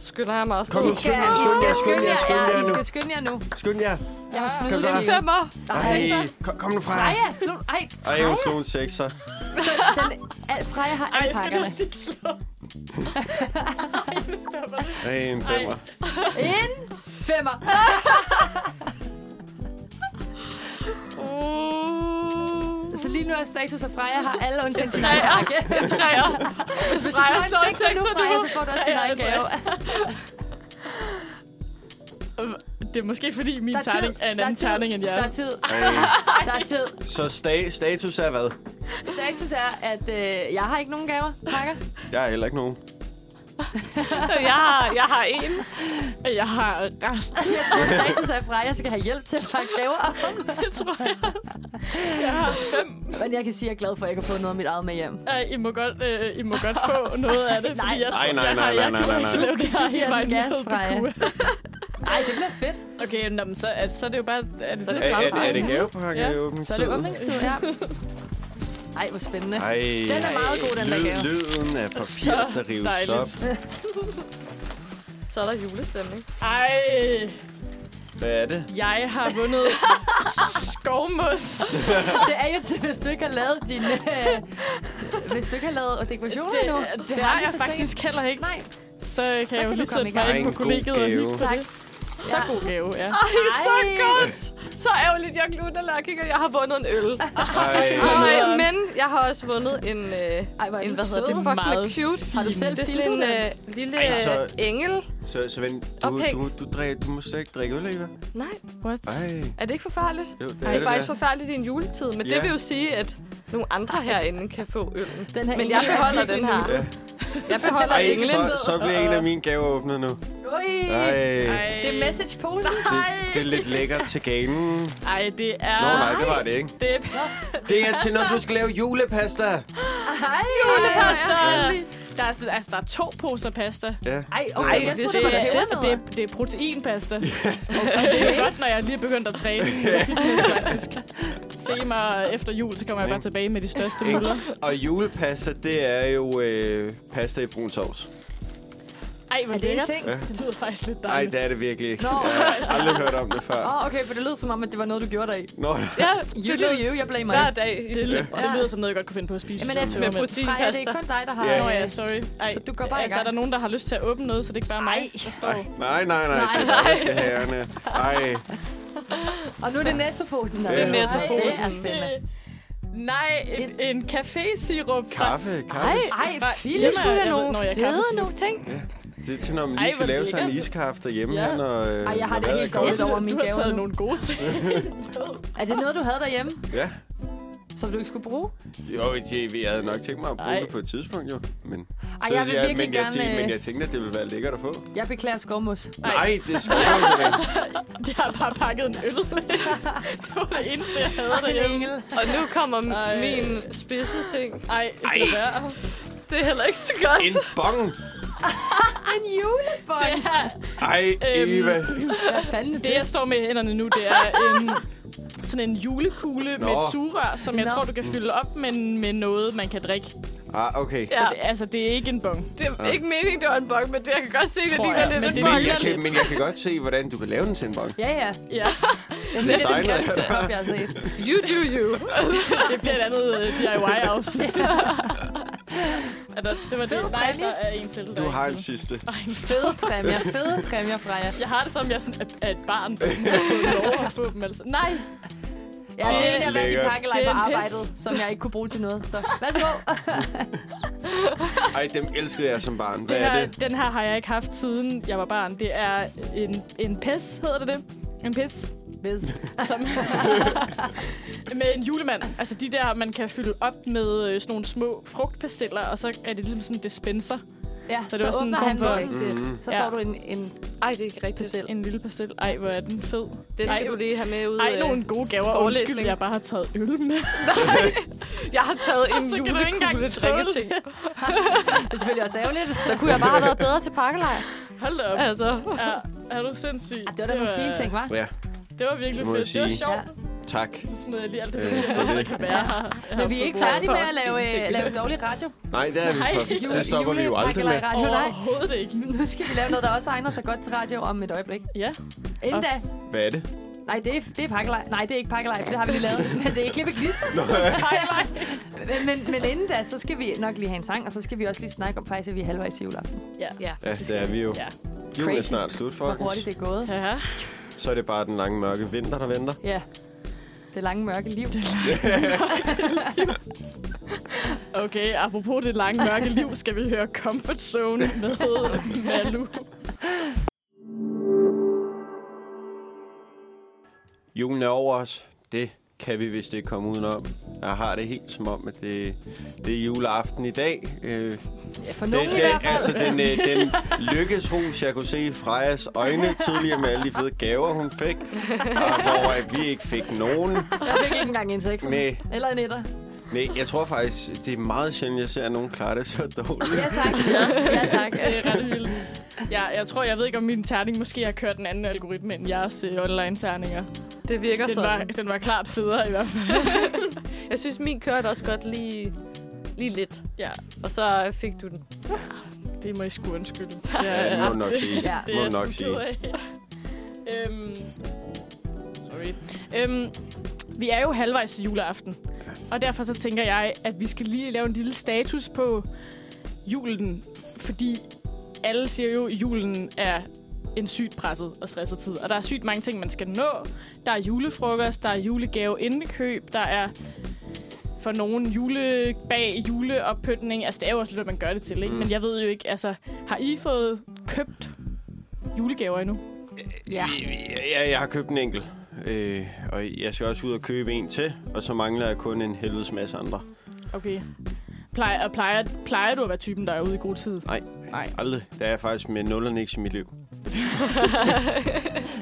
Speaker 4: Skynder jeg mig også.
Speaker 1: Kom nu,
Speaker 4: ned.
Speaker 1: skynd jer, skynd jer, skynd jer, skynd jer
Speaker 2: I
Speaker 1: nu.
Speaker 2: skal skynde jer nu.
Speaker 1: Skynd jer.
Speaker 2: Jeg har
Speaker 1: Kom
Speaker 2: snydt
Speaker 1: så.
Speaker 2: jer
Speaker 4: En
Speaker 2: lige.
Speaker 4: femmer.
Speaker 1: Ej, kom, kom nu fra.
Speaker 2: Ej, ja, slut. Ej,
Speaker 1: Ej, hun slog en sekser.
Speaker 2: så den, al- Freja har
Speaker 3: Ej,
Speaker 2: alle
Speaker 3: jeg skal
Speaker 2: pakkerne.
Speaker 3: da lige slå. Ej, nu stopper det.
Speaker 1: Ej, en femmer.
Speaker 2: En femmer. Så lige nu er status, at Freja har alle undtagen sin egen
Speaker 4: træer.
Speaker 2: pakke.
Speaker 4: Træer.
Speaker 2: Hvis du slår
Speaker 4: Freja
Speaker 2: en
Speaker 4: slår en
Speaker 2: sekser nu,
Speaker 4: sekser nu,
Speaker 2: Freja, så får du også din
Speaker 3: Freja er
Speaker 2: egen gave.
Speaker 3: Det er måske fordi, min
Speaker 2: Der er tid.
Speaker 3: terning er en
Speaker 2: Der er
Speaker 3: anden
Speaker 2: tid.
Speaker 3: terning end
Speaker 2: Der
Speaker 3: jeres.
Speaker 2: er tid.
Speaker 1: Ej.
Speaker 2: Der er tid.
Speaker 1: Så sta- status er hvad?
Speaker 2: Status er, at øh, jeg har ikke nogen gaver, pakker.
Speaker 1: Jeg har heller ikke nogen.
Speaker 3: Jeg har, jeg har en. og Jeg har resten,
Speaker 2: Jeg tror, at status er, at Freja skal have hjælp til at pakke gaver op.
Speaker 3: tror jeg også. Jeg har fem.
Speaker 2: Men jeg kan sige, at jeg er glad for, at jeg kan få noget af mit eget med hjem.
Speaker 3: Ej, I må godt, øh, I må godt få noget af det,
Speaker 2: Nej.
Speaker 3: fordi jeg tror,
Speaker 1: Ej, nej,
Speaker 3: jeg
Speaker 1: nej,
Speaker 3: har,
Speaker 1: nej,
Speaker 3: jeg
Speaker 1: nej,
Speaker 3: gider
Speaker 1: nej,
Speaker 3: ikke
Speaker 1: nej.
Speaker 3: lave det
Speaker 2: Du
Speaker 3: her
Speaker 2: giver
Speaker 3: hele
Speaker 2: den
Speaker 3: vejen
Speaker 2: gas,
Speaker 3: ned på
Speaker 2: Freja.
Speaker 3: kur.
Speaker 2: Ej, det bliver fedt.
Speaker 3: Okay, nå, men så, er, så er det jo bare... Er det,
Speaker 4: Så er
Speaker 1: Er, er, er
Speaker 4: fremragende.
Speaker 1: det gavepakke
Speaker 3: Ja.
Speaker 1: ja. åbent?
Speaker 2: Så er det åbningstid, ja. Ej, hvor spændende.
Speaker 1: Ej,
Speaker 2: Den er meget god, den der
Speaker 1: lyd,
Speaker 2: gave.
Speaker 1: lyden af papir,
Speaker 3: Så
Speaker 1: der rives
Speaker 3: dejligt.
Speaker 1: op.
Speaker 4: Så er der julestemning.
Speaker 3: Ej,
Speaker 1: Hvad er det?
Speaker 3: jeg har vundet skovmos.
Speaker 2: Det er jo til, hvis du ikke har lavet dine... Øh, hvis du ikke har lavet dekorationer
Speaker 3: Det,
Speaker 2: endnu.
Speaker 3: det, det
Speaker 2: er
Speaker 3: har
Speaker 2: aldrig
Speaker 3: jeg
Speaker 2: for sent.
Speaker 3: faktisk heller ikke.
Speaker 2: Nej,
Speaker 3: Så kan jeg
Speaker 2: kan
Speaker 3: jo
Speaker 2: du
Speaker 3: lige
Speaker 2: komme
Speaker 3: sætte
Speaker 2: i
Speaker 3: mig
Speaker 1: gang.
Speaker 3: ind
Speaker 1: Ej,
Speaker 3: på
Speaker 1: en god
Speaker 3: kollegiet og
Speaker 1: gave.
Speaker 3: hygge på
Speaker 2: tak.
Speaker 3: det. Så
Speaker 2: Ja.
Speaker 3: god gave, ja.
Speaker 4: Ej, så
Speaker 2: Ej.
Speaker 4: godt. Så ærgerligt, jeg glutter lærking, og jeg har vundet en øl.
Speaker 1: Ej,
Speaker 4: Ej,
Speaker 3: Ej.
Speaker 4: men jeg har også vundet en, øh,
Speaker 2: Ej, hvor er
Speaker 4: en
Speaker 2: den
Speaker 4: hvad hedder det,
Speaker 2: sød.
Speaker 4: fuck med
Speaker 3: Meget
Speaker 4: cute.
Speaker 2: Har du selv
Speaker 4: Det er sådan
Speaker 2: filmet den?
Speaker 4: en øh, lille
Speaker 1: Ej, så-
Speaker 4: øh, engel.
Speaker 1: så, så vent, du,
Speaker 4: Ophæng.
Speaker 1: du, du, drik, du må slet ikke drikke øl, Eva.
Speaker 4: Nej,
Speaker 3: What?
Speaker 1: Ej,
Speaker 4: er det ikke forfærdeligt?
Speaker 1: jo, det er
Speaker 3: Ej,
Speaker 4: Det er
Speaker 1: det
Speaker 4: faktisk
Speaker 1: der.
Speaker 4: forfærdeligt i en juletid, men
Speaker 1: Ja.
Speaker 4: det vil jo sige, at nogle andre herinde kan få øllen.
Speaker 2: Den her
Speaker 4: Men
Speaker 2: ene
Speaker 4: jeg
Speaker 2: er
Speaker 4: beholder den
Speaker 2: virkelig
Speaker 4: her.
Speaker 1: Ja.
Speaker 4: Jeg beholder
Speaker 1: Ej,
Speaker 4: englen.
Speaker 1: så, så bliver en af mine gaver åbnet nu.
Speaker 2: nu. Ui,
Speaker 1: Ej,
Speaker 2: det er messageposen.
Speaker 1: det, det er lidt lækkert til ganen.
Speaker 3: Ej, det er...
Speaker 1: Nå, nej, det var det ikke.
Speaker 3: Det er
Speaker 1: Det er til, når du skal lave julepasta.
Speaker 2: Ej,
Speaker 3: pasta. Der er, sådan- altså, der er to poser pasta.
Speaker 1: Ja.
Speaker 2: Ej, okay, jeg
Speaker 3: det,
Speaker 2: troede,
Speaker 3: det,
Speaker 2: det var
Speaker 3: er-
Speaker 2: det,
Speaker 3: det, det, er- det er proteinpasta. Og det er godt, når jeg lige er begyndt at træne. Faktisk. Se mig efter jul, så kommer jeg bare tilbage med de største muller.
Speaker 1: Og julepasta, det er jo øh, pasta i brun sovs.
Speaker 3: Ej, hvor
Speaker 2: Er det en
Speaker 3: lækkert.
Speaker 2: ting?
Speaker 3: Det lyder faktisk lidt
Speaker 1: Ej,
Speaker 3: dejligt.
Speaker 1: det er det virkelig ikke.
Speaker 2: Nå.
Speaker 1: Jeg har aldrig hørt om det før.
Speaker 2: Åh, okay, for det lød som om, at det var noget, du gjorde dig i.
Speaker 1: Nå,
Speaker 3: Ja,
Speaker 2: You
Speaker 3: det
Speaker 2: do
Speaker 3: lyder,
Speaker 2: you, jeg blamer
Speaker 4: Hver
Speaker 2: dig.
Speaker 4: dag i
Speaker 3: det,
Speaker 4: det.
Speaker 3: lyder,
Speaker 2: Ja.
Speaker 3: det lyder som noget, jeg godt kunne finde på at spise.
Speaker 2: Jamen,
Speaker 3: som
Speaker 2: jeg tror,
Speaker 4: med
Speaker 3: tømmermænd.
Speaker 2: Freja, det
Speaker 4: proteinpasta.
Speaker 2: er kun dig, der har...
Speaker 1: Ja.
Speaker 3: Nå ja,
Speaker 2: øh,
Speaker 3: sorry. Ej.
Speaker 2: Så du går bare i
Speaker 3: altså,
Speaker 2: gang.
Speaker 3: er der nogen, der har lyst til at åbne noget, så det ikke bare er mig,
Speaker 2: Ej.
Speaker 3: der står.
Speaker 1: nej, nej, nej.
Speaker 2: Nej.
Speaker 1: Det er der, skal herrene. Ej,
Speaker 2: Og nu er det nettoposen, der
Speaker 1: Det er
Speaker 2: Ej,
Speaker 4: nettoposen.
Speaker 2: Det er spændende.
Speaker 3: Nej, en, en café-sirup fra
Speaker 1: kaffe, kaffe.
Speaker 2: Ej,
Speaker 3: Fra-
Speaker 2: Philip,
Speaker 3: Jamen,
Speaker 2: skulle
Speaker 3: jeg
Speaker 2: da
Speaker 3: ved-
Speaker 2: nogle
Speaker 3: når jeg
Speaker 2: fede
Speaker 3: kaffesip.
Speaker 2: nogle ting.
Speaker 1: Det er til, når man
Speaker 3: Ej,
Speaker 1: lige skal
Speaker 3: hvor
Speaker 1: lave sig en
Speaker 3: lækkert.
Speaker 1: iskaffe derhjemme.
Speaker 3: Ja.
Speaker 1: Ja. Når, øh,
Speaker 2: Ej, jeg har
Speaker 1: når
Speaker 2: det
Speaker 1: vejret
Speaker 2: helt
Speaker 1: er koldt.
Speaker 2: dårligt over mine
Speaker 3: du har
Speaker 2: gaver
Speaker 3: taget
Speaker 2: nu.
Speaker 3: nogle gode ting.
Speaker 2: Er det noget, du havde derhjemme,
Speaker 1: Ja.
Speaker 2: som du ikke skulle bruge?
Speaker 1: Jo, det- jeg havde nok tænkt mig at bruge
Speaker 3: Ej.
Speaker 1: det på et tidspunkt, jo. Men,
Speaker 2: Ej, jeg vil virkelig
Speaker 1: men, jeg
Speaker 2: gerne,
Speaker 1: tænkte,
Speaker 2: øh,
Speaker 1: men jeg tænkte, at det ville være lækkert at få.
Speaker 2: Jeg beklager skovmus.
Speaker 1: Nej, det skal jeg ikke.
Speaker 3: Jeg har bare pakket en øl. det var det eneste, jeg havde
Speaker 2: En
Speaker 3: derhjemme.
Speaker 2: engel.
Speaker 4: Og nu kommer
Speaker 3: Ej.
Speaker 4: min spidse ting.
Speaker 3: Ej, det er Det er heller ikke så godt.
Speaker 1: En bong.
Speaker 2: En julebånd.
Speaker 3: Det, her,
Speaker 1: Ej,
Speaker 3: Øhm.
Speaker 1: Eva.
Speaker 2: Hvad fanden er
Speaker 3: det,
Speaker 2: det?
Speaker 3: jeg står med i hænderne nu, det er en, sådan en julekugle Nå. med et
Speaker 1: Nå.
Speaker 3: sugerør, som jeg
Speaker 2: Nå.
Speaker 3: tror, du kan fylde op med, med noget, man kan drikke. Så
Speaker 1: Ah, okay.
Speaker 4: Ja.
Speaker 3: det, altså, det er ikke en bong.
Speaker 4: Det er ikke meningen, det var en bong, men det, jeg kan godt se, det
Speaker 3: Tror
Speaker 4: ligner
Speaker 3: jeg,
Speaker 4: lidt
Speaker 3: men
Speaker 4: en
Speaker 3: det
Speaker 4: bong.
Speaker 1: Men jeg,
Speaker 3: ligner
Speaker 1: kan,
Speaker 3: lidt.
Speaker 1: men jeg kan godt se, hvordan du kan lave den til en bong.
Speaker 2: Ja, ja.
Speaker 3: Ja,
Speaker 2: Jamen, det er den
Speaker 1: Designet.
Speaker 2: grimmeste kop, jeg har set.
Speaker 4: You do you.
Speaker 3: det bliver et andet øh, DIY-afsnit. Er der, det var
Speaker 2: Fed
Speaker 3: det. Nej,
Speaker 2: præmie.
Speaker 3: der er en til. der
Speaker 1: Du
Speaker 3: er
Speaker 1: har en
Speaker 3: til.
Speaker 1: sidste.
Speaker 3: Ej, nu stop.
Speaker 2: Fede præmier, fede præmier, Freja.
Speaker 3: Jeg har det som, jeg sådan er- er et barn, der sådan har fået lov at få dem. Altså. Nej,
Speaker 2: Ja, det er en, jeg vandt i
Speaker 1: Lækkert.
Speaker 2: pakkelej
Speaker 3: Det
Speaker 2: på
Speaker 3: er en pis.
Speaker 2: arbejdet, som jeg ikke kunne bruge til noget. Så værsgo.
Speaker 1: Ej, dem elskede jeg som barn. Hvad
Speaker 3: det
Speaker 1: er
Speaker 3: her,
Speaker 1: det?
Speaker 3: den her har jeg ikke haft siden jeg var barn. Det er en, en pis, hedder det det? En pis
Speaker 2: Hvis.
Speaker 3: som med en julemand. Altså de der, man kan fylde op med øh, sådan nogle små frugtpastiller, og så er det ligesom sådan en dispenser.
Speaker 2: Ja,
Speaker 3: Så det var sådan en
Speaker 2: åbner
Speaker 3: form
Speaker 2: han
Speaker 3: for-
Speaker 2: den.
Speaker 1: Mhm.
Speaker 2: Så
Speaker 3: Ja.
Speaker 2: får du en, en
Speaker 4: Ej, det er ikke rigtigt.
Speaker 2: bestil.
Speaker 3: En lille pastil. Ej, hvor er den fed.
Speaker 4: Den skal
Speaker 3: Ej.
Speaker 4: du lige have med ud.
Speaker 3: Ej,
Speaker 4: øh.
Speaker 3: nogle gode gaver.
Speaker 4: forelæsning.
Speaker 3: Undskyld, jeg bare har taget øl med.
Speaker 4: Jeg har taget en
Speaker 3: Så kan du ikke engang
Speaker 4: julekugle
Speaker 3: tåle
Speaker 4: drikketing.
Speaker 2: Det er selvfølgelig også ærgerligt.
Speaker 4: Så kunne jeg bare have været bedre til pakkelej.
Speaker 3: Hold da op.
Speaker 4: Altså.
Speaker 3: Ja, er du sindssyg?
Speaker 2: Ah, det var da nogle fine ting, var?
Speaker 1: Ja,
Speaker 3: Det var virkelig
Speaker 1: Det må jeg
Speaker 3: fedt. Det var
Speaker 1: sige.
Speaker 3: sjovt.
Speaker 1: tak.
Speaker 3: Nu smed jeg lige alt det,
Speaker 1: Øh,
Speaker 3: øh,
Speaker 1: for
Speaker 3: jeg så
Speaker 1: det.
Speaker 3: kan være her.
Speaker 2: Men vi er ikke færdige med at lave, øh, lave dårlig radio.
Speaker 1: Nej, det er vi for. Der stopper vi jo aldrig med.
Speaker 2: Radio, nej.
Speaker 3: Overhovedet ikke.
Speaker 2: Nu skal vi lave noget, der også egner sig godt til radio om et øjeblik.
Speaker 3: Ja.
Speaker 2: Inden da...
Speaker 1: Hvad er det?
Speaker 2: Nej, det er, det er pakkelej. Nej, det er ikke pakkelej, for det har vi lige lavet. Men det er klippe klister. men, men, men inden da, så skal vi nok lige have en sang, og så skal vi også lige snakke om faktisk, at vi er halvvejs i juleaften.
Speaker 3: Ja.
Speaker 4: Ja.
Speaker 1: Ja, det er vi jo.
Speaker 3: Ja.
Speaker 1: Julen er
Speaker 2: Crazy.
Speaker 1: snart slut,
Speaker 2: Hvor
Speaker 1: folkens.
Speaker 2: hurtigt det er gået.
Speaker 3: Ja.
Speaker 1: Så er det bare den lange, mørke vinter, der venter.
Speaker 2: Ja. Det lange mørke liv.
Speaker 3: Okay, apropos det lange mørke liv, skal vi høre Comfort Zone med Malu.
Speaker 1: Julen er over os. Det kan vi vist ikke komme udenom. Jeg har det helt som om, at det, det er juleaften i dag. Øh,
Speaker 2: Ja, for
Speaker 1: den,
Speaker 2: nogen i
Speaker 1: den,
Speaker 2: hvert fald.
Speaker 1: altså den, øh, den lykkesrus, jeg kunne se i Frejas øjne tidligere med alle de fede gaver, hun fik. Og hvor at vi ikke fik nogen.
Speaker 2: Jeg fik ikke engang en sekser.
Speaker 1: Næ.
Speaker 2: Eller en etter.
Speaker 1: Nej, jeg tror faktisk, det er meget sjældent, jeg ser nogen klare det så dårligt.
Speaker 2: Ja, tak. Ja, tak.
Speaker 3: Det er ret vildt. Ja, jeg tror, jeg ved ikke, om min terning måske har kørt en anden algoritme end jeres øh, online-terninger.
Speaker 4: Det virker
Speaker 3: Den var,
Speaker 4: sådan.
Speaker 3: den var klart federe i hvert fald.
Speaker 4: Jeg synes, min kørte også godt lige, lige lidt.
Speaker 3: Ja,
Speaker 4: Og så fik du den.
Speaker 3: det må I sgu undskylde.
Speaker 1: Ja, det må du nok
Speaker 3: det-
Speaker 1: sige.
Speaker 2: Ja.
Speaker 3: Det
Speaker 1: Må
Speaker 3: er
Speaker 1: du
Speaker 3: jeg
Speaker 1: nok
Speaker 3: sgu
Speaker 1: sige.
Speaker 3: ked af. øhm, sorry. Øhm, vi er jo halvvejs til juleaften, og derfor så tænker jeg, at vi skal lige lave en lille status på julen, fordi alle siger jo, at julen er en sygt presset og stresset tid, og der er sygt mange ting, man skal nå. Der er julefrokost, der er julegave indkøb, der er for nogen julebag, juleoppyntning. Altså, det er jo også lidt, hvad man gør det til,
Speaker 1: Mm.
Speaker 3: ikke? Men jeg ved jo ikke, altså, har I fået købt julegaver endnu?
Speaker 2: Ja.
Speaker 1: Jeg, jeg har købt en enkelt. Øh, og jeg skal også ud og købe en til, og så mangler jeg kun en helvedes masse andre.
Speaker 3: Okay. Plejer, og plejer, plejer du at være typen, der er ude i god tid?
Speaker 1: Nej,
Speaker 3: Nej.
Speaker 1: aldrig. Der er jeg faktisk med nul og niks i mit liv.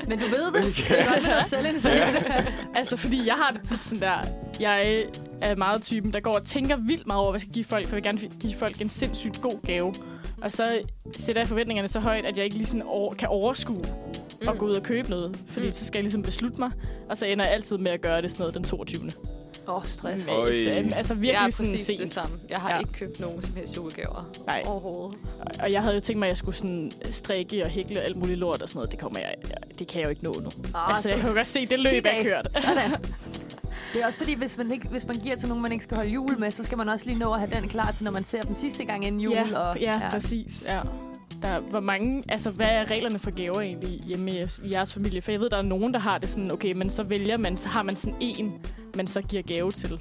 Speaker 2: Men du ved det. Det er godt med noget selvindsigt.
Speaker 3: Altså, fordi jeg har det tit sådan der, jeg er meget typen, der går og tænker vildt meget over, hvad jeg skal give folk, for jeg vil gerne give folk en sindssygt god gave. Og så sætter jeg forventningerne så højt, at jeg ikke lige sådan over, kan overskue mm. at gå ud og købe noget. Fordi
Speaker 4: Mm.
Speaker 3: mm. så skal jeg ligesom beslutte mig, og så ender jeg altid med at gøre det sådan noget den 22.
Speaker 2: Åh, oh, stress.
Speaker 1: Øj.
Speaker 3: Men, altså
Speaker 4: jeg er
Speaker 3: virkelig sådan
Speaker 4: præcis det
Speaker 3: sent.
Speaker 4: samme. Jeg har
Speaker 3: Ja.
Speaker 4: ja. ikke købt nogen som helst julegaver
Speaker 3: Nej.
Speaker 4: overhovedet.
Speaker 3: Og jeg havde jo tænkt mig, at jeg skulle sådan strikke og hækle og alt muligt lort og sådan noget. Det, kommer jeg, det kan jeg jo ikke nå nu.
Speaker 2: Ah,
Speaker 3: altså, jeg
Speaker 2: så-
Speaker 3: kan jo godt se, det
Speaker 2: 10
Speaker 3: løb er
Speaker 2: dage.
Speaker 3: kørt.
Speaker 2: Sådan. Det er også fordi, hvis man, ikke, hvis man giver til nogen, man ikke skal holde jul med, så skal man også lige nå at have den klar til, når man ser dem sidste gang inden jul.
Speaker 3: ja,
Speaker 2: og,
Speaker 3: ja, præcis. Ja. Der, hvor mange, altså, hvad er reglerne for gaver egentlig hjemme i jeres- i jeres familie? For jeg ved, der er nogen, der har det sådan, okay, men så vælger man, så har man sådan en, man så giver gave til.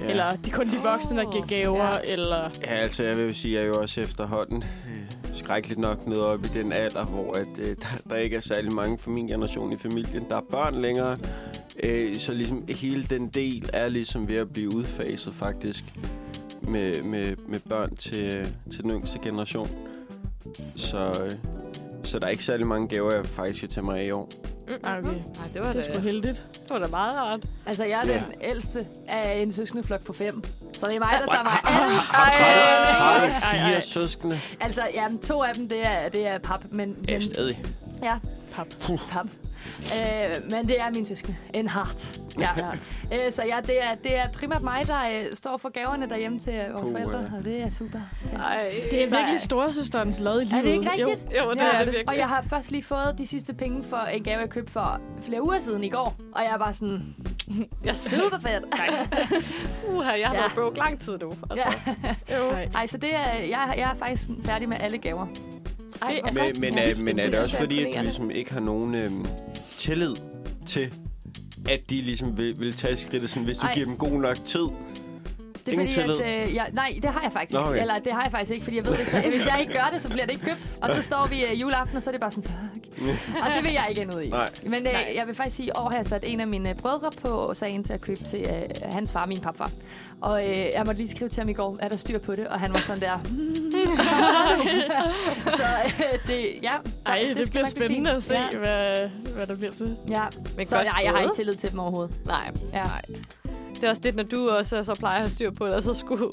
Speaker 3: Ja. Eller det er kun de voksne, der giver gaver, ja. eller...
Speaker 1: Ja, altså jeg vil jo sige, at jeg er jo også efterhånden øh, skrækkeligt nok nede op i den alder, hvor at, øh, der, der ikke er særlig mange for min generation i familien, der er børn længere. Øh, så ligesom hele den del er ligesom ved at blive udfaset faktisk med, med, med børn til, øh, til den yngste generation. Så, øh, så der er ikke særlig mange gaver, jeg faktisk skal tage mig af i år.
Speaker 3: Ah, okay.
Speaker 4: Nej, det var
Speaker 3: Det
Speaker 4: det.
Speaker 3: er sgu heldigt.
Speaker 4: Øh, Det var da meget rart.
Speaker 2: Altså, jeg er
Speaker 1: Ja.
Speaker 2: den ældste af en søskendeflok på fem. Så det er mig, der tager mig af alle.
Speaker 1: Har du,
Speaker 4: Ej.
Speaker 1: har du
Speaker 3: Ej, ej, ej.
Speaker 1: fire søskende?
Speaker 2: Altså, jamen, to af dem, det er, det er pap. Men,
Speaker 1: Ja,
Speaker 2: men,
Speaker 1: stadig.
Speaker 2: ja,
Speaker 3: Pap.
Speaker 2: pap. Øh, men det er min søskende. En hart. Ja.
Speaker 3: Ja.
Speaker 2: Øh, så ja, det er, det er primært mig, der øh, står for gaverne derhjemme til øh, vores
Speaker 1: Puh,
Speaker 2: forældre,
Speaker 1: ja.
Speaker 2: og det er super. Ja.
Speaker 4: Ej.
Speaker 3: Det er
Speaker 2: Så-
Speaker 3: virkelig storesøsterens lod i livet.
Speaker 2: Er det ikke rigtigt?
Speaker 3: Jo.
Speaker 4: Jo, det
Speaker 2: Ja.
Speaker 4: ja. er det virkelig.
Speaker 2: Og jeg har først lige fået de sidste penge for en gave, jeg købte for flere uger siden i går. Og jeg er bare sådan,
Speaker 4: Jeg synes,
Speaker 2: Super fedt.
Speaker 4: uha, jeg har
Speaker 2: Ja.
Speaker 4: ja. været broke lang tid nu. Altså.
Speaker 2: Ja.
Speaker 4: Jo.
Speaker 3: Nej.
Speaker 2: Ej, så det er, jeg, jeg er faktisk færdig med alle gaver.
Speaker 4: Ej,
Speaker 3: Det er-
Speaker 4: hvor-
Speaker 1: Men, men,
Speaker 4: hvor
Speaker 1: er,
Speaker 4: vildt,
Speaker 1: men er det
Speaker 4: synes
Speaker 1: også
Speaker 4: jeg
Speaker 1: fordi, at du
Speaker 4: imponerende.
Speaker 1: ligesom ikke har nogen øhm, tillid til, at de ligesom vil, vil tage skridtet, sådan, hvis du
Speaker 2: Ej.
Speaker 1: giver dem god nok tid?
Speaker 2: Det er
Speaker 1: Ingen
Speaker 2: fordi,
Speaker 1: tillid?
Speaker 2: at, øh, jeg, nej, det har jeg faktisk.
Speaker 1: Nå, okay.
Speaker 2: Eller det har jeg faktisk ikke, fordi jeg ved, hvis jeg, hvis jeg ikke gør det, så bliver det ikke købt. Og så står vi øh, juleaften, og så er det bare sådan, fuck. Og det vil jeg ikke ende ud i.
Speaker 1: Nej.
Speaker 2: Men øh,
Speaker 4: Nej.
Speaker 2: jeg vil faktisk sige, at i år har jeg sat en af mine brødre på sagen til at købe til øh, hans far, min papfar. Og øh, jeg måtte lige skrive til ham i går, er der styr på det? Og han var sådan der. "Hmm." så øh, det, ja.
Speaker 3: Ej, det, det
Speaker 2: skal
Speaker 3: bliver
Speaker 2: nok blive
Speaker 3: spændende
Speaker 2: fint.
Speaker 3: at se,
Speaker 2: Ja.
Speaker 3: hvad, hvad der bliver til.
Speaker 2: ja.
Speaker 4: Men
Speaker 2: Så
Speaker 4: godt
Speaker 2: jeg, jeg har
Speaker 4: gået.
Speaker 2: ikke tillid til dem overhovedet.
Speaker 4: Nej,
Speaker 2: Ja.
Speaker 4: det er også lidt, når du også så plejer at have styr på det, og så skulle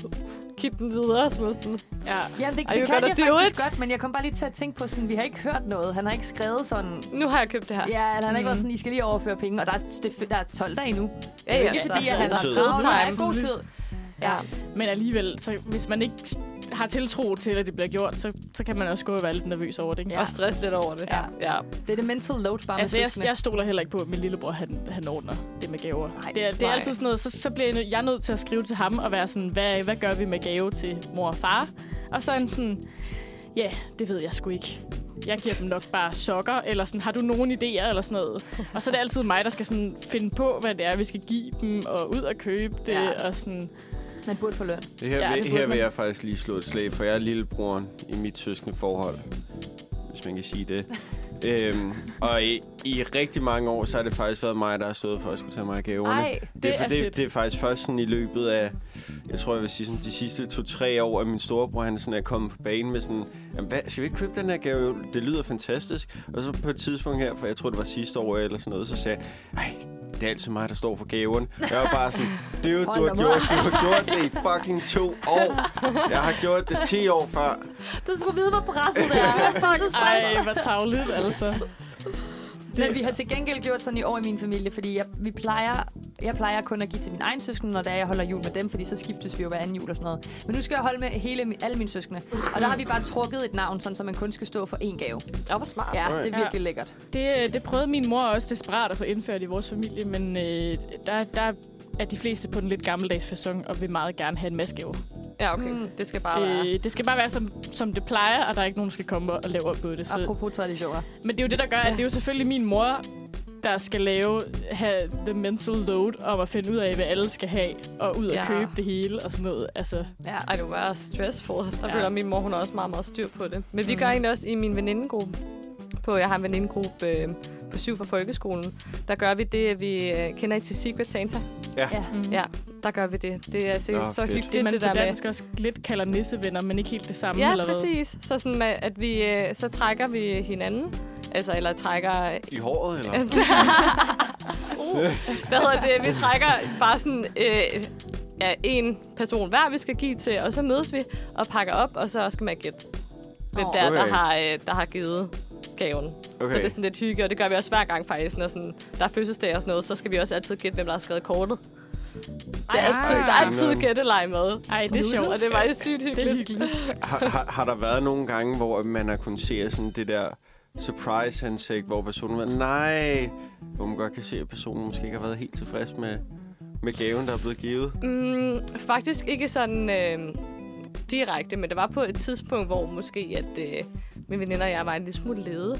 Speaker 4: kigge den videre. Som er sådan.
Speaker 3: Ja.
Speaker 2: Jamen, det,
Speaker 4: Are
Speaker 2: det
Speaker 4: you
Speaker 2: kan
Speaker 4: gonna
Speaker 2: jeg
Speaker 4: do
Speaker 2: faktisk
Speaker 4: it?
Speaker 2: godt, men jeg kom bare lige til at tænke på sådan, vi har ikke hørt noget. Han har ikke skrevet sådan,
Speaker 4: Nu har jeg købt det her.
Speaker 2: Ja, eller han har ikke været sådan, I skal lige overføre penge, og der er, det, der er 12 dage endnu.
Speaker 4: Ja,
Speaker 2: det er
Speaker 4: ja,
Speaker 2: ikke
Speaker 4: der
Speaker 2: fordi,
Speaker 4: er
Speaker 2: at han har
Speaker 1: god tid.
Speaker 2: travlt. Der er
Speaker 4: Time.
Speaker 2: god tid. Ja.
Speaker 4: Ja.
Speaker 3: Men alligevel, så hvis man ikke har tiltro til, at det bliver gjort, så, så kan man også gå og være lidt nervøs over det. Ikke?
Speaker 2: Ja.
Speaker 4: Og stress lidt over det.
Speaker 2: Ja.
Speaker 4: ja.
Speaker 2: Det er det mental load bare
Speaker 3: Altså,
Speaker 2: med
Speaker 3: jeg,
Speaker 2: søskende.
Speaker 3: jeg stoler heller ikke på, at min lillebror, han, han ordner det med gaver.
Speaker 2: Nej,
Speaker 3: det er, det er
Speaker 4: nej.
Speaker 3: altid sådan noget, så, så bliver jeg, nød, jeg er nødt til at skrive til ham og være sådan, hvad, hvad gør vi med gave til mor og far? Og så er han sådan, ja, yeah, det ved jeg sgu ikke. Jeg giver dem nok bare sokker, eller sådan, har du nogen idéer, eller sådan noget. Og så er det altid mig, der skal sådan finde på, hvad det er, vi skal give dem, og ud og købe det,
Speaker 2: Ja.
Speaker 3: ja. og sådan,
Speaker 2: Man burde få løn.
Speaker 1: Det her,
Speaker 3: Ja,
Speaker 1: ja,
Speaker 3: det
Speaker 1: det
Speaker 3: burde
Speaker 1: her vil
Speaker 3: man.
Speaker 1: jeg faktisk lige slå et slag, for jeg er lillebroren i mit søskende forhold, hvis man kan sige det. øhm, og i, i rigtig mange år, så har det faktisk været mig, der har stået for at skulle tage mig af gaverne.
Speaker 2: Ej,
Speaker 3: det
Speaker 1: for,
Speaker 3: er fedt.
Speaker 1: det, det er faktisk først sådan i løbet af, jeg tror jeg vil sige sådan de sidste to-tre år, at min storebror han sådan er kommet på banen med sådan, "Jamen, hvad, skal vi ikke købe den her gave? Det lyder fantastisk. Og så på et tidspunkt her, for jeg tror det var sidste år eller sådan noget, så sagde han, ej, det er altid mig, der står for gaven. Jeg var bare sådan, det er jo, du
Speaker 2: Hold
Speaker 1: har,
Speaker 2: da
Speaker 1: gjort, du har gjort det i fucking to år. Jeg har gjort det 10 år før.
Speaker 2: Du skulle vide, hvor presset det er. Så stresset.
Speaker 3: ej, hvor tavligt, altså.
Speaker 2: Men vi har til gengæld gjort sådan i år i min familie, fordi jeg, vi plejer, jeg plejer kun at give til min egen søskende, når det er, jeg holder jul med dem, fordi så skiftes vi jo hver anden jul og sådan noget. Men nu skal jeg holde med hele, mi- alle mine søskende. Og der har vi bare trukket et navn, sådan, så man kun skal stå for én gave.
Speaker 4: Ja, hvor smart.
Speaker 2: Ja, det
Speaker 3: Ja.
Speaker 2: er virkelig lækkert.
Speaker 3: Det, øh, det prøvede min mor også desperat at få indført i vores familie, men øh, der, der er de fleste på den lidt gammeldags fasong og vil meget gerne have en madskave.
Speaker 4: Ja, okay.
Speaker 2: Mm.
Speaker 4: Mm. Det skal bare være.
Speaker 3: Øh, det skal bare være, som, som det plejer, og der er ikke nogen, der skal komme og lave op på det. Så.
Speaker 2: Apropos traditioner.
Speaker 3: Men det er jo det, der gør, at det er jo selvfølgelig min mor, der skal lave have the mental load om at finde ud af, hvad alle skal have, og ud og
Speaker 4: Ja. Mm.
Speaker 3: købe det hele og sådan noget. Altså,
Speaker 2: Ja.
Speaker 4: Ej, det var bare stressful. Der
Speaker 3: Ja. Mm.
Speaker 4: ja. føler min mor, hun er også meget, meget styr på det. Men vi gør egentlig også i min venindegruppe. På, jeg har en venindegruppe øh, på syv fra folkeskolen. Der gør vi det, at vi øh, kender I til Secret Santa.
Speaker 2: ja.
Speaker 3: mm.
Speaker 4: Ja, der gør vi det. Det er seriøst
Speaker 1: Nå,
Speaker 4: så
Speaker 1: fedt.
Speaker 4: hyggeligt,
Speaker 3: Det, man
Speaker 4: det,
Speaker 3: det,
Speaker 4: det
Speaker 3: på
Speaker 4: der med.
Speaker 3: dansk også lidt kalder nissevenner, men ikke helt det samme,
Speaker 4: Ja,
Speaker 3: eller hvad?
Speaker 4: præcis. Så sådan, med, at vi, øh, så trækker vi hinanden. Altså, eller trækker...
Speaker 1: I håret, eller?
Speaker 4: Hvad hedder det? Vi trækker bare sådan... Øh, ja, en person hver, vi skal give til. Og så mødes vi og pakker op, og så skal man gætte, hvem
Speaker 2: Åh.
Speaker 4: der, er, der,
Speaker 1: Okay.
Speaker 4: har, øh, der har givet gaven. Øh, Så det
Speaker 1: Okay.
Speaker 4: er sådan lidt hygge, og det gør vi også hver gang faktisk, når sådan, der er fødselsdag og sådan noget, så skal vi også altid gætte, hvem der har skrevet kortet. Der er
Speaker 3: Ej,
Speaker 4: altid, der
Speaker 1: ej,
Speaker 4: er altid
Speaker 1: grineren.
Speaker 4: gætteleg med.
Speaker 3: Ej, det er sjovt.
Speaker 4: Og det er bare sygt
Speaker 3: Det er
Speaker 4: hyggeligt.
Speaker 3: hyggeligt.
Speaker 1: Har, har, har der været nogle gange, hvor man har kunnet se sådan det der surprise-ansigt, hvor personen var, nej, hvor man godt kan se, at personen måske ikke har været helt tilfreds med, med gaven, der er blevet givet.
Speaker 4: Mm, faktisk ikke sådan øh, direkte, men det var på et tidspunkt, hvor måske at øh, mine veninder og jeg var en lille smule lede.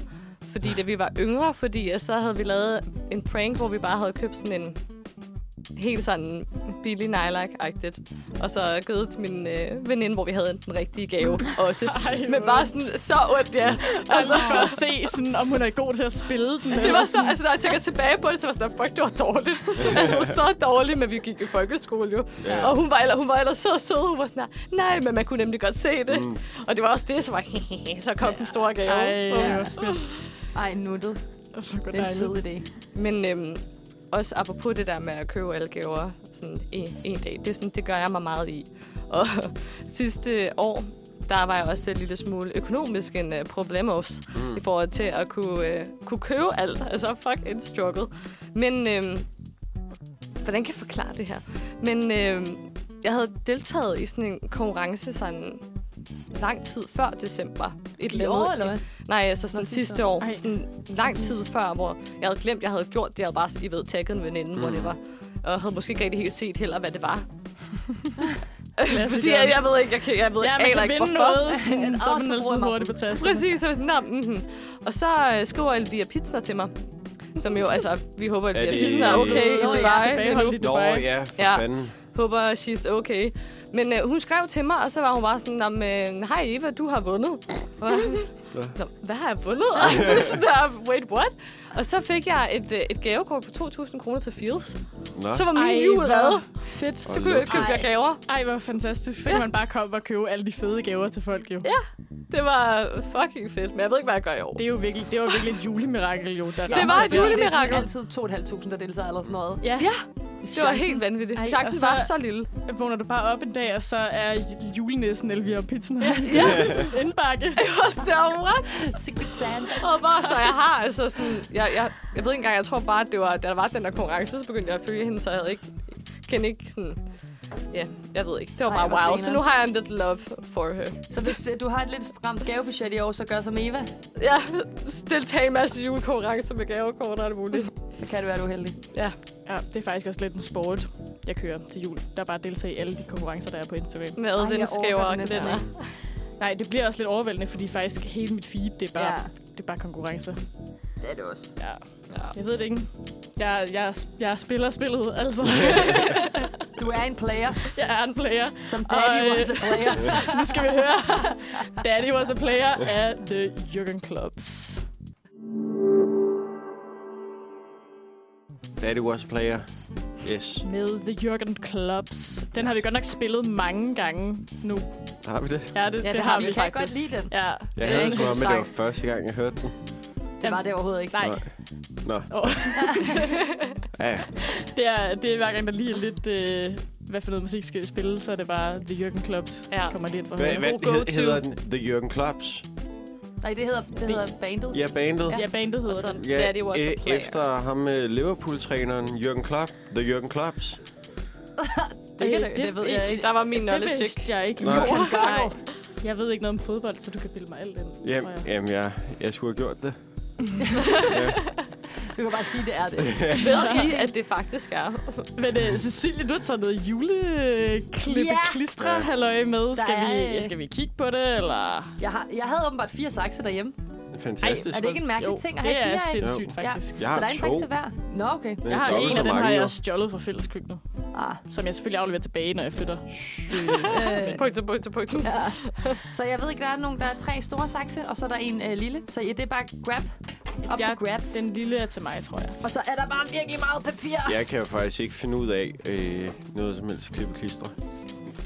Speaker 4: Fordi da vi var yngre, fordi at så havde vi lavet en prank, hvor vi bare havde købt sådan en helt sådan billig nylak-agtigt. Og så givet til min øh, veninde, hvor vi havde den rigtige gave også.
Speaker 3: Ej,
Speaker 4: Men
Speaker 3: hvor
Speaker 4: bare sådan så ondt, ja.
Speaker 3: Altså
Speaker 4: Altså,
Speaker 3: for at se, sådan, om hun er god til at spille den.
Speaker 4: det var så, altså, når jeg tænker tilbage på det, så var jeg sådan, fuck, det var dårligt. altså, så dårligt, men vi gik i folkeskole jo.
Speaker 1: Ja.
Speaker 4: Ja. Og hun var, eller, hun var ellers så sød, hun var sådan, her, nej, men man kunne nemlig godt se det.
Speaker 1: Mm.
Speaker 4: Mm. Og det var også det, så var hehehe, så kom den store gave.
Speaker 3: Ej,
Speaker 4: Åh.
Speaker 3: ja.
Speaker 2: Ej, nuttet.
Speaker 3: Det
Speaker 2: Det er en sød idé.
Speaker 4: Men øhm, også apropos det der med at købe alle gaver sådan en, en dag, det, er sådan, det gør jeg mig meget i. Og sidste år, der var jeg også en lille smule økonomisk en uh, problemos mm. i forhold til at kunne, uh, kunne købe alt. Altså, fuck en struggle. Men, øhm, hvordan kan jeg forklare det her? Men øhm, jeg havde deltaget i sådan en konkurrence sådan lang tid før december. Et
Speaker 2: I
Speaker 4: eller andet-
Speaker 2: år, eller hvad?
Speaker 4: Nej, altså sådan Nå, sidste
Speaker 2: sidste
Speaker 4: år.
Speaker 3: Ej.
Speaker 4: Sådan lang tid før, hvor jeg havde glemt, jeg havde gjort det. Jeg havde bare, I ved, tagget en veninde, mm. hvor det var. og havde måske ikke rigtig helt set heller, hvad det var. Fordi
Speaker 3: Klassikeren.
Speaker 4: jeg, jeg ved ikke, jeg, kan, jeg ved
Speaker 3: Ja,
Speaker 4: jeg
Speaker 3: man
Speaker 4: aner
Speaker 3: kan
Speaker 4: ikke,
Speaker 3: vinde
Speaker 4: hvorfor.
Speaker 3: noget, sådan,
Speaker 4: Åh,
Speaker 3: så er
Speaker 4: så
Speaker 3: man
Speaker 4: bruger jeg
Speaker 3: altid
Speaker 4: mig.
Speaker 3: hurtigt på tasten.
Speaker 4: Præcis, så var jeg sådan, nah, mm-hmm. Og så øh, skriver Elvira Pizza til mig, som jo, altså, vi håber, at Elvira
Speaker 1: det-
Speaker 4: Pizza er okay i
Speaker 2: Nå, ja,
Speaker 4: Dubai.
Speaker 3: Tilbageholdt i
Speaker 1: Nå,
Speaker 3: Dubai.
Speaker 1: ja, for
Speaker 4: Ja.
Speaker 1: ja. fanden.
Speaker 4: Håber, she's okay. Men øh, hun skrev til mig, og så var hun bare sådan, "Nå, men, øh, hej Eva, du har vundet. Og jeg var sådan, Nå, hvad har jeg vundet? Og det er sådan der, wait, what? Og så fik jeg et, øh, et gavekort på 2.000 kroner til Fields.
Speaker 1: Nå.
Speaker 4: Så var min
Speaker 3: Ej,
Speaker 4: jul
Speaker 3: hvor
Speaker 4: reddet.
Speaker 3: Fedt.
Speaker 4: Så kunne jeg købe
Speaker 2: Ej.
Speaker 4: jeg gaver.
Speaker 3: Ej, hvor fantastisk. Så kan man bare komme og købe alle de fede gaver til folk, jo. Ja.
Speaker 4: Det var fucking fedt, men jeg ved ikke, hvad jeg gør i år.
Speaker 3: Det, er jo virkelig, det var virkelig et julemirakel, jo. Der
Speaker 4: Det var et
Speaker 3: ramte os der.
Speaker 4: julemirakel.
Speaker 2: Det er sådan altid 2.500, der deltager eller sådan noget.
Speaker 3: Ja.
Speaker 4: Ja, det var helt vanvittigt.
Speaker 3: Ej, og
Speaker 4: Chancen
Speaker 3: så-
Speaker 4: var så lille.
Speaker 3: Jeg vågner du bare op en dag, og så er j- julenissen Elvira Pitsen her. Ja. Indbakke.
Speaker 4: Jeg var sådan der, what?
Speaker 2: Secret Santa.
Speaker 4: Og bare, så jeg har altså sådan... Jeg, jeg, jeg ved ikke engang, jeg tror bare, at det var, da der var den der konkurrence, så begyndte jeg at følge hende, så jeg havde ikke... Kendte ikke sådan... Ja, jeg ved ikke. Det var
Speaker 2: Ej,
Speaker 4: bare
Speaker 2: hvor
Speaker 4: wow.
Speaker 2: griner.
Speaker 4: Så nu har jeg en lidt love for her.
Speaker 2: Så hvis øh, du har et lidt stramt gavebudget i år, så gør som Eva.
Speaker 4: Ja, deltage i en masse julekonkurrencer med gavekort og alt muligt.
Speaker 2: Så kan det være, du er heldig.
Speaker 4: Ja.
Speaker 3: Ja, det er faktisk også lidt en sport, jeg kører til jul. Der er bare at deltage i alle de konkurrencer, der er på Instagram.
Speaker 4: Med
Speaker 2: Ej,
Speaker 4: den
Speaker 2: jeg
Speaker 4: skæver
Speaker 2: overgår
Speaker 4: og
Speaker 2: det næsten
Speaker 4: kalender.
Speaker 3: Nej, det bliver også lidt overvældende, fordi faktisk hele mit feed, det er bare,
Speaker 2: Ja.
Speaker 3: ja. det er bare konkurrencer.
Speaker 2: Det er det også.
Speaker 3: Ja.
Speaker 4: Ja.
Speaker 3: Jeg ved det ikke. Jeg, jeg, jeg spiller spillet, altså.
Speaker 2: Du er en player,
Speaker 3: jeg er en player.
Speaker 2: som daddy
Speaker 3: Og, øh,
Speaker 2: was a player.
Speaker 3: Nu skal vi høre. Daddy was a player af The Jürgen Clubs.
Speaker 1: Daddy was a player. Yes.
Speaker 3: Med The Jürgen Clubs. Den har vi godt nok spillet mange gange nu.
Speaker 1: Så har vi det.
Speaker 3: Ja, det,
Speaker 4: Ja,
Speaker 3: ja,
Speaker 4: det
Speaker 3: det,
Speaker 4: har
Speaker 3: har
Speaker 2: Vi
Speaker 3: vi,
Speaker 2: kan
Speaker 3: faktisk.
Speaker 2: godt lide den.
Speaker 3: Ja.
Speaker 1: Jeg
Speaker 4: Det er
Speaker 1: havde det
Speaker 4: ikke
Speaker 1: som
Speaker 4: en
Speaker 1: om, at
Speaker 4: sang.
Speaker 1: det var første gang, jeg hørte den.
Speaker 2: Det var det overhovedet ikke.
Speaker 3: Nej,
Speaker 1: Nej. Nå,
Speaker 3: oh,
Speaker 1: ja.
Speaker 3: det, er, det er hver gang, der lige er lidt... Øh, hvad for noget musik skal vi spille, så er det bare The Jürgen Clubs.
Speaker 4: Ja.
Speaker 3: Ja. Kommer lidt for
Speaker 1: Hvad,
Speaker 3: højre.
Speaker 1: hvad
Speaker 4: god go-to.
Speaker 1: hed, hedder den? The Jürgen Klops?
Speaker 2: Nej, det hedder, det hedder bandet.
Speaker 1: Ja, bandet.
Speaker 3: Ja, bandet hedder
Speaker 4: Så
Speaker 3: det.
Speaker 1: Ja,
Speaker 4: daddy was a
Speaker 1: e-
Speaker 4: player.
Speaker 1: efter ham øh, Liverpool-træneren Jürgen Klopp. The Jürgen Klopps.
Speaker 2: Det, det, det ved jeg ikke.
Speaker 4: Der var min
Speaker 3: Øh, Det
Speaker 4: knowledge
Speaker 3: vidste jeg ikke.
Speaker 1: Nej.
Speaker 3: Jürgen
Speaker 2: Jürgen Garbo.
Speaker 3: Nej. Jeg ved ikke noget om fodbold, så du kan bilde mig alt ind. tror
Speaker 1: Jamen,
Speaker 3: jeg.
Speaker 1: jamen jeg, jeg skulle have gjort det.
Speaker 2: Du kan bare sige, det er det.
Speaker 4: Ved I, at det faktisk er?
Speaker 3: Men uh, Cecilie, du har taget noget
Speaker 2: Ja.
Speaker 3: juleklippe-klistre
Speaker 1: Ja.
Speaker 3: halløj med. Skal
Speaker 2: er,
Speaker 3: vi,
Speaker 2: øh,
Speaker 3: skal vi kigge på det, eller?
Speaker 2: Jeg, har, jeg havde åbenbart fire sakser derhjemme.
Speaker 1: Fantastisk.
Speaker 2: Er det ikke en mærkelig
Speaker 3: Jo,
Speaker 2: ting at
Speaker 3: det
Speaker 2: have fire
Speaker 3: er
Speaker 2: af?
Speaker 3: sindssygt,
Speaker 1: Jo.
Speaker 3: faktisk.
Speaker 1: Jeg
Speaker 2: Så
Speaker 1: har
Speaker 2: der er en
Speaker 1: to.
Speaker 2: sakse hver? Nå, okay.
Speaker 1: Det er
Speaker 3: Jeg har
Speaker 1: dobbelt
Speaker 3: en,
Speaker 1: så
Speaker 3: og den
Speaker 1: mange
Speaker 3: har
Speaker 1: jo.
Speaker 3: jeg stjålet fra fælleskøkkenet,
Speaker 2: Ah,
Speaker 3: som jeg selvfølgelig afleverer tilbage, når jeg flytter.
Speaker 2: øh,
Speaker 4: Punktum, punktum, punktum.
Speaker 2: ja. Så jeg ved ikke, der er nogen, der er tre store sakse, og så er der en øh, lille. Så ja, det er bare grab. Op
Speaker 3: Jeg-
Speaker 2: for grabs.
Speaker 3: Den lille er til mig, tror jeg.
Speaker 2: Og så er der bare virkelig meget papir.
Speaker 1: Jeg kan jo faktisk ikke finde ud af øh, noget som helst klippeklister.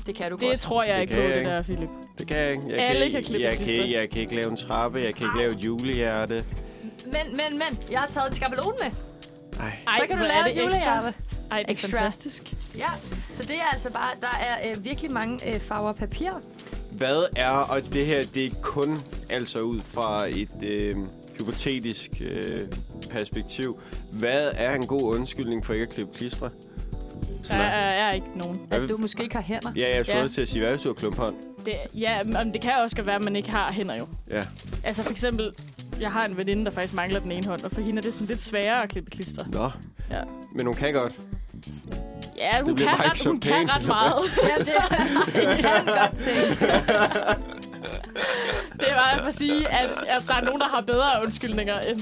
Speaker 2: Det kan du
Speaker 3: Det
Speaker 2: godt.
Speaker 3: tror jeg
Speaker 1: Det
Speaker 3: ikke
Speaker 1: kan
Speaker 3: på,
Speaker 1: jeg
Speaker 3: det
Speaker 1: ikke.
Speaker 3: der, Philip.
Speaker 1: Det kan jeg ikke. Jeg
Speaker 3: Alle
Speaker 1: ikke-
Speaker 3: kan klippe
Speaker 1: jeg, kan,
Speaker 3: klister.
Speaker 1: ikke- jeg kan ikke lave en trappe, jeg kan ikke lave et julehjerte.
Speaker 2: Men, men, men. Jeg har taget en skabelon med.
Speaker 1: Ej,
Speaker 3: Ej,
Speaker 2: så kan du
Speaker 3: hvor er
Speaker 2: lave
Speaker 3: det
Speaker 2: et
Speaker 3: ekstra.
Speaker 2: julehjerte.
Speaker 3: Ej, det er
Speaker 2: Ekstra.
Speaker 3: fantastisk.
Speaker 2: Ja, så det er altså bare, der er øh, virkelig mange øh, farver papir.
Speaker 1: hvad er, og det her, det er kun altså ud fra et øh, hypotetisk øh, perspektiv. Hvad er en god undskyldning for ikke at klippe klister?
Speaker 3: Der er, er ikke nogen.
Speaker 1: Hvad
Speaker 2: At
Speaker 1: vil-
Speaker 2: du måske ikke har hænder.
Speaker 1: Ja, jeg skulle
Speaker 3: Ja.
Speaker 1: ja. til at sige, hvad hvis du har klumpehånd?
Speaker 3: Det, ja, men det kan også godt være, at man ikke har hænder jo.
Speaker 1: Ja.
Speaker 3: Altså for eksempel, jeg har en veninde, der faktisk mangler den ene hånd, og for hende er det sådan lidt sværere at klippe klister.
Speaker 1: Nå.
Speaker 3: Ja,
Speaker 1: Men hun kan godt.
Speaker 3: ja hun,
Speaker 1: bliver
Speaker 3: kan
Speaker 1: bare ikke
Speaker 3: ret,
Speaker 1: så
Speaker 3: hun kan
Speaker 1: pænt.
Speaker 3: ret meget.
Speaker 2: Ja, det, det kan godt tænke.
Speaker 3: det er bare for at sige, at, at der er nogen, der har bedre undskyldninger end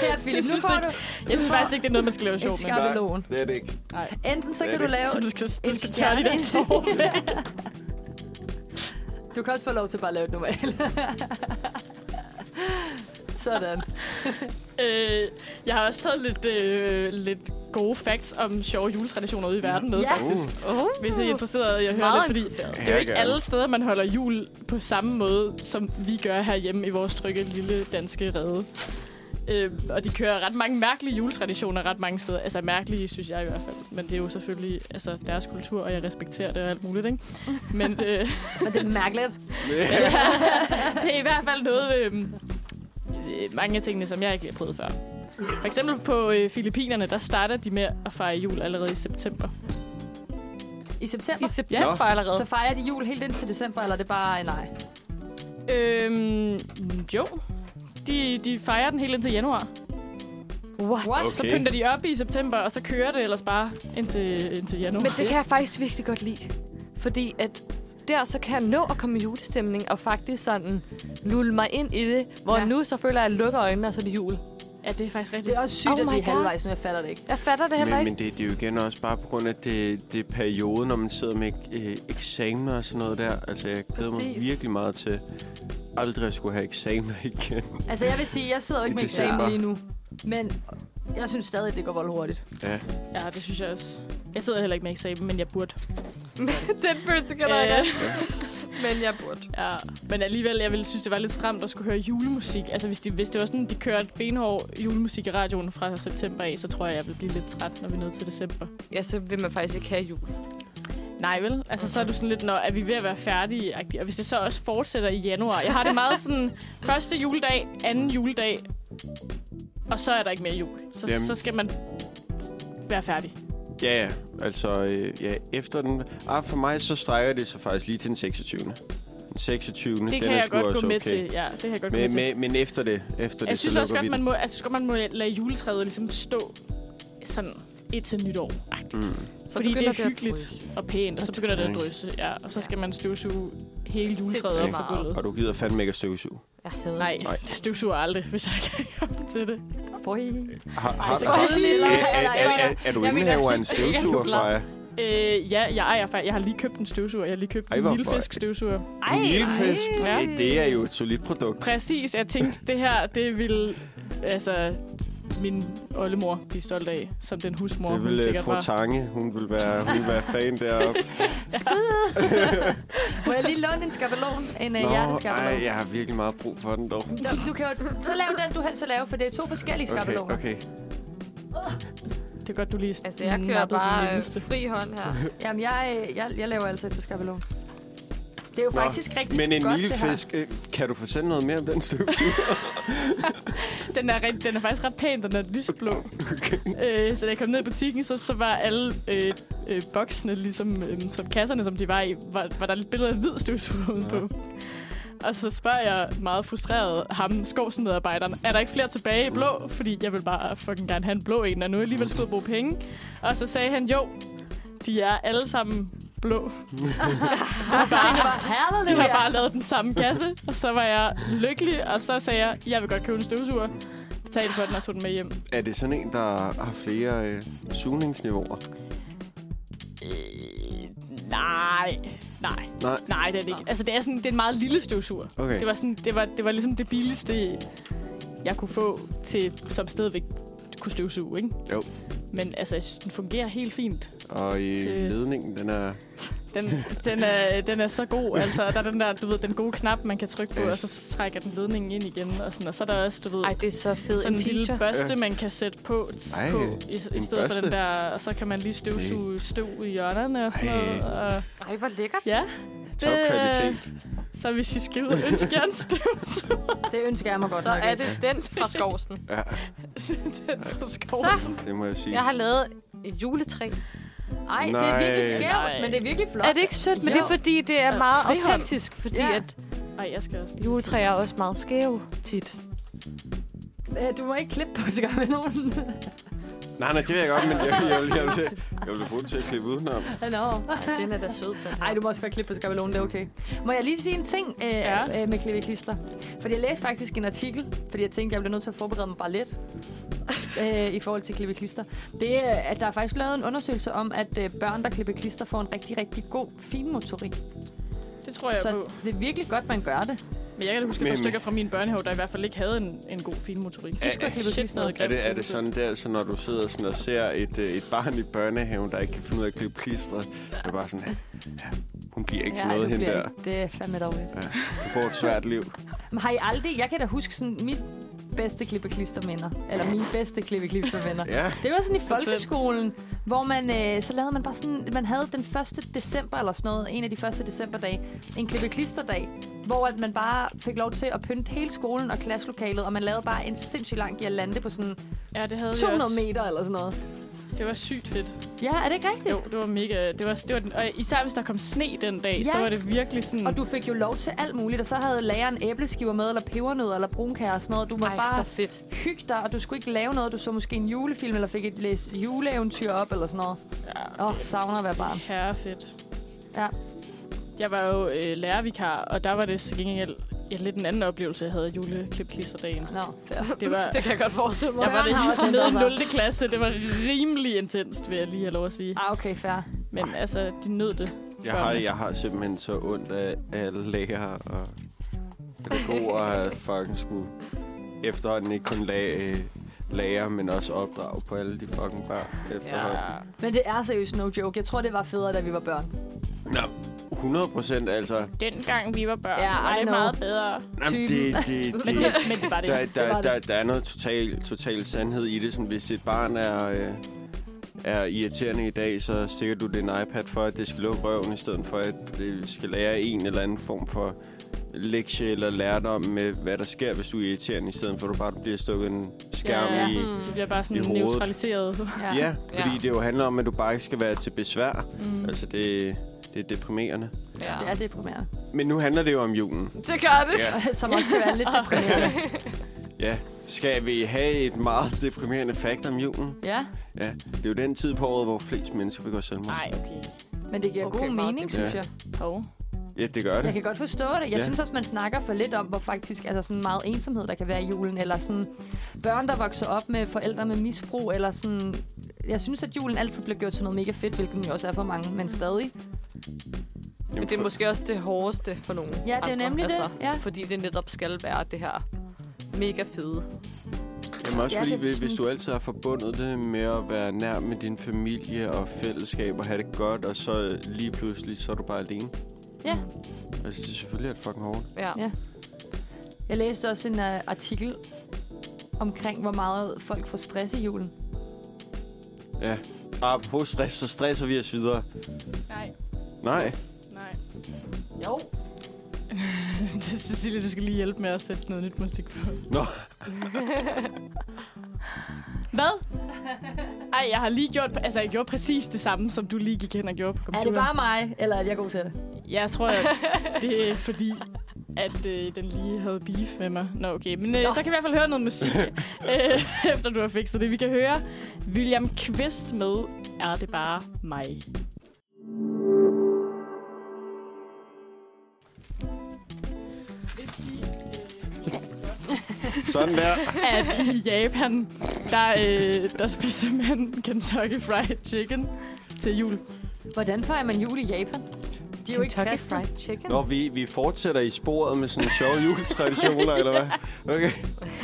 Speaker 2: Her, Philip, nu
Speaker 3: synes
Speaker 2: får
Speaker 3: ikke-
Speaker 2: du
Speaker 3: Jeg synes faktisk ikke, det er noget, man skal lave sjov
Speaker 2: en
Speaker 3: med.
Speaker 1: Nej,
Speaker 2: skabelon.
Speaker 1: det er det ikke.
Speaker 3: Nej.
Speaker 2: Enten så
Speaker 1: Hvad
Speaker 2: kan
Speaker 1: er
Speaker 2: du
Speaker 1: det?
Speaker 2: lave...
Speaker 3: Så du skal,
Speaker 2: En
Speaker 3: du skal tørre de der
Speaker 2: stjerne.
Speaker 3: tårer væk.
Speaker 2: Du kan også få lov til bare at lave et normalt. Sådan.
Speaker 3: Øh, jeg har også taget lidt, øh, lidt gode facts om sjove juletraditioner ude i verden med,
Speaker 2: Ja.
Speaker 3: faktisk.
Speaker 4: Uh.
Speaker 3: Hvis I er interesseret i at høre
Speaker 4: Meget
Speaker 3: det, fordi
Speaker 4: interesseret.
Speaker 3: det er jo ikke
Speaker 1: Herregud.
Speaker 3: alle steder, man holder jul på samme måde, som vi gør herhjemme i vores trygge lille danske rede. Øh, og de kører ret mange mærkelige juletraditioner ret mange steder. Altså mærkelige, synes jeg i hvert fald. Men det er jo selvfølgelig altså, deres kultur, og jeg respekterer det og alt muligt, ikke? Men øh,
Speaker 2: Men det er mærkeligt.
Speaker 3: det er i hvert fald noget... Øh, øh, mange af tingene, som jeg ikke lige har prøvet før. For eksempel på øh, Filippinerne, der starter de med at fejre jul allerede i september.
Speaker 2: I september,
Speaker 4: I september allerede.
Speaker 2: så fejrer de jul helt indtil december, eller er det bare nej?
Speaker 3: Øhm, jo. De, de fejrer den helt indtil januar. What?
Speaker 2: What?
Speaker 3: Så
Speaker 1: Okay.
Speaker 3: pynter de op i september, og så kører det ellers bare indtil, indtil januar.
Speaker 4: Men det kan jeg faktisk virkelig godt lide. Fordi at der så kan jeg nå at komme i julestemning og faktisk sådan lulle mig ind i det. Hvor
Speaker 2: Ja.
Speaker 4: ja. nu så føler jeg, at jeg lukker øjnene, og så er det jul.
Speaker 3: Ja, det er faktisk
Speaker 2: Det
Speaker 3: rigtigt.
Speaker 2: er også sygt,
Speaker 4: Oh
Speaker 2: oh at
Speaker 4: my
Speaker 2: de er
Speaker 4: God.
Speaker 2: halvvejs nu. Jeg fatter det ikke.
Speaker 4: Jeg fatter det heller
Speaker 1: Men,
Speaker 4: ikke.
Speaker 1: men det, det er jo igen også bare på grund af det, det periode, når man sidder med øh, eksamener og sådan noget der. Altså, jeg glæder mig
Speaker 4: Præcis.
Speaker 1: virkelig meget til aldrig at skulle have eksamener igen.
Speaker 2: Altså, jeg vil sige, jeg sidder jo ikke
Speaker 1: I
Speaker 2: med eksamen
Speaker 1: december.
Speaker 2: lige nu. Men jeg synes stadig, det går vold hurtigt.
Speaker 1: Ja.
Speaker 3: Ja, det synes jeg også. Jeg sidder heller ikke med eksamen, men jeg burde.
Speaker 4: Den følelse kan
Speaker 3: Øh,
Speaker 4: jeg ikke. Men jeg burde.
Speaker 3: Ja, men alligevel, jeg ville synes, det var lidt stramt at skulle høre julemusik. Altså, hvis, de, hvis det var sådan, de kørte benhård julemusik i radioen fra september af, så tror jeg, jeg vil blive lidt træt, når vi er nået til december.
Speaker 4: Ja, så vil man faktisk ikke have jul.
Speaker 3: Nej, vel? Altså, så er du sådan lidt, når er vi ved at være færdige? Og hvis det så også fortsætter i januar. Jeg har det meget sådan, første juledag, anden juledag, og så er der ikke mere jul. Så,
Speaker 1: Jamen.
Speaker 3: så skal man være færdig.
Speaker 1: Ja, ja. Altså, øh, ja, efter den... Ah, for mig så strækker det sig faktisk lige til den 26. Den 26.
Speaker 3: Det
Speaker 1: den
Speaker 3: kan
Speaker 1: er
Speaker 3: jeg
Speaker 1: sgu
Speaker 3: godt
Speaker 1: også
Speaker 3: gå med
Speaker 1: okay.
Speaker 3: til. Ja, det kan jeg godt gå med
Speaker 1: Men,
Speaker 3: til.
Speaker 1: men, men efter det, efter
Speaker 3: Jeg
Speaker 1: det,
Speaker 3: synes
Speaker 1: så lukker
Speaker 3: også godt,
Speaker 1: vi den.
Speaker 3: man må, altså, så godt, man må lade juletræet ligesom stå sådan indtil nytår. Mm.
Speaker 4: Så
Speaker 3: Fordi det
Speaker 4: begynder
Speaker 3: er
Speaker 4: at
Speaker 3: hyggeligt
Speaker 4: drysse.
Speaker 3: og pænt, og så begynder det at
Speaker 1: Ja.
Speaker 3: drysse. Ja, og så skal man støvsuge hele juletræet op
Speaker 1: Sindssygt
Speaker 3: på gulvet.
Speaker 1: Og du gider fandme ikke at støvsuge.
Speaker 4: Jeg hader
Speaker 3: Nej,
Speaker 4: det.
Speaker 1: Nej.
Speaker 3: det støvsuger jeg aldrig, hvis jeg ikke kommer til det.
Speaker 2: Føj.
Speaker 1: Har, har, har,
Speaker 2: så går
Speaker 1: er,
Speaker 2: jeg lidt-
Speaker 1: er,
Speaker 2: eller- eller-
Speaker 1: er, er, er du
Speaker 2: Jeg mener-
Speaker 1: indehaver af en
Speaker 2: ikke, at du
Speaker 1: støvsuger,
Speaker 2: er glad.
Speaker 1: Freja?
Speaker 3: Øh, ja, jeg ejer faktisk. Jeg har lige købt en støvsuger. Jeg har lige købt
Speaker 1: Ej,
Speaker 3: en
Speaker 1: hvor-
Speaker 3: lille fiskstøvsuger.
Speaker 2: Ej,
Speaker 1: Nilfisk,
Speaker 3: ej.
Speaker 1: det, det er jo et solidt produkt.
Speaker 3: Præcis, jeg tænkte, det her, det vil altså min oldemor blive stolt af, som den husmor,
Speaker 1: Det
Speaker 3: hun
Speaker 1: ville øh,
Speaker 3: sikkert
Speaker 1: fru
Speaker 3: var.
Speaker 1: Tange, hun ville være, hun ville være fan deroppe.
Speaker 2: Må jeg lige låne en skabelon? En uh, hjerteskabelon?
Speaker 1: ej, jeg har virkelig meget brug for den dog.
Speaker 2: Du, du kan jo, så lav den, du helst vil lave, for det er to forskellige
Speaker 1: Okay,
Speaker 2: skabeloner.
Speaker 1: okay.
Speaker 3: Det er godt, du lige
Speaker 4: Altså, jeg kører
Speaker 3: nappede den
Speaker 4: bare øh,
Speaker 3: nemmeste.
Speaker 4: fri hånd her.
Speaker 2: Jamen, jeg, øh, jeg, jeg laver altså efter skabelon. Det er jo
Speaker 1: Nå,
Speaker 2: faktisk rigtig
Speaker 1: Men en
Speaker 2: godt, det her.
Speaker 1: nilfisk, øh, kan du fortælle noget mere om den støvsuger?
Speaker 3: Den er, rigt, den er faktisk ret pæn, den er lyseblå. Okay. Øh, så da jeg kom ned i butikken, så, så var alle øh, øh, boksene, ligesom øh, som kasserne, som de var i, var, var der lidt billeder af hvid støvsuger udenpå. på. Og så spørger jeg meget frustreret ham, skovsmedarbejderen, er der ikke flere tilbage i blå? Fordi jeg vil bare fucking gerne have en blå en, og nu er jeg alligevel skulle ud og bruge penge. Og så sagde han, jo, de er alle sammen blå.
Speaker 2: Og så tænker jeg bare,
Speaker 3: De har
Speaker 2: halleluja.
Speaker 3: bare lavet den samme kasse, og så var jeg lykkelig, og så sagde jeg, jeg vil godt købe en støvsuger. Betalte for den og tog den med hjem.
Speaker 1: er det sådan en, der har flere øh, sugningsniveauer?
Speaker 3: Øh, nej. Nej.
Speaker 1: Nej.
Speaker 3: Nej, det er det ikke. Altså, det er, sådan, det er en meget lille støvsuger.
Speaker 1: Okay.
Speaker 3: Det, var sådan, det, var, det var ligesom det billigste, jeg kunne få til, som stadigvæk kunne støvsuge, ikke?
Speaker 1: Jo.
Speaker 3: Men altså, jeg synes, den fungerer helt fint.
Speaker 1: Og i
Speaker 3: Til-
Speaker 1: ledningen, den er...
Speaker 3: Den, den, er, den er så god. Altså, der er den der, du ved, den gode knap, man kan trykke på,
Speaker 1: Ja.
Speaker 3: og så trækker den ledningen ind igen. Og, sådan, og så er der også, du ved,
Speaker 4: Ej, det er så fedt.
Speaker 3: sådan en lille børste,
Speaker 1: Ja.
Speaker 3: man kan sætte på,
Speaker 1: Ej,
Speaker 3: på i, i
Speaker 1: en
Speaker 3: stedet for
Speaker 1: børste.
Speaker 3: den der, og så kan man lige støvsuge støv i hjørnerne og sådan
Speaker 1: Ej.
Speaker 3: noget. Og,
Speaker 4: Ej, hvor lækkert.
Speaker 3: ja.
Speaker 1: Topkvalitet.
Speaker 3: Så hvis I skal ud og ønske jer en støvsuger,
Speaker 2: Det ønsker jeg mig godt
Speaker 4: Så
Speaker 2: nok
Speaker 4: er
Speaker 2: ikke.
Speaker 4: det den fra skovsen.
Speaker 1: Ja,
Speaker 3: den fra
Speaker 4: Så
Speaker 3: Skovsen.
Speaker 1: det må jeg sige.
Speaker 4: jeg har lavet et juletræ.
Speaker 2: Ej, det er virkelig
Speaker 1: Nej.
Speaker 2: skævt,
Speaker 3: Nej.
Speaker 2: men det er virkelig flot.
Speaker 4: Er det ikke sødt? Men
Speaker 3: Jo.
Speaker 4: det er fordi, det er
Speaker 3: Ja,
Speaker 4: meget
Speaker 3: frihånd.
Speaker 4: autentisk, fordi
Speaker 2: Ja.
Speaker 4: at
Speaker 3: Ej, jeg skal også.
Speaker 4: juletræer er også meget skæve tit.
Speaker 2: Øh, Du må ikke klippe på skabelonen.
Speaker 1: Nej, nej, det vil jeg godt, men jeg, jeg, vil, jeg, vil, jeg vil bruge til at klippe udenom.
Speaker 2: Nå.
Speaker 4: Den er da sød, den
Speaker 2: Ej, du må også være klippet på skabelonen, det er okay. Må jeg lige sige en ting øh,
Speaker 3: Ja.
Speaker 2: ja. øh, med klippeklister? Fordi jeg læste faktisk en artikel, fordi jeg tænkte, jeg blev nødt til at forberede mig bare lidt øh, i forhold til klippeklister. Det er, at der er faktisk lavet en undersøgelse om, at øh, børn, der klippeklister, får en rigtig, rigtig god finmotorik.
Speaker 3: Det tror jeg på.
Speaker 2: Så det er virkelig godt, man gør det.
Speaker 3: Men jeg kan da huske et par
Speaker 1: Men-
Speaker 3: stykker fra min børnehave, der i hvert fald ikke havde en, en god finmotorik. De skulle have klippet
Speaker 2: Shit,
Speaker 3: sidst noget
Speaker 1: Er
Speaker 3: grimt
Speaker 1: det, er det
Speaker 3: klippeklister.
Speaker 1: sådan der, så når du sidder sådan og ser et, øh, et barn i børnehaven, der ikke kan finde ud af at klippe klistret, så er det bare sådan, ja, hun bliver ikke ja, til
Speaker 2: ej,
Speaker 1: noget,
Speaker 2: nu
Speaker 1: hende
Speaker 2: bliver
Speaker 1: der.
Speaker 2: jeg- Det er fandme dårligt.
Speaker 1: Ja, du får et svært liv.
Speaker 2: Men har I aldrig... Jeg kan da huske sådan mit bedste klippeklisterminder. Eller mine bedste klippeklisterminder.
Speaker 1: Ja,
Speaker 2: Det var sådan i
Speaker 3: Fortæl.
Speaker 2: folkeskolen, hvor man, øh, så lavede man bare sådan, man havde den 1. december eller sådan noget, en af de første decemberdage, en klippeklisterdag, hvor at man bare fik lov til at pynte hele skolen og klasselokalet, og man lavede bare en sindssygt lang girlande på sådan
Speaker 3: Ja, det havde
Speaker 2: 200
Speaker 3: jeg også.
Speaker 2: meter eller sådan noget.
Speaker 3: Det var sygt fedt.
Speaker 2: Ja, er det ikke rigtigt?
Speaker 3: Jo, det var mega... Det var, det var den, og især hvis der kom sne den dag,
Speaker 2: Ja.
Speaker 3: så var det virkelig
Speaker 4: Mm.
Speaker 3: sådan...
Speaker 2: Og du fik jo lov til alt muligt, og så havde læreren æbleskiver med, eller pebernødder, eller brunkager og sådan noget. Du må
Speaker 4: Ej,
Speaker 2: bare
Speaker 4: så fedt.
Speaker 2: hygge dig, og du skulle ikke lave noget. Du så måske en julefilm, eller fik et læst juleeventyr op, eller sådan noget.
Speaker 3: Ja,
Speaker 2: Åh, oh, savner at være barn.
Speaker 3: herre fedt.
Speaker 2: Ja.
Speaker 3: Jeg var jo øh, lærervikar, og der var det så gengæld ja, lidt en anden oplevelse, jeg havde juleklipklisterdagen.
Speaker 2: Nå, fair.
Speaker 3: Det var,
Speaker 4: Det kan jeg godt forestille mig.
Speaker 3: der var
Speaker 2: Børn har også
Speaker 3: det nede i
Speaker 2: ændret sig.
Speaker 3: 0. klasse. Det var rimelig intenst, vil jeg lige have lov at sige.
Speaker 2: Ah, okay, fair.
Speaker 3: Men
Speaker 2: Ah.
Speaker 3: altså, de nød det.
Speaker 1: Jeg har, jeg har simpelthen så ondt af, af læger og pædagoger, at fucking skulle efterhånden ikke kun lage, lære, men også opdrage på alle de fucking børn efterhånden. Ja.
Speaker 2: Men det er seriøst no joke. Jeg tror, det var federe, da vi var børn.
Speaker 1: Nå, 100 procent altså.
Speaker 3: Dengang vi var børn,
Speaker 2: Ja,
Speaker 3: var
Speaker 2: I
Speaker 3: det
Speaker 2: know.
Speaker 3: meget bedre.
Speaker 1: Jamen, det, det,
Speaker 3: Men
Speaker 1: det,
Speaker 3: det, men det var det.
Speaker 1: der,
Speaker 2: Det var
Speaker 1: der,
Speaker 2: det.
Speaker 1: der, der er noget total, total sandhed i det. Sådan, hvis et barn er, øh, er irriterende i dag, så stikker du din iPad for, at det skal lukke røven, i stedet for, at det skal lære en eller anden form for lektie eller lærdom med, hvad der sker, hvis du er irriterende, i stedet for, at du bare bliver stukket en skærm
Speaker 3: Ja,
Speaker 1: i.
Speaker 4: Hmm.
Speaker 3: Det bliver bare
Speaker 1: i
Speaker 3: sådan
Speaker 1: hovedet.
Speaker 3: neutraliseret.
Speaker 1: Ja, ja fordi
Speaker 4: Ja.
Speaker 1: det jo handler om, at du bare ikke skal være til besvær.
Speaker 2: Mm.
Speaker 1: Altså, det, det er deprimerende.
Speaker 4: Ja.
Speaker 2: Det er deprimerende.
Speaker 1: Men nu handler det jo om julen.
Speaker 4: Det gør det.
Speaker 1: Ja.
Speaker 2: Som også kan være lidt deprimerende.
Speaker 1: ja. Skal vi have et meget deprimerende fakt om julen?
Speaker 2: Ja,
Speaker 1: Ja, det er jo den tid på året, hvor flest mennesker begår selvmord.
Speaker 3: Nej, okay.
Speaker 2: men det giver
Speaker 4: Okay,
Speaker 2: okay, god
Speaker 4: meget
Speaker 2: mening, synes
Speaker 1: Ja.
Speaker 2: jeg.
Speaker 3: Hov.
Speaker 1: Ja, det gør
Speaker 2: Jeg
Speaker 1: det.
Speaker 2: kan godt forstå det. Jeg
Speaker 1: Ja.
Speaker 2: synes også, man snakker for lidt om, hvor faktisk altså sådan meget ensomhed, der kan være i julen. Eller sådan børn, der vokser op med forældre med misbrug. Eller sådan... Jeg synes, at julen altid bliver gjort til noget mega fedt, hvilket den jo også er for mange, men stadig.
Speaker 1: Jamen,
Speaker 4: Men det er
Speaker 1: for-
Speaker 4: måske også det hårdeste for nogen.
Speaker 2: Ja, det er
Speaker 4: andre,
Speaker 2: nemlig det. Ja.
Speaker 4: Fordi det netop skal være det her mega fede.
Speaker 1: Jamen også
Speaker 2: Ja,
Speaker 1: fordi,
Speaker 2: det er
Speaker 1: hvis, hvis
Speaker 2: sådan-
Speaker 1: du altid har forbundet det med at være nær med din familie og fællesskab og have det godt, og så øh, lige pludselig, så er du bare alene.
Speaker 2: Ja.
Speaker 1: Altså, det er selvfølgelig et fucking hårdt.
Speaker 4: Ja.
Speaker 2: Ja. Jeg læste også en uh, artikel omkring, hvor meget folk får stress i julen.
Speaker 1: Ja. Og på stress, så stresser vi os videre.
Speaker 3: Nej,
Speaker 1: Nej.
Speaker 3: nej.
Speaker 2: Jo.
Speaker 3: Det er Cecilie, du skal lige hjælpe med at sætte noget nyt musik på.
Speaker 1: Nå.
Speaker 3: Hvad? Ej, jeg har lige gjort... Altså, jeg gjorde præcis det samme, som du lige gik hen og gjorde på
Speaker 2: Er
Speaker 3: computeren.
Speaker 2: det bare mig, eller er jeg god til det?
Speaker 3: Jeg tror, at det er fordi, at øh, den lige havde beef med mig. Nå, okay. Men øh,
Speaker 2: Nå.
Speaker 3: så kan vi i hvert fald høre noget musik, øh, efter du har fikset det. Vi kan høre William Kvist med Er det bare mig?
Speaker 1: Sådan der.
Speaker 3: At i Japan, der, øh, der spiser man Kentucky Fried Chicken til jul.
Speaker 2: Hvordan fejrer man jul i Japan? De er jo ikke
Speaker 4: Kentucky
Speaker 2: kristne.
Speaker 4: Fried Chicken.
Speaker 1: Nå, vi, vi fortsætter i sporet med sådan sjove juletraditioner, eller hvad? Okay.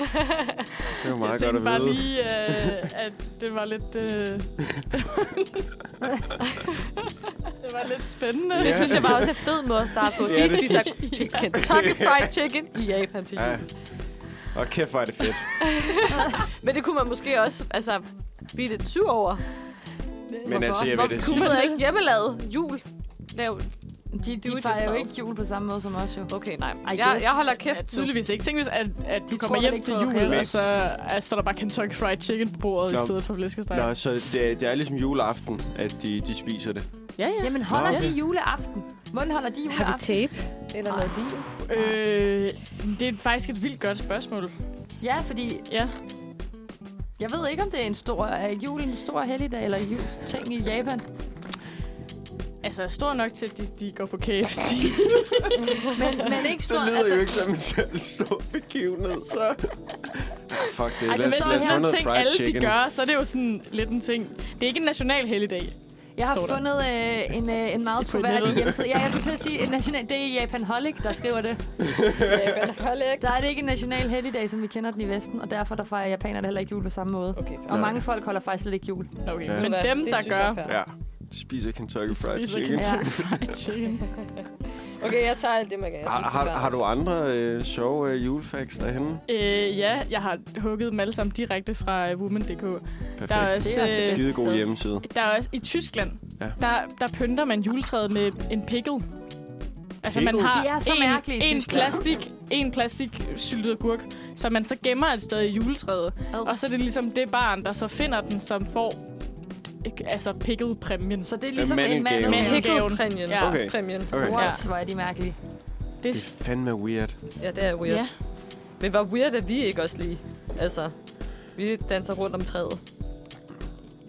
Speaker 1: Det er jo meget
Speaker 3: jeg
Speaker 1: godt at
Speaker 3: tænkte bare
Speaker 1: vide.
Speaker 3: lige, øh, at det var lidt... Øh... det var lidt spændende.
Speaker 4: Det
Speaker 1: Ja.
Speaker 4: synes jeg bare også er en fed måde at starte på.
Speaker 1: Ja,
Speaker 4: De
Speaker 1: det
Speaker 4: spiser
Speaker 1: synes
Speaker 4: Kentucky Fried Chicken i Japan til jul.
Speaker 1: Ja. Og kæft, hvor er det fedt.
Speaker 4: Men det kunne man måske også altså, blive lidt sur over.
Speaker 1: Men altså, jeg vil da
Speaker 4: Hvorfor kunne
Speaker 1: sige...
Speaker 4: man ikke hjemmelavet jul? Lav.
Speaker 2: De,
Speaker 4: Do
Speaker 2: de
Speaker 4: it
Speaker 2: fejrer jo
Speaker 4: yourself.
Speaker 2: ikke jul på samme måde som os jo.
Speaker 4: Okay, nej.
Speaker 2: I
Speaker 4: Jeg,
Speaker 2: guess.
Speaker 4: jeg holder
Speaker 3: Ja,
Speaker 4: kæft nu.
Speaker 3: tydeligvis ikke. Tænk hvis, at, at du
Speaker 2: Vi tror
Speaker 3: kommer
Speaker 2: vel
Speaker 3: hjem
Speaker 2: ikke
Speaker 3: til
Speaker 2: på
Speaker 3: jul,
Speaker 2: heller.
Speaker 3: og så uh, står der bare Kentucky Fried Chicken på bordet
Speaker 1: Nå.
Speaker 3: i stedet for flæskesteg.
Speaker 1: Nå, så det er, det er ligesom juleaften, at de, de spiser det.
Speaker 3: Ja, ja.
Speaker 2: Jamen, holder
Speaker 1: Nå.
Speaker 2: de juleaften? Hvordan holder de
Speaker 5: Har vi
Speaker 2: juleaften?
Speaker 5: tape?
Speaker 2: Eller noget lignende?
Speaker 3: Øh, det er faktisk et vildt godt spørgsmål.
Speaker 2: Ja, fordi
Speaker 3: Ja.
Speaker 2: jeg ved ikke, om det er en stor... Er jul en stor helligdag eller jul ting i Japan?
Speaker 3: Altså, stor nok til, at de, de går på KFC.
Speaker 2: Men, men ikke
Speaker 1: Det
Speaker 2: stor...
Speaker 1: lyder
Speaker 2: altså,
Speaker 1: jo ikke som en selv stor begivenhed, så... Ah, Fuck det,
Speaker 3: Ej,
Speaker 1: lad
Speaker 3: det
Speaker 1: os,
Speaker 3: er
Speaker 1: lad os
Speaker 3: sådan
Speaker 1: få
Speaker 3: en
Speaker 1: noget
Speaker 3: ting,
Speaker 1: fried
Speaker 3: alle de
Speaker 1: chicken.
Speaker 3: gør, så er det jo sådan lidt en ting. Det er ikke en national helligdag.
Speaker 2: jeg har
Speaker 3: står der.
Speaker 2: fundet øh, en, øh,
Speaker 3: Det er på
Speaker 2: en meget
Speaker 3: nettet.
Speaker 2: troværdig hjemmeside. Ja, jeg skulle til at sige, en national, det er Japan Holic, der skriver det. Japan Holic. Der er det ikke en national helligdag, som vi kender den i Vesten, og derfor der fejrer japanerne heller ikke jul på samme måde.
Speaker 4: Okay,
Speaker 2: Og mange folk holder faktisk slet ikke jul.
Speaker 3: Okay,
Speaker 1: Ja.
Speaker 3: men
Speaker 4: Det
Speaker 3: dem, der
Speaker 4: synes jeg
Speaker 3: gør,
Speaker 4: er fair.
Speaker 1: Ja, spiser Kentucky Fried
Speaker 3: spiser
Speaker 1: Chicken.
Speaker 3: Kentucky Fried Chicken.
Speaker 4: Okay, jeg tager alt det, man kan. Jeg
Speaker 1: Har,
Speaker 4: synes, det
Speaker 1: har,
Speaker 4: er
Speaker 1: har du andre øh, sjove øh, julefacts derhenne?
Speaker 3: Øh, ja, jeg har hugget dem alle sammen direkte fra øh, woman.dk. Der er
Speaker 1: Perfekt.
Speaker 3: også,
Speaker 2: Det er også
Speaker 3: øh,
Speaker 1: Skide god
Speaker 2: sted.
Speaker 1: hjemmeside.
Speaker 3: der er også i Tyskland,
Speaker 1: Ja.
Speaker 3: ja. der, der pynter man juletræet med en pickle. Altså, man
Speaker 1: Pickles?
Speaker 3: har
Speaker 2: De er så mærkelige i
Speaker 3: en, en,
Speaker 2: Tyskland.
Speaker 3: plastik, en plastik syltet agurk, som man så gemmer et sted i juletræet.
Speaker 2: Ad.
Speaker 3: Og så er det ligesom det barn, der så finder den, som får altså pickel-præmien.
Speaker 2: Så det er ligesom en mand.
Speaker 1: mandelgave.
Speaker 3: Mandelgave.
Speaker 2: med-
Speaker 3: Gaven.
Speaker 4: Præmien.
Speaker 3: Ja.
Speaker 1: Okay.
Speaker 4: Præmien.
Speaker 1: Okay.
Speaker 2: What?
Speaker 3: Ja.
Speaker 2: Hvor er de mærkelige.
Speaker 3: Det,
Speaker 1: Det er fandme weird.
Speaker 4: Ja, det er weird.
Speaker 3: Ja.
Speaker 4: Ja. Men hvor weird er vi ikke også lige? Altså, vi danser rundt om træet. Det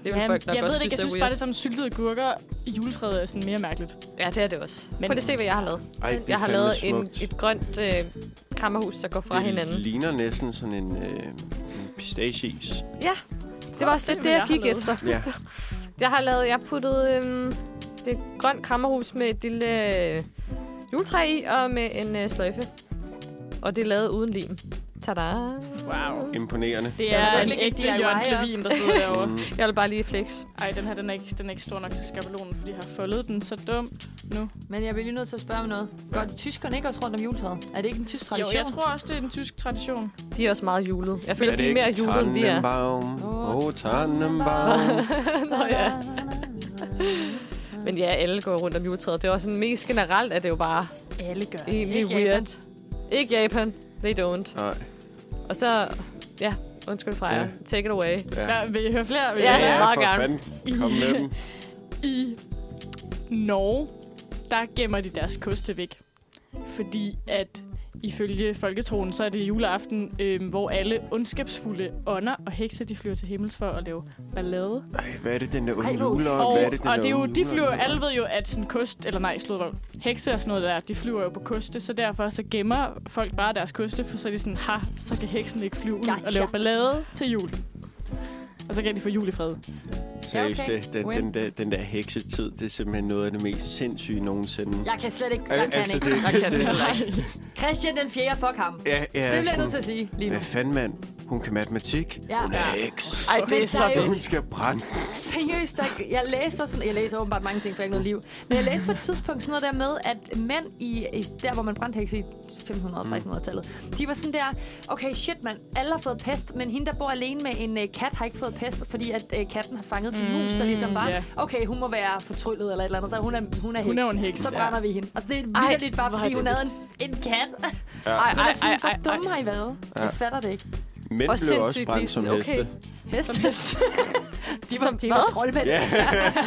Speaker 4: vil
Speaker 3: ja,
Speaker 4: folk nok
Speaker 3: jeg
Speaker 4: også
Speaker 3: ved det ikke, jeg
Speaker 4: synes
Speaker 3: synes bare,
Speaker 4: er weird.
Speaker 3: det er som syltede gurker i juletræet er sådan mere mærkeligt.
Speaker 4: Ja, det er det også. Men...
Speaker 3: Men-
Speaker 4: Prøv lige at se, hvad jeg har lavet.
Speaker 1: Ej, det er
Speaker 4: Jeg har
Speaker 1: fandme
Speaker 4: lavet en,
Speaker 1: smukt.
Speaker 4: et grønt øh, krammerhus, der går fra
Speaker 1: det
Speaker 4: hinanden.
Speaker 1: ligner næsten sådan en, øh, en pistacheis.
Speaker 4: Det var også lidt det,
Speaker 3: hvad
Speaker 4: jeg
Speaker 3: har
Speaker 4: gik
Speaker 3: lavet.
Speaker 4: efter.
Speaker 1: Ja.
Speaker 4: Jeg har lavet, jeg har puttet øhm, det er et grønt krammerhus med et lille øh, juletræ i og med en øh, sløjfe. Og det er lavet uden lim. Tada!
Speaker 3: Wow.
Speaker 1: Imponerende.
Speaker 3: Det
Speaker 2: Jeg vil
Speaker 3: er
Speaker 2: godt
Speaker 3: en
Speaker 2: lægge et
Speaker 3: ægte
Speaker 2: DIY
Speaker 3: Jørgen
Speaker 2: op.
Speaker 3: Klevin, der sidder derovre.
Speaker 1: Mm.
Speaker 4: Jeg vil bare lige flex.
Speaker 3: Ej, den her den er, ikke, den er ikke stor nok til skabelonen, fordi jeg har foldet den så dumt nu.
Speaker 2: Men jeg bliver lige nødt til at spørge om noget. Går de tyskerne ikke også rundt om juletræet? Er det ikke en tysk
Speaker 3: Jo,
Speaker 2: tradition?
Speaker 3: jeg tror også, det er en tysk tradition.
Speaker 4: De er også meget julede. Jeg føler,
Speaker 1: Er
Speaker 4: de
Speaker 1: det
Speaker 4: er
Speaker 1: ikke
Speaker 4: mere julede, end vi er.
Speaker 1: Tannenbaum? Åh,
Speaker 2: Åh,
Speaker 1: oh, Tannenbaum.
Speaker 4: Nå ja. Men ja, alle går rundt om juletræet. Det er også sådan, mest generelt, at det jo bare
Speaker 3: Alle gør det.
Speaker 4: egentlig
Speaker 2: Ikke
Speaker 4: weird.
Speaker 2: Japan.
Speaker 4: Ikke Japan. They don't.
Speaker 1: Nej,
Speaker 4: Og så, ja, undskyld fra jer.
Speaker 1: Ja.
Speaker 4: Take it away.
Speaker 1: ja.
Speaker 3: Hvad, vil I høre flere? Vil I
Speaker 4: Ja,
Speaker 3: høre
Speaker 1: ja
Speaker 3: flere?
Speaker 4: meget
Speaker 1: for
Speaker 4: gerne.
Speaker 1: fanden. Kom med dem.
Speaker 3: I Norge, der gemmer de deres koste væk. Fordi at ifølge folketroen, så er det juleaften, øh, hvor alle ondskabsfulde ånder og hekse, de flyver til himmels for at lave ballade.
Speaker 1: Ej, hvad er det, den der
Speaker 2: Ej,
Speaker 1: unge
Speaker 2: hvor-
Speaker 1: juleånd?
Speaker 3: Og,
Speaker 1: Hvad er det, den
Speaker 3: og det er
Speaker 1: der
Speaker 3: jo,
Speaker 1: unge
Speaker 3: de flyver,
Speaker 1: juleånd?
Speaker 3: alle ved jo, at sådan kost, eller nej, sludvogn, hekse og sådan noget der, de flyver jo på koste, så derfor så gemmer folk bare deres koste, for så er de sådan, ha, så kan heksen ikke flyve ud og
Speaker 2: Gotcha.
Speaker 3: lave ballade til jul. Og så kan de få jul i fred.
Speaker 1: Seriøst,
Speaker 2: Ja, okay.
Speaker 1: det- den,
Speaker 2: Win.
Speaker 1: den, der, den der heksetid, det er simpelthen noget af det mest sindssyge nogensinde.
Speaker 2: Jeg kan slet ikke. Jeg kan
Speaker 1: altså,
Speaker 2: ikke.
Speaker 1: det-
Speaker 2: Jeg kan
Speaker 1: det-
Speaker 2: heller ikke. Christian den 4. Fuck ham.
Speaker 1: Ja, ja,
Speaker 2: Det bliver jeg
Speaker 1: sådan,
Speaker 2: nødt til at sige lige nu.
Speaker 1: Hvad fanden, mand? Hun kan matematik.
Speaker 2: Ja.
Speaker 1: Hun er
Speaker 2: Ja.
Speaker 1: heks.
Speaker 4: Ej, det
Speaker 2: Men
Speaker 4: er
Speaker 2: der
Speaker 4: så
Speaker 2: er jo-
Speaker 4: vildt.
Speaker 1: Hun skal brænde.
Speaker 2: Seriøst, der, jeg læste også, jeg læser åbenbart mange ting, for jeg har ikke noget liv. Men jeg læste på et tidspunkt sådan noget der med, at mænd i, i der, hvor man brændte hekse i 1500-1600-tallet, de var sådan der, okay, shit mand, alle har fået pest, men hende, der bor alene med en øh, kat, har ikke fået pest, fordi at øh, katten har fanget de mus, der ligesom var.
Speaker 3: ja.
Speaker 2: Okay, hun må være fortryllet eller et eller andet. Der, hun er, hun er heks.
Speaker 3: Hun er jo en heks,
Speaker 2: Så
Speaker 3: ja.
Speaker 2: brænder vi hende. Og det er
Speaker 4: Ej,
Speaker 2: vildt bare,
Speaker 4: hvor er
Speaker 2: fordi
Speaker 4: det
Speaker 2: hun havde en, en kat.
Speaker 4: Ej,
Speaker 2: Ej, ej, ej, Hvor dumme har I været? Jeg fatter det ikke.
Speaker 1: Mænd
Speaker 4: Og
Speaker 1: blev også
Speaker 4: sindssygt lige
Speaker 1: brændt som
Speaker 4: sådan,
Speaker 1: heste.
Speaker 2: Hest. De var,
Speaker 4: Som
Speaker 2: de var
Speaker 4: hvad?
Speaker 2: troldmænd.
Speaker 1: Ja.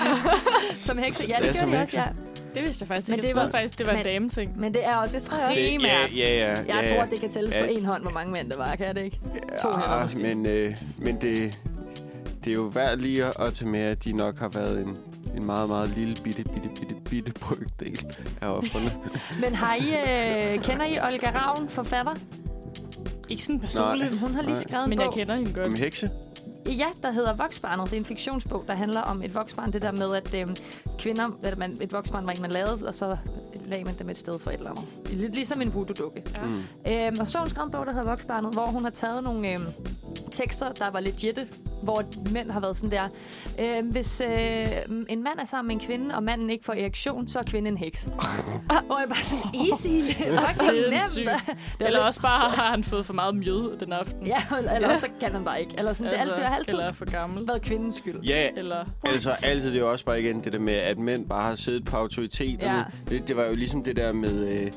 Speaker 2: Som hekse. Ja,
Speaker 1: Ja,
Speaker 2: det
Speaker 1: som
Speaker 2: gjorde de også,
Speaker 1: hekse.
Speaker 2: ja.
Speaker 3: Det vidste jeg faktisk
Speaker 2: Men
Speaker 3: ikke. Jeg
Speaker 2: det var-
Speaker 3: troede faktisk, det var en
Speaker 2: men-
Speaker 3: dameting.
Speaker 2: Men det er også, jeg tror jeg også.
Speaker 1: Det- Ja, ja, ja.
Speaker 2: Jeg
Speaker 1: ja,
Speaker 2: tror, det kan tælles på
Speaker 1: Ja.
Speaker 2: en hånd, hvor mange mænd der var, kan det ikke? To hænder
Speaker 1: ja,
Speaker 2: måske.
Speaker 1: men, øh, men det, det er jo værd lige at at tage med, at de nok har været en, en meget, meget lille bitte, bitte, bitte, bitte brygdel af offerne.
Speaker 2: Men har I, øh, kender I Olga Ravn, forfatter?
Speaker 3: Ikke sådan personligt,
Speaker 2: Hun har lige
Speaker 1: Nej.
Speaker 2: skrevet en
Speaker 3: men jeg
Speaker 2: bog.
Speaker 3: kender hende godt.
Speaker 1: Om hekse?
Speaker 2: Ja, der hedder Voksbarnet. Det er en fiktionsbog, der handler om et voksbarn. Det der med, at øh, kvinder, at man, et voksbarn var en, man lavede, og så lagde man dem et sted for et eller andet. Lidt ligesom en voodoo-dukke.
Speaker 3: Ja.
Speaker 1: Mm.
Speaker 2: Øhm, og så har hun skrevet en bog, der hedder Voksbarnet, hvor hun har taget nogle øhm, tekster, der var legitte, hvor mænd har været sådan der. Øhm, hvis øh, en mand er sammen med en kvinde, og manden ikke får erektion, så er kvinden en heks. og jeg er bare sådan, easy, så
Speaker 3: Sindssygt.
Speaker 2: nemt. Det er
Speaker 3: Eller
Speaker 2: lidt-
Speaker 3: også bare har han fået for meget mjød den aften.
Speaker 2: Ja, eller, eller også så kan han bare ikke. Eller sådan, altså, det, er alt- det har altid
Speaker 3: Eller er for gammel.
Speaker 2: været kvindens skyld.
Speaker 1: Ja,
Speaker 3: Eller...
Speaker 1: altså altid det er jo også bare igen det der med, at mænd bare har siddet på autoriteten.
Speaker 2: Ja.
Speaker 1: Ja. Det, det var jo ligesom det der med, øh,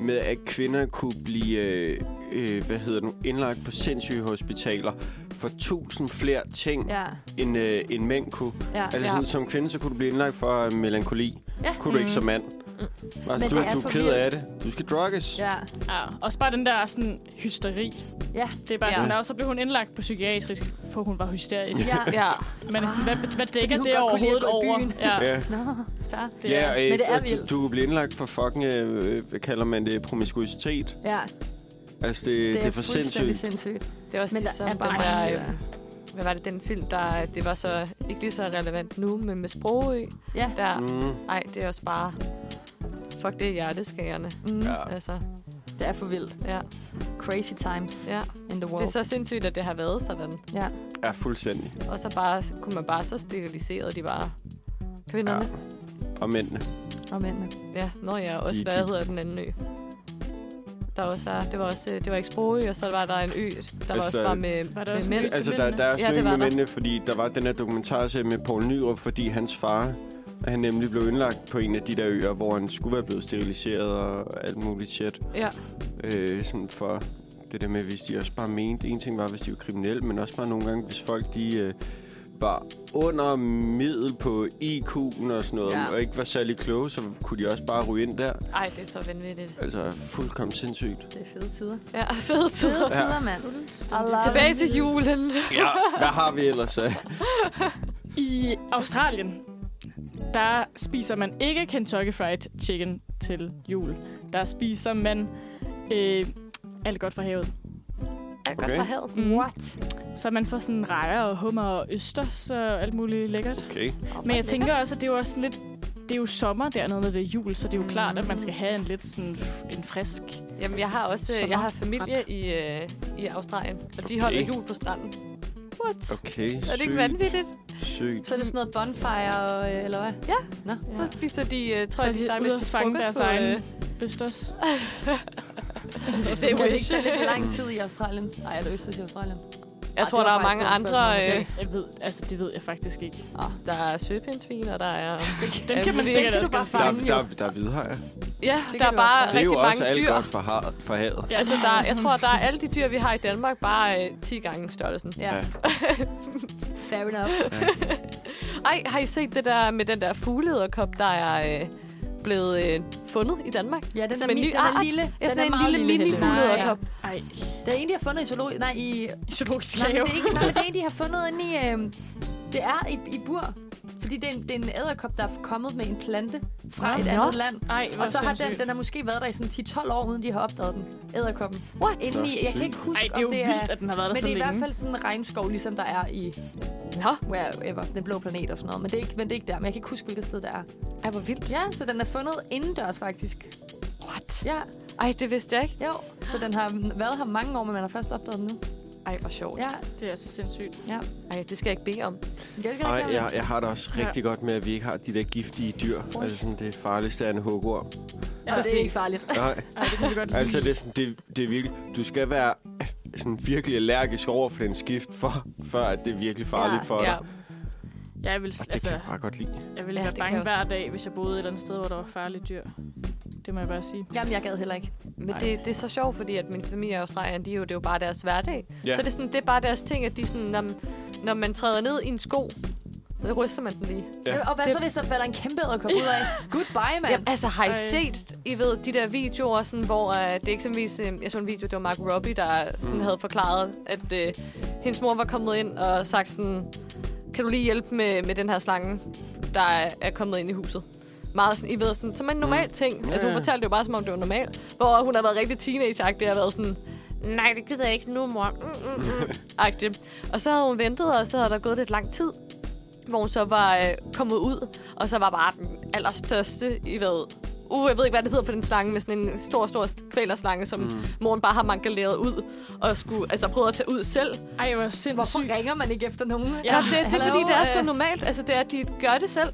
Speaker 1: med at kvinder kunne blive øh, øh, hvad hedder det nu, indlagt på sindssyge hospitaler for tusind flere ting, ja.
Speaker 2: Ja,
Speaker 1: end, øh, end mænd kunne.
Speaker 2: ja,
Speaker 1: Altså
Speaker 2: ja.
Speaker 1: sådan, som kvinde, så kunne du blive indlagt for øh, melankoli.
Speaker 2: Ja.
Speaker 1: Kunne du ikke som mand. Altså,
Speaker 2: Mm. Men
Speaker 1: du,
Speaker 2: det er
Speaker 1: du er
Speaker 2: for
Speaker 1: ked
Speaker 2: vildt.
Speaker 1: af det. Du skal drugges.
Speaker 2: Mm. Ja,
Speaker 3: Ja, også bare den der sådan, hysteri.
Speaker 2: ja,
Speaker 3: Det er bare
Speaker 4: Ja.
Speaker 3: ja. sådan, og så blev hun indlagt på psykiatrisk, for hun var hysterisk.
Speaker 2: ja.
Speaker 4: Ja,
Speaker 3: Men sådan, hvad, hvad dækker
Speaker 2: hun
Speaker 3: det
Speaker 2: godt kunne lide
Speaker 3: overhovedet
Speaker 2: at gå i
Speaker 3: over?
Speaker 2: byen.
Speaker 3: Ja,
Speaker 1: Ja.
Speaker 2: Nå, klar.
Speaker 3: det
Speaker 1: Ja,
Speaker 3: er,
Speaker 1: øh,
Speaker 2: Men det er
Speaker 1: og du,
Speaker 2: vildt.
Speaker 1: du kunne blive indlagt for fucking, øh, øh, hvad kalder man det, promiskuitet.
Speaker 2: Ja,
Speaker 1: Altså, det, det, det er for
Speaker 2: fuldstændig
Speaker 1: sindssygt.
Speaker 2: sindssygt.
Speaker 4: det er også
Speaker 2: Men
Speaker 4: Men
Speaker 2: der
Speaker 4: ligesom
Speaker 2: er bare
Speaker 4: den der...
Speaker 2: mange,
Speaker 4: Øh, hvad var det, den film, der... øh, Det var så ikke lige så relevant nu, men med Sprogø.
Speaker 2: Ja.
Speaker 4: Der,
Speaker 1: Mm,
Speaker 4: nej, det er også bare... Fuck, det er hjerteskærende.
Speaker 2: Mm,
Speaker 1: ja.
Speaker 4: Altså,
Speaker 2: Det er for vildt.
Speaker 4: ja,
Speaker 2: Crazy times
Speaker 4: ja.
Speaker 2: in the
Speaker 4: Det
Speaker 2: world.
Speaker 4: er så sindssygt, at det har været sådan.
Speaker 2: Ja.
Speaker 1: ja, fuldstændig.
Speaker 4: Og så bare, kunne man bare så sterilisere de bare kvinderne. Ja.
Speaker 1: Og mændene.
Speaker 2: Og mændene.
Speaker 4: ja. Nå ja, også,
Speaker 1: De-
Speaker 4: hvad
Speaker 1: de-
Speaker 4: hedder den anden ø? Der også er, det var også, øh, det var ikke Sprogø, og så var der en ø, der
Speaker 1: Altså,
Speaker 4: var også bare med,
Speaker 3: var der
Speaker 4: med
Speaker 3: også en
Speaker 4: mænd.
Speaker 3: ø til
Speaker 1: Altså, der,
Speaker 3: mændene.
Speaker 1: der er
Speaker 4: Ja, det
Speaker 1: sådan ja,
Speaker 4: var
Speaker 1: med
Speaker 4: der.
Speaker 1: mændene, fordi der var den her dokumentarserie med Poul Nyrup, fordi hans far, han nemlig blev indlagt på en af de der øer, hvor han skulle være blevet steriliseret og alt muligt shit.
Speaker 4: Ja,
Speaker 1: øh, sådan for det der med, hvis de også bare mente, en ting var, hvis de var kriminelle, men også bare nogle gange, hvis folk de øh, var under middel på IQ'en og sådan noget,
Speaker 4: Ja.
Speaker 1: ja. og ikke var særlig kloge, så kunne de også bare ryge ind der.
Speaker 4: Ej, det er så vanvittigt.
Speaker 1: Altså, fuldkommen sindssygt.
Speaker 2: Det er fede tider.
Speaker 4: Ja, fed tid.
Speaker 2: Fede tider, mand.
Speaker 4: Tilbage til julen.
Speaker 1: Ja, hvad har vi ellers af?
Speaker 3: I Australien, der spiser man ikke Kentucky Fried Chicken til jul. Der spiser man øh, alt godt fra havet.
Speaker 4: Jeg
Speaker 1: Okay.
Speaker 4: går fra havet.
Speaker 3: Mm.
Speaker 2: What?
Speaker 3: Så man får sådan rejer og hummer og østers og alt muligt lækkert.
Speaker 1: Okay.
Speaker 3: Men jeg tænker også, at det er jo også sådan lidt... Det er jo sommer dernede, når det er jul, så det er jo klart, at man skal have en lidt sådan f- en frisk...
Speaker 4: Jamen, jeg har også
Speaker 3: Sommer.
Speaker 4: jeg har familie i, øh, i Australien, og de holder jul på stranden.
Speaker 3: What?
Speaker 1: Okay,
Speaker 4: Er det ikke
Speaker 1: sygt,
Speaker 4: vanvittigt?
Speaker 1: sygt.
Speaker 2: Så er det sådan noget bonfire, og, øh, eller hvad? Ja. Nå.
Speaker 4: Så spiser de, øh, tror
Speaker 3: Så
Speaker 4: jeg,
Speaker 3: er de
Speaker 4: de starter med
Speaker 3: ude at
Speaker 4: at spise
Speaker 3: fange
Speaker 4: frokost
Speaker 3: deres
Speaker 4: på,
Speaker 3: egen
Speaker 4: øh,
Speaker 3: østers.
Speaker 4: Det er
Speaker 2: Kan det ikke
Speaker 4: wish.
Speaker 2: tage lidt lang tid i Australien? Nej, er det østet i Australien?
Speaker 4: Jeg
Speaker 2: Ej,
Speaker 4: tror,
Speaker 2: det
Speaker 4: der
Speaker 2: var
Speaker 4: er mange
Speaker 2: faktisk et
Speaker 4: andre.
Speaker 2: godt spørgsmål.
Speaker 4: Øh,
Speaker 3: Jeg ved, altså det ved jeg faktisk ikke.
Speaker 4: der er søpindsvin, og der er...
Speaker 3: Dem
Speaker 4: Ja,
Speaker 3: kan man
Speaker 4: det
Speaker 3: sikkert
Speaker 4: kan du
Speaker 3: også godt
Speaker 4: bare
Speaker 1: Der,
Speaker 3: spise.
Speaker 4: fange.
Speaker 1: der, der er hvidhajer.
Speaker 4: Ja,
Speaker 2: kan
Speaker 4: der
Speaker 2: du
Speaker 4: er bare
Speaker 2: også
Speaker 1: Det er
Speaker 4: rigtig
Speaker 1: jo også
Speaker 4: mange
Speaker 1: alt
Speaker 4: dyr.
Speaker 1: godt for, har, for havet.
Speaker 3: Ja,
Speaker 4: Altså, der er, jeg tror, der er alle de dyr, vi har i Danmark, bare øh, 10 gange størrelsen.
Speaker 2: Ja.
Speaker 1: Ja.
Speaker 2: Fair enough.
Speaker 4: Ej, har I set det der med den der fuglederkop, der er øh, blevet øh, fundet i Danmark?
Speaker 2: Ja, den
Speaker 4: Som
Speaker 2: er,
Speaker 4: en
Speaker 2: min,
Speaker 4: ny Ah,
Speaker 2: den er
Speaker 4: art.
Speaker 2: lille.
Speaker 4: Ja, sådan en
Speaker 2: meget
Speaker 4: lille mini-fuglederkop.
Speaker 2: Nej,
Speaker 3: Ej,
Speaker 2: ja. Det er en, de har fundet i zoologi. Nej, i...
Speaker 3: zoologisk
Speaker 2: Nej, men
Speaker 3: have.
Speaker 2: det er ikke, nej, men det er en, de har fundet inde i... Øh, det er i, i bur. Fordi det er, en, det er en æderkop, der er kommet med en plante fra
Speaker 3: Nå.
Speaker 2: et andet land.
Speaker 3: Ej, hvor
Speaker 2: Og så har den,
Speaker 3: sindssygt.
Speaker 2: den har måske været der i sådan 10-12 år, uden de har opdaget den. Æderkoppen.
Speaker 4: What?
Speaker 2: Indeni, jeg kan ikke huske,
Speaker 3: Ej, det er jo
Speaker 2: om det er...
Speaker 3: vildt, at den har været der
Speaker 2: Men
Speaker 3: så
Speaker 2: det er i
Speaker 3: længe.
Speaker 2: hvert fald sådan en regnskov, ligesom der er i
Speaker 4: Nå,
Speaker 2: wherever, den blå planet og sådan noget. Men det er ikke, men det er ikke der, men jeg kan ikke huske, hvilket sted det er.
Speaker 4: ej, hvor vildt.
Speaker 2: Ja, så den er fundet indendørs faktisk.
Speaker 4: What?
Speaker 2: Ja,
Speaker 4: Ej, det vidste jeg ikke.
Speaker 2: jo. Så den har været her mange år, men man har først opdaget den nu.
Speaker 4: Ej, hvor sjovt.
Speaker 2: Ja,
Speaker 3: Det er så sindssygt.
Speaker 2: ja.
Speaker 4: Ej, det skal jeg ikke bede om.
Speaker 2: Hjælper
Speaker 1: Ej,
Speaker 2: ikke,
Speaker 1: jeg, jeg har det også rigtig godt med, at vi ikke har de der giftige dyr. Altså sådan, det farligste er en hugorm.
Speaker 2: ja, og det er ikke farligt.
Speaker 1: Nej,
Speaker 3: Altså, Ej, det kan vi godt lide.
Speaker 1: altså det er, sådan, det, det er virkelig... Du skal være øh, sådan virkelig allergisk over for den skift, for, før at det er virkelig farligt
Speaker 2: Ja,
Speaker 1: for dig.
Speaker 4: Ja.
Speaker 3: Jeg vil,
Speaker 1: Og det
Speaker 3: altså,
Speaker 1: kan jeg bare godt lide.
Speaker 3: jeg ville
Speaker 4: Ja,
Speaker 3: ja, være
Speaker 4: det kan
Speaker 3: bange
Speaker 4: jeg også.
Speaker 3: hver dag, hvis jeg boede et eller andet sted, hvor der var farlige dyr. Det må jeg bare sige.
Speaker 2: Jamen, jeg gad heller ikke.
Speaker 4: Men det, det er så sjovt, fordi at min familie i Australien, de er jo, det er jo bare deres hverdag.
Speaker 1: Ja.
Speaker 4: Så det er, sådan, det er bare deres ting, at de sådan, når, når man træder ned i en sko, så ryster man den lige.
Speaker 1: Ja.
Speaker 2: Og hvad
Speaker 4: Det-
Speaker 2: så, hvis der falder en kæmpe æderkop ud af? Goodbye, mand.
Speaker 4: Ja, altså har I
Speaker 3: Ej.
Speaker 4: set, I ved, de der videoer, sådan, hvor uh, det er eksempelvis, uh, jeg så en video, det var Mark Robbie, der sådan, mm. havde forklaret, at uh, hendes mor var kommet ind og sagt sådan, kan du lige hjælpe med, med den her slange, der er, er kommet ind i huset? Meget sådan, I ved, sådan, som en normal ting.
Speaker 1: Mm. Ja,
Speaker 4: Altså hun
Speaker 1: ja.
Speaker 4: fortalte det jo bare, som om det var normalt. Hvor hun har været rigtig teenage-agtig og været sådan, nej, det gider jeg ikke nu, mor. Mm, mm, mm. Agtig. Og så havde hun ventet, og så havde der gået lidt lang tid hvor hun så var øh, kommet ud, og så var bare den allerstørste, I ved, uh, jeg ved ikke, hvad det hedder på den slange, men sådan en stor, stor kvælerslange, som mm. moren bare har mangaleret ud, og skulle, altså prøvede at tage ud selv.
Speaker 3: Ej, hvor sindssygt.
Speaker 2: Hvorfor ringer man ikke efter nogen?
Speaker 4: Ja, det, det er
Speaker 2: Hallo,
Speaker 4: fordi, det er så
Speaker 2: øh,
Speaker 4: normalt, altså det er, at de gør det selv.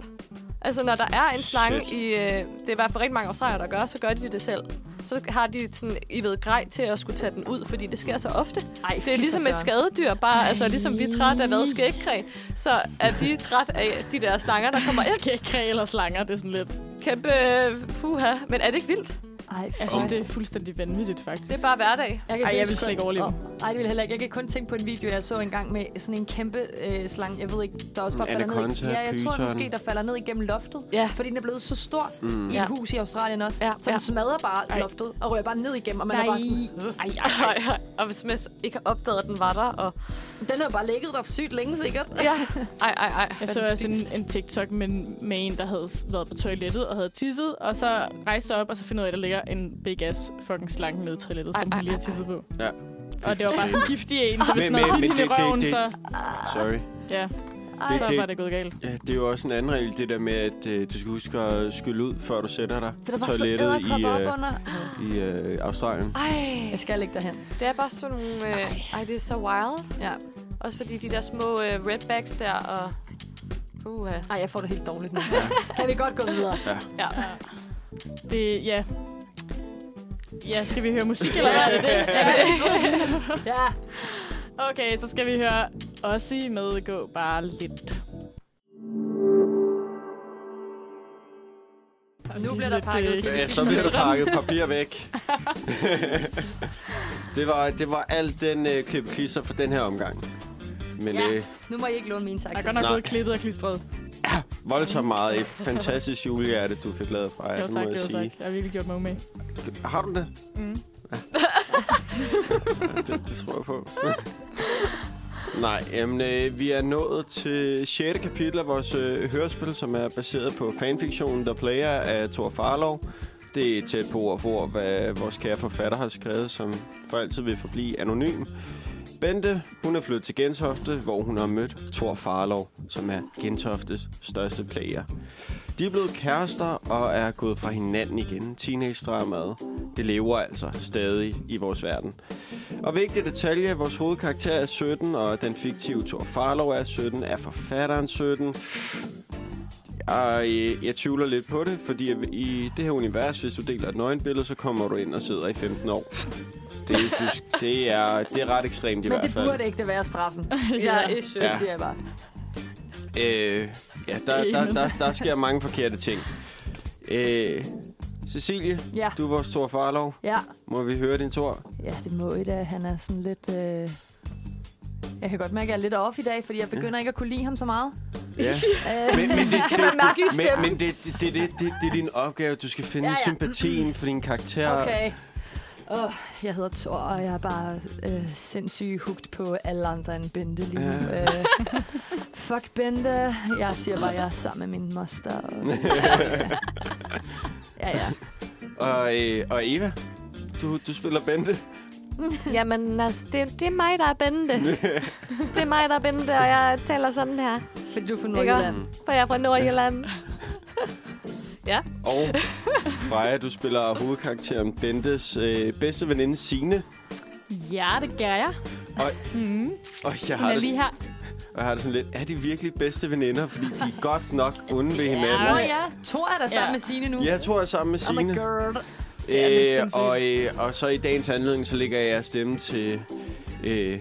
Speaker 4: Altså når der er en slange
Speaker 1: Shit.
Speaker 4: i, øh, det er i hvert fald rigtig mange australier, der gør, så gør de det selv. Så har de sådan, I ved, grej til at skulle tage den ud, fordi det sker så ofte.
Speaker 2: Ej,
Speaker 4: Det er ligesom et skadedyr, bare altså, ligesom vi er trætte af lavet skægkræ, så er de træt af de der slanger, der kommer ind.
Speaker 3: Skægkræ eller slanger, det er sådan lidt...
Speaker 4: Kæmpe øh, puha, men er det ikke vildt?
Speaker 2: Ej,
Speaker 3: Jeg synes, det er fuldstændig vanvittigt, faktisk.
Speaker 4: Det er bare hverdag.
Speaker 2: Jeg kan
Speaker 3: Ej, jeg
Speaker 2: huske-
Speaker 3: vil slet ikke overleve.
Speaker 2: Åh, Ej, det vil jeg heller ikke. Jeg kan kun tænke på en video, jeg så engang med sådan en kæmpe øh, slange. Jeg ved ikke, der også bare
Speaker 1: En
Speaker 2: falder ned.
Speaker 1: anaconda,
Speaker 2: i- Ja, jeg tror
Speaker 1: python.
Speaker 2: måske, der falder ned igennem loftet.
Speaker 4: Ja.
Speaker 2: Fordi den er blevet så stor mm. i et
Speaker 4: Ja.
Speaker 2: hus i Australien også.
Speaker 4: Ja,
Speaker 2: Så den
Speaker 4: ja.
Speaker 2: smadrer bare
Speaker 3: Ej.
Speaker 2: loftet og rører bare ned igennem. Og man
Speaker 3: Nej.
Speaker 2: er bare sådan,
Speaker 3: Ej, ej,
Speaker 4: Ej,
Speaker 3: ej.
Speaker 4: ej. Og hvis man ikke har opdaget, at den var der, og...
Speaker 2: den har jo bare ligget der sygt længe sikkert.
Speaker 4: Ja. Ej, ej, ej.
Speaker 3: Jeg så også en, en TikTok med, med en, der havde s- været på toilettet og havde tisset, og så rejste sig op, og så finder ud af, at der ligger en big ass fucking slange nede i toilettet,
Speaker 4: Ej,
Speaker 3: som
Speaker 4: ej,
Speaker 3: hun lige har
Speaker 4: ej,
Speaker 3: tisset på.
Speaker 1: Ja.
Speaker 3: Og det var bare sådan en giftig en, så hvis
Speaker 1: Men-
Speaker 3: den havde
Speaker 1: men-
Speaker 3: lidt
Speaker 1: men
Speaker 3: i
Speaker 1: det- det-
Speaker 3: røven,
Speaker 1: det-
Speaker 3: så,
Speaker 1: Sorry.
Speaker 3: ja,
Speaker 2: Ej.
Speaker 3: så
Speaker 1: det-
Speaker 3: var det gået galt.
Speaker 1: Ja, det er jo også en anden regel, det der med, at øh, du skal huske at skylle ud, før du sætter dig
Speaker 2: For der
Speaker 1: på
Speaker 2: var sådan
Speaker 1: toilettet i,
Speaker 2: æderkopper op
Speaker 1: øh,
Speaker 2: under.
Speaker 1: i øh, Australien.
Speaker 4: Ej,
Speaker 2: Jeg skal lægge derhen.
Speaker 4: det er bare sådan nogle... Øh, ej, det er så wild.
Speaker 2: Ja.
Speaker 4: Også fordi de der små øh, redbacks der, og... Uha.
Speaker 2: Ej, jeg får det helt dårligt nu. kan vi godt gå videre?
Speaker 4: Ja.
Speaker 3: Det, ja. Ja, skal vi høre musik, eller hvad er det?
Speaker 2: Ja.
Speaker 3: Okay, så skal vi høre Ossi med Gå Bare Lidt.
Speaker 4: Nu bliver der pakket.
Speaker 3: Lidt, øh,
Speaker 1: Ja, så bliver der pakket papir væk. det, var, det var alt den øh, klip klister for den her omgang. Men
Speaker 2: Ja.
Speaker 1: ja. øh,
Speaker 2: Nu må I ikke låne mine
Speaker 3: Jeg er
Speaker 2: sakser.
Speaker 3: godt nok
Speaker 1: Nej.
Speaker 3: blevet klippet og klistret.
Speaker 1: voldsomt meget. Et fantastisk julehjerte, du fik lavet fra jer,
Speaker 3: Mm. Jo
Speaker 1: det må
Speaker 3: tak,
Speaker 1: jeg
Speaker 3: jo
Speaker 1: sige.
Speaker 3: tak. Jeg har virkelig gjort mig umage.
Speaker 1: Har du det?
Speaker 3: Mm.
Speaker 1: det, det tror jeg på. Nej, jamen, øh, vi er nået til 6. kapitel af vores øh, hørespil, som er baseret på fanfiktionen The Player af Thor Farlov. Det er tæt på ord for ord, hvad vores kære forfatter har skrevet, som for altid vil forblive anonym. Bente, hun er flyttet til Gentofte, hvor hun har mødt Thor Farlov, som er Gentoftes største player. De er blevet kærester og er gået fra hinanden igen. Teenage-dramaet, det lever altså stadig i vores verden. Og vigtig detalje, at vores hovedkarakter er 17, og den fiktive Thor Farlov er 17, er forfatteren 17. Jeg, øh, jeg tvivler lidt på det, fordi i det her univers, hvis du deler et nøgenbillede, så kommer du ind og sidder i 15 år. Det, du, det, er, det er ret ekstremt i
Speaker 2: Men
Speaker 1: hvert
Speaker 2: det
Speaker 1: fald.
Speaker 2: burde ikke det være straffen.
Speaker 4: Jeg er ikke
Speaker 2: Det
Speaker 1: Ja.
Speaker 2: siger jeg bare.
Speaker 1: Øh, ja, der, der, der, der sker mange forkerte ting. Øh, Cecilie,
Speaker 2: Ja.
Speaker 1: du er vores Thor Farlov.
Speaker 2: Ja.
Speaker 1: Må vi høre din Thor?
Speaker 2: ja, det må I da. Han er sådan lidt... Øh... Jeg kan godt mærke, at jeg er lidt off i dag, fordi jeg begynder ikke at kunne lide ham så meget.
Speaker 1: Ja.
Speaker 2: Øh,
Speaker 1: Men, men, det, det,
Speaker 2: man mærke i
Speaker 1: det, men,
Speaker 2: stemmen?
Speaker 1: men det, det, det, det, det, det er din opgave. Du skal finde
Speaker 2: Ja,
Speaker 1: ja, ja.
Speaker 2: ja.
Speaker 1: sympatien for din karakter.
Speaker 2: Okay. Oh, jeg hedder Thor, og jeg er bare øh, sindssygt hugt på alle andre end Bente lige nu.
Speaker 1: Ja.
Speaker 2: Øh, fuck Bente. Jeg siger bare, at jeg er sammen med min moster. Og, ja, ja.
Speaker 1: Og, øh, og Eva, du, du spiller Bente.
Speaker 5: Jamen, altså, det, det er mig, der er Bente. det er mig, der er Bente, og jeg taler sådan her,
Speaker 2: Fordi du er fra
Speaker 5: Ikke?
Speaker 2: Nordjylland.
Speaker 5: for jeg er fra Nordjylland.
Speaker 1: Og Freja, du spiller hovedkarakteren Bentes øh, bedste veninde, Signe.
Speaker 3: Ja, det gør jeg.
Speaker 1: Og jeg
Speaker 3: Hun
Speaker 1: har,
Speaker 3: er
Speaker 1: det,
Speaker 3: lige
Speaker 1: og
Speaker 3: her.
Speaker 1: jeg har det sådan lidt, er de virkelig bedste veninder? Fordi de er godt nok onde ved hinanden.
Speaker 2: Nå ja, Thor er der sammen
Speaker 3: Ja.
Speaker 2: med Signe nu.
Speaker 1: Jeg tror, jeg er sammen med
Speaker 2: Oh my
Speaker 1: Signe.
Speaker 2: god.
Speaker 3: Det er lidt
Speaker 1: Øh,
Speaker 3: sindssygt.
Speaker 1: og, øh, og så i dagens anledning, så ligger jeg stemme til øh,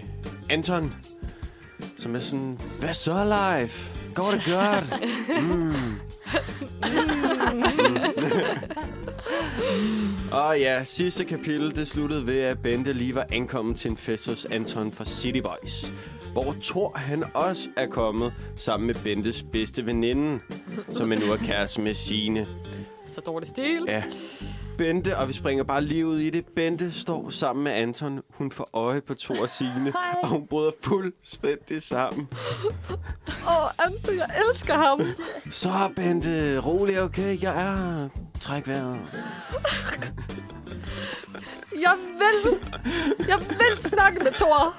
Speaker 1: Anton, som er sådan, hvad så, live? Går det godt? mm. og ja, sidste kapitel, det sluttede ved, at Bente lige var ankommet til en fest hos Anton fra City Boys. Hvor Thor han også er kommet sammen med Bentes bedste veninde, som er nu er kæreste med Signe.
Speaker 4: Så dårlig stil.
Speaker 1: Ja. Bente, og vi springer bare lige ud i det. Bente står sammen med Anton. Hun får øje på to af sine, og hun bryder fuldstændig sammen.
Speaker 5: Åh, oh,
Speaker 2: Altså,
Speaker 5: Anton, jeg elsker ham.
Speaker 1: Så, Bente, rolig, okay? Jeg er her. Træk vejret.
Speaker 5: Jeg vil, jeg vil snakke med Thor.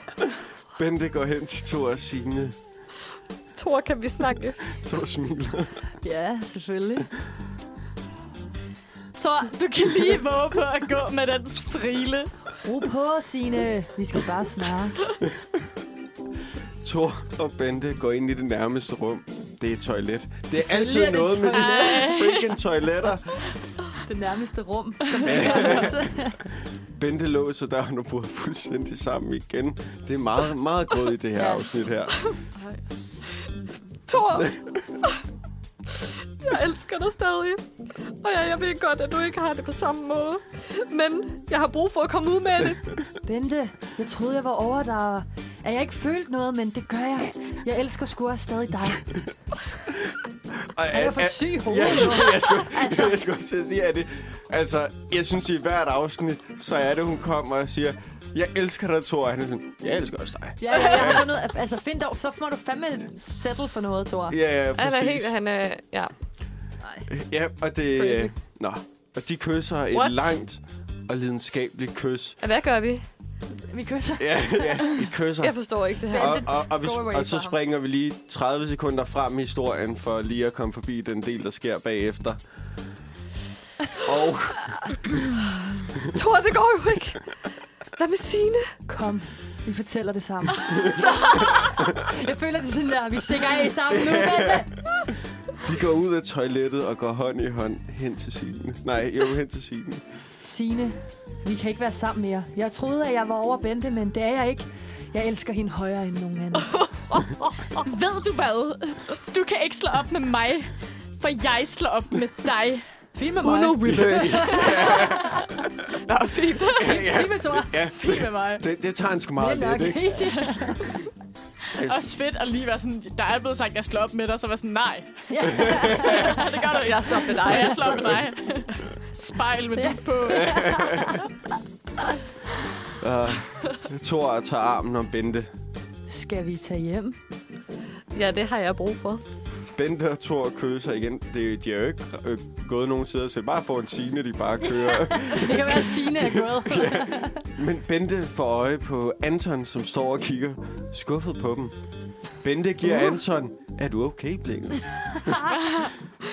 Speaker 1: Bente går hen til to af sine.
Speaker 5: Thor, kan vi snakke?
Speaker 1: To smiler.
Speaker 2: Ja, selvfølgelig.
Speaker 3: Thor, du kan lige våge på at gå med den strile.
Speaker 2: Ro på, Signe. Vi skal bare snakke.
Speaker 1: Thor og Bente går ind i det nærmeste rum. Det er et toilet. Det er altid
Speaker 2: er det
Speaker 1: noget med de
Speaker 2: toilet.
Speaker 1: der freaking toiletter.
Speaker 2: Det nærmeste rum.
Speaker 1: Bente låser døren og bryder fuldstændig sammen igen. Det er meget, meget godt i det her
Speaker 2: Ja.
Speaker 1: afsnit her.
Speaker 5: Thor, jeg elsker dig stadig. Og jeg, jeg ved godt, at du ikke har det på samme måde. Men jeg har brug for at komme ud med det.
Speaker 2: Bente, jeg troede, jeg var over dig. At jeg ikke følte noget, men det gør jeg. Jeg elsker sgu også stadig dig.
Speaker 1: Og
Speaker 2: Han er for
Speaker 1: er-
Speaker 2: syg i
Speaker 1: Ja,
Speaker 2: hovedet.
Speaker 1: jeg skulle, altså. jeg skulle også til at sige, at det, altså, jeg synes i hvert afsnit, så er det, hun kommer og siger, jeg elsker dig, Thor. Og Han er sådan, jeg elsker også dig.
Speaker 2: Ja, ja, jeg har fundet, ud af- altså find dog, så må du fandme settle for noget, Thor.
Speaker 1: Ja, ja,
Speaker 4: Han
Speaker 1: præcis.
Speaker 4: er helt, han er, ja.
Speaker 1: Ja, og det...
Speaker 4: Crazy.
Speaker 1: Øh, nå, og de kysser et
Speaker 4: What?
Speaker 1: langt og lidenskabeligt kys.
Speaker 4: Hvad gør vi?
Speaker 2: Vi kysser.
Speaker 1: Ja, ja, de kysser.
Speaker 4: Jeg forstår ikke det her.
Speaker 2: Ja,
Speaker 1: og,
Speaker 2: det
Speaker 1: og, og, vi,
Speaker 2: går away
Speaker 1: og så
Speaker 2: fra ham.
Speaker 1: springer vi lige 30 sekunder frem i historien, for lige at komme forbi den del, der sker bagefter. Og
Speaker 5: Thor, det går jo ikke. Hvad med Signe?
Speaker 2: Kom, vi fortæller det sammen. jeg føler det er sådan der, vi stikker af sammen nu, Bente.
Speaker 1: de går ud af toilettet og går hånd i hånd hen til Signe. Nej, jo, hen til Signe.
Speaker 2: Signe, vi kan ikke være sammen mere. Jeg troede, at jeg var over Bente, men det er jeg ikke. Jeg elsker hende højere end nogen anden.
Speaker 3: Ved du hvad? Du kan ikke slå op med mig, for jeg slår op med dig.
Speaker 2: Fint med mig. Uno reverse.
Speaker 3: Nå, fint.
Speaker 1: ja,
Speaker 2: Fint med Thor.
Speaker 1: ja.
Speaker 3: Fint med mig.
Speaker 1: Ah, Det, det tager han sgu
Speaker 2: Det
Speaker 1: meget
Speaker 2: er nok.
Speaker 1: let, ikke? elsker-
Speaker 3: Også fedt at lige være sådan, der er blevet sagt, at jeg slår op med dig, så var jeg sådan, nej.
Speaker 2: Ja.
Speaker 3: det gør du ikke.
Speaker 5: Jeg slår med dig.
Speaker 3: Nej, jeg slår op med dig. Spejl med dit på.
Speaker 1: Uh, Thor tager armen om Bente.
Speaker 2: Skal vi tage hjem?
Speaker 5: Ja, det har jeg brug for.
Speaker 1: Bente og Thor kysser igen. Det, de har jo ikke øh, gået nogen steder selv. Bare for en sine, de bare kører.
Speaker 2: Det kan være, at Signe er gået.
Speaker 1: Men Bente får øje på Anton, som står og kigger skuffet på dem. Bente giver
Speaker 3: Uh.
Speaker 1: Anton, er du okay, blikket?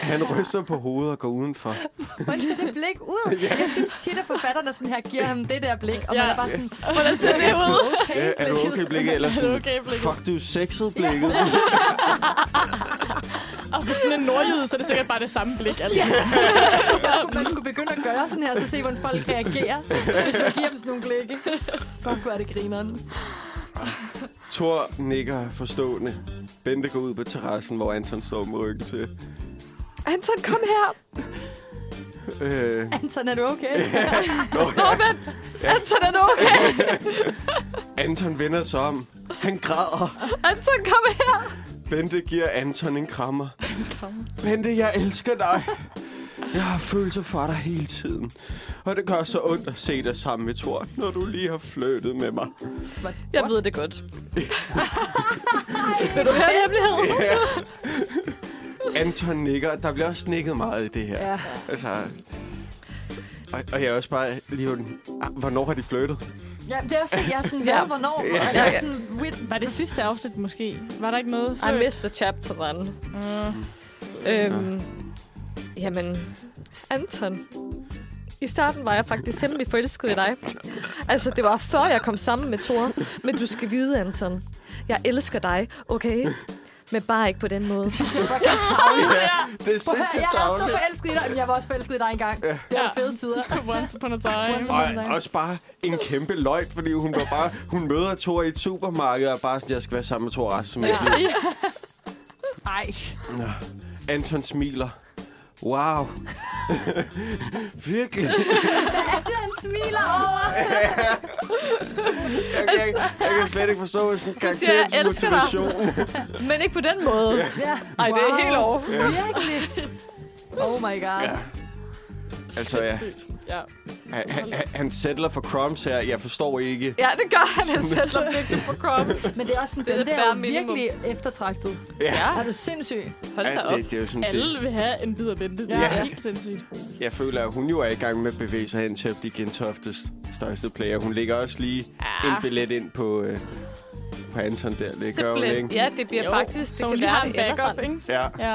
Speaker 1: Han ryster på hovedet og går udenfor.
Speaker 2: Hvordan ser det blik ud? Jeg synes tit, at forfatterne sådan her giver ham det der blik, og ja. man
Speaker 3: Ja.
Speaker 2: er bare sådan,
Speaker 3: Hvordan ser det ud?
Speaker 1: Ja,
Speaker 2: okay,
Speaker 1: er du okay, blikket? Eller
Speaker 3: Er du
Speaker 1: sådan,
Speaker 3: okay, Blikket?
Speaker 1: fuck, du er sexet, blikket. Sådan,
Speaker 3: Og hvis sådan en nordjyde, så er det sikkert bare det samme blik. Altså.
Speaker 2: Man skulle, man skulle begynde at gøre sådan her, så se, hvordan folk reagerer, hvis man giver dem sådan nogle blikke. Fuck, hvor er det grineren.
Speaker 1: Thor nikker forstående. Bente går ud på terrassen, hvor Anton står med ryggen til.
Speaker 5: Anton, kom her.
Speaker 1: Øh,
Speaker 2: Anton, er du okay?
Speaker 5: Anton, er du okay?
Speaker 1: Anton vender sig om. Han græder.
Speaker 5: Anton, kom her.
Speaker 1: Bente giver Anton en krammer. Bente, jeg elsker dig. Jeg har følelser for dig hele tiden. Og det gør så ondt at se dig sammen med Thor, når du lige har flyttet med mig.
Speaker 5: Jeg ved det godt. Vil du høre hemmeligheden?
Speaker 1: Anton nikker. Der bliver også nikket meget i det her.
Speaker 2: Ja.
Speaker 1: Altså, og, og jeg er også bare lige sådan, ah, hvornår har de flyttet?
Speaker 2: ja, det er også det, jeg er sådan, ved,
Speaker 4: Ja.
Speaker 2: hvornår.
Speaker 1: Ja.
Speaker 2: Og det er sådan, with,
Speaker 3: Var det sidste afsnit måske? Var der ikke noget
Speaker 4: I missed a chapter then.
Speaker 3: Mm.
Speaker 4: Øhm, jamen, Anton. I starten var jeg faktisk hemmelig forelsket i dig. Altså, det var før jeg kom sammen med Thor. Men du skal vide, Anton. Jeg elsker dig, okay? Men bare ikke på den måde.
Speaker 1: Det er
Speaker 2: Prøv at høre,
Speaker 1: sindssygt
Speaker 2: jeg er så
Speaker 1: tavligt.
Speaker 2: forelsket i dig. Men jeg var også forelsket i dig engang. Ja. Det var
Speaker 3: Ja.
Speaker 2: fede tider.
Speaker 3: Once upon a time.
Speaker 1: Og også bare en kæmpe løgn, fordi hun var bare hun møder Thor i et supermarked og er bare sådan, jeg skal være sammen med Thor resten af mit liv.
Speaker 2: Ej.
Speaker 1: Nå. Anton smiler. Wow. Virkelig.
Speaker 2: Han smiler over.
Speaker 1: Jeg, jeg, jeg kan slet ikke forstå sådan en
Speaker 4: siger,
Speaker 1: karakter
Speaker 4: jeg
Speaker 1: til
Speaker 4: elsker dig.
Speaker 1: motivation.
Speaker 4: Men ikke på den måde.
Speaker 2: Ja.
Speaker 4: Ej, det er helt over.
Speaker 2: Virkelig. Oh my god.
Speaker 1: Ja. Altså, ja.
Speaker 3: ja.
Speaker 1: Han, han, han settler for crumbs her. Jeg forstår ikke.
Speaker 4: Ja, det gør han. Han sætter virkelig på krom.
Speaker 2: Men det er også sådan,
Speaker 4: Det er
Speaker 2: den
Speaker 4: det
Speaker 2: der er
Speaker 4: bare
Speaker 2: jo
Speaker 4: minimum.
Speaker 2: virkelig eftertragtet.
Speaker 1: Ja.
Speaker 2: Er du sindssyg?
Speaker 3: Hold da
Speaker 1: Ja,
Speaker 3: op.
Speaker 1: det, det er jo sådan, det,
Speaker 3: Alle vil have en bid af Bente. Det er
Speaker 1: Ja.
Speaker 3: helt sindssygt.
Speaker 1: jeg føler, at hun jo er i gang med at bevæge sig hen til at blive Gentoftes største player. Hun lægger også lige
Speaker 3: Ja.
Speaker 1: en billet ind på, øh, på Anton der. Det gør hun,
Speaker 4: Simpelthen.
Speaker 1: ikke?
Speaker 4: Ja, det bliver faktisk... Det
Speaker 3: så hun
Speaker 4: kan
Speaker 3: lige
Speaker 4: være,
Speaker 3: har en
Speaker 4: det ender
Speaker 3: backup,
Speaker 4: sådan.
Speaker 3: ikke?
Speaker 1: Ja.
Speaker 3: Ja.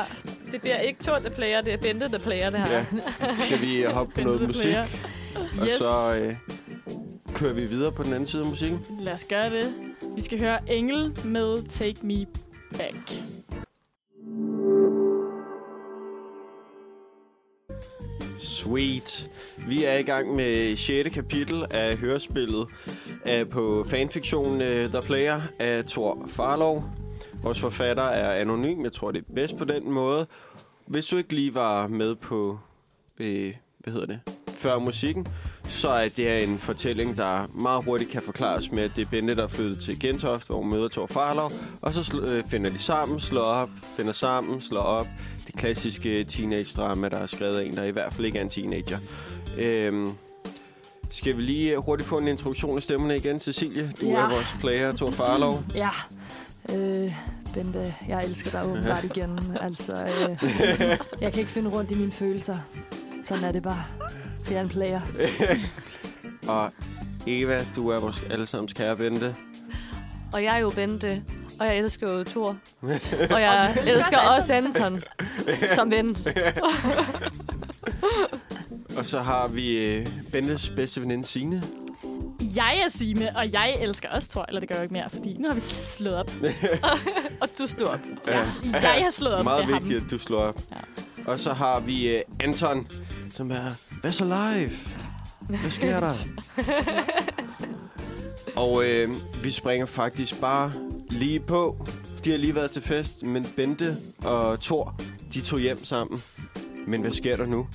Speaker 4: Det bliver ikke Thor, the player. Det er Bente, the player, det her.
Speaker 1: ja. Skal vi hoppe på
Speaker 3: Bente
Speaker 1: noget
Speaker 3: the
Speaker 1: musik?
Speaker 3: player.
Speaker 1: Og
Speaker 3: Yes.
Speaker 1: så øh, kører vi videre på den anden side af musikken.
Speaker 3: øh, Lad os gøre det. Vi skal høre Engel med Take Me Back.
Speaker 1: Sweet. Vi er i gang med 6. kapitel af hørespillet øh, på fanfiktionen øh, The Player af Thor Farlov. Vores forfatter er anonym, jeg tror det er bedst på den måde. Hvis du ikke lige var med på, øh, hvad hedder det, før musikken, så er det her en fortælling, der meget hurtigt kan forklares med, at det er Bente, der er flyttet til Gentoft, hvor hun møder Thor Farlov, og så sl- øh, finder de sammen, slår op, finder sammen, slår op, det klassiske teenage-drama, der er skrevet af en, der i hvert fald ikke er en teenager. Øhm, skal vi lige hurtigt få en introduktion af stemmerne igen, Cecilie? Du ja.
Speaker 2: Ja.
Speaker 1: er vores player, Thor Farlov.
Speaker 2: Ja. Øh, Bente, jeg elsker dig åbenbart igen. Altså, øh, jeg kan ikke finde rundt i mine følelser. Sådan er det bare. For jeg er en player.
Speaker 1: og Eva, du er vores allesammens kære Bente.
Speaker 4: Og jeg er jo Bente, og jeg elsker jo Thor. og jeg elsker også Anton som ven.
Speaker 1: Og så har vi øh, Bentes bedste veninde, Signe.
Speaker 3: Jeg er Signe, og jeg elsker også, tror jeg. Eller det gør jeg ikke mere, fordi nu har vi slået op.
Speaker 4: Og du står op.
Speaker 1: Ja.
Speaker 3: Jeg har slået op
Speaker 1: Øh, Meget
Speaker 3: med
Speaker 1: vigtigt, at du slår op.
Speaker 3: Ja.
Speaker 1: Og så har vi øh, Anton, som er, hvad så live? Hvad sker der? og øh, vi springer faktisk bare lige på. De har lige været til fest, men Bente og Thor, de tog hjem sammen. Men hvad sker der nu?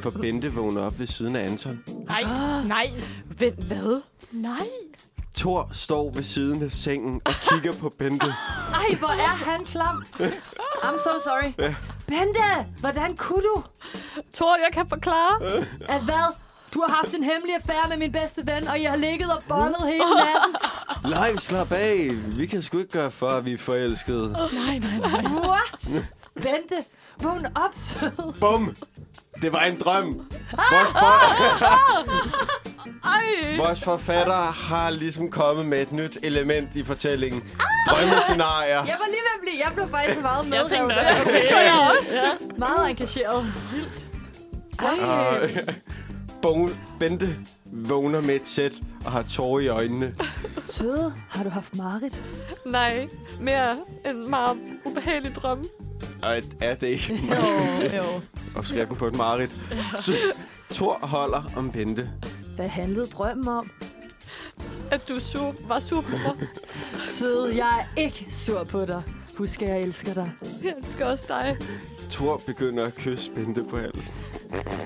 Speaker 1: For Bente vågner op ved siden af Anton.
Speaker 3: ham. Nej, nej,
Speaker 4: Vent, hvad?
Speaker 3: nej.
Speaker 1: Thor står ved siden af sengen og kigger på Bente.
Speaker 2: Ej, hvor er han klam. I'm so sorry. Bente, hvordan kunne du?
Speaker 4: Tror jeg kan forklare?
Speaker 2: At hvad? Du har haft en hemmelig affære med min bedste ven, og jeg har ligget og bollet hele natten.
Speaker 1: Live, slap af. Vi kan sgu ikke gøre for, at vi er forelskede.
Speaker 2: What? Bente, vågn op, sød.
Speaker 1: Bum! Det var en drøm. Vores, for... Vores forfatter har ligesom kommet med et nyt element i fortællingen. Drømmescenarier.
Speaker 2: Jeg var lige ved at blive... Jeg blev faktisk meget med.
Speaker 3: Jeg tænkte
Speaker 2: herude.
Speaker 3: også, okay. Det gjorde jeg også. Ja.
Speaker 2: Meget engageret.
Speaker 1: Og Bo- Bente vågner med et sæt og har tårer i øjnene.
Speaker 2: Søde, har du haft mareridt?
Speaker 4: Nej, mere en meget ubehagelig drøm.
Speaker 1: Og er det ikke
Speaker 2: Jo, jo.
Speaker 1: opskriften på et mareridt? Så Thor holder om Bente.
Speaker 2: Hvad handlede drømmen om?
Speaker 4: At du sur, var sur på mig.
Speaker 2: Søde, jeg er ikke sur på dig. Husk, at jeg elsker dig.
Speaker 4: Jeg elsker også dig.
Speaker 1: Thor begynder at kysse Bente på halsen.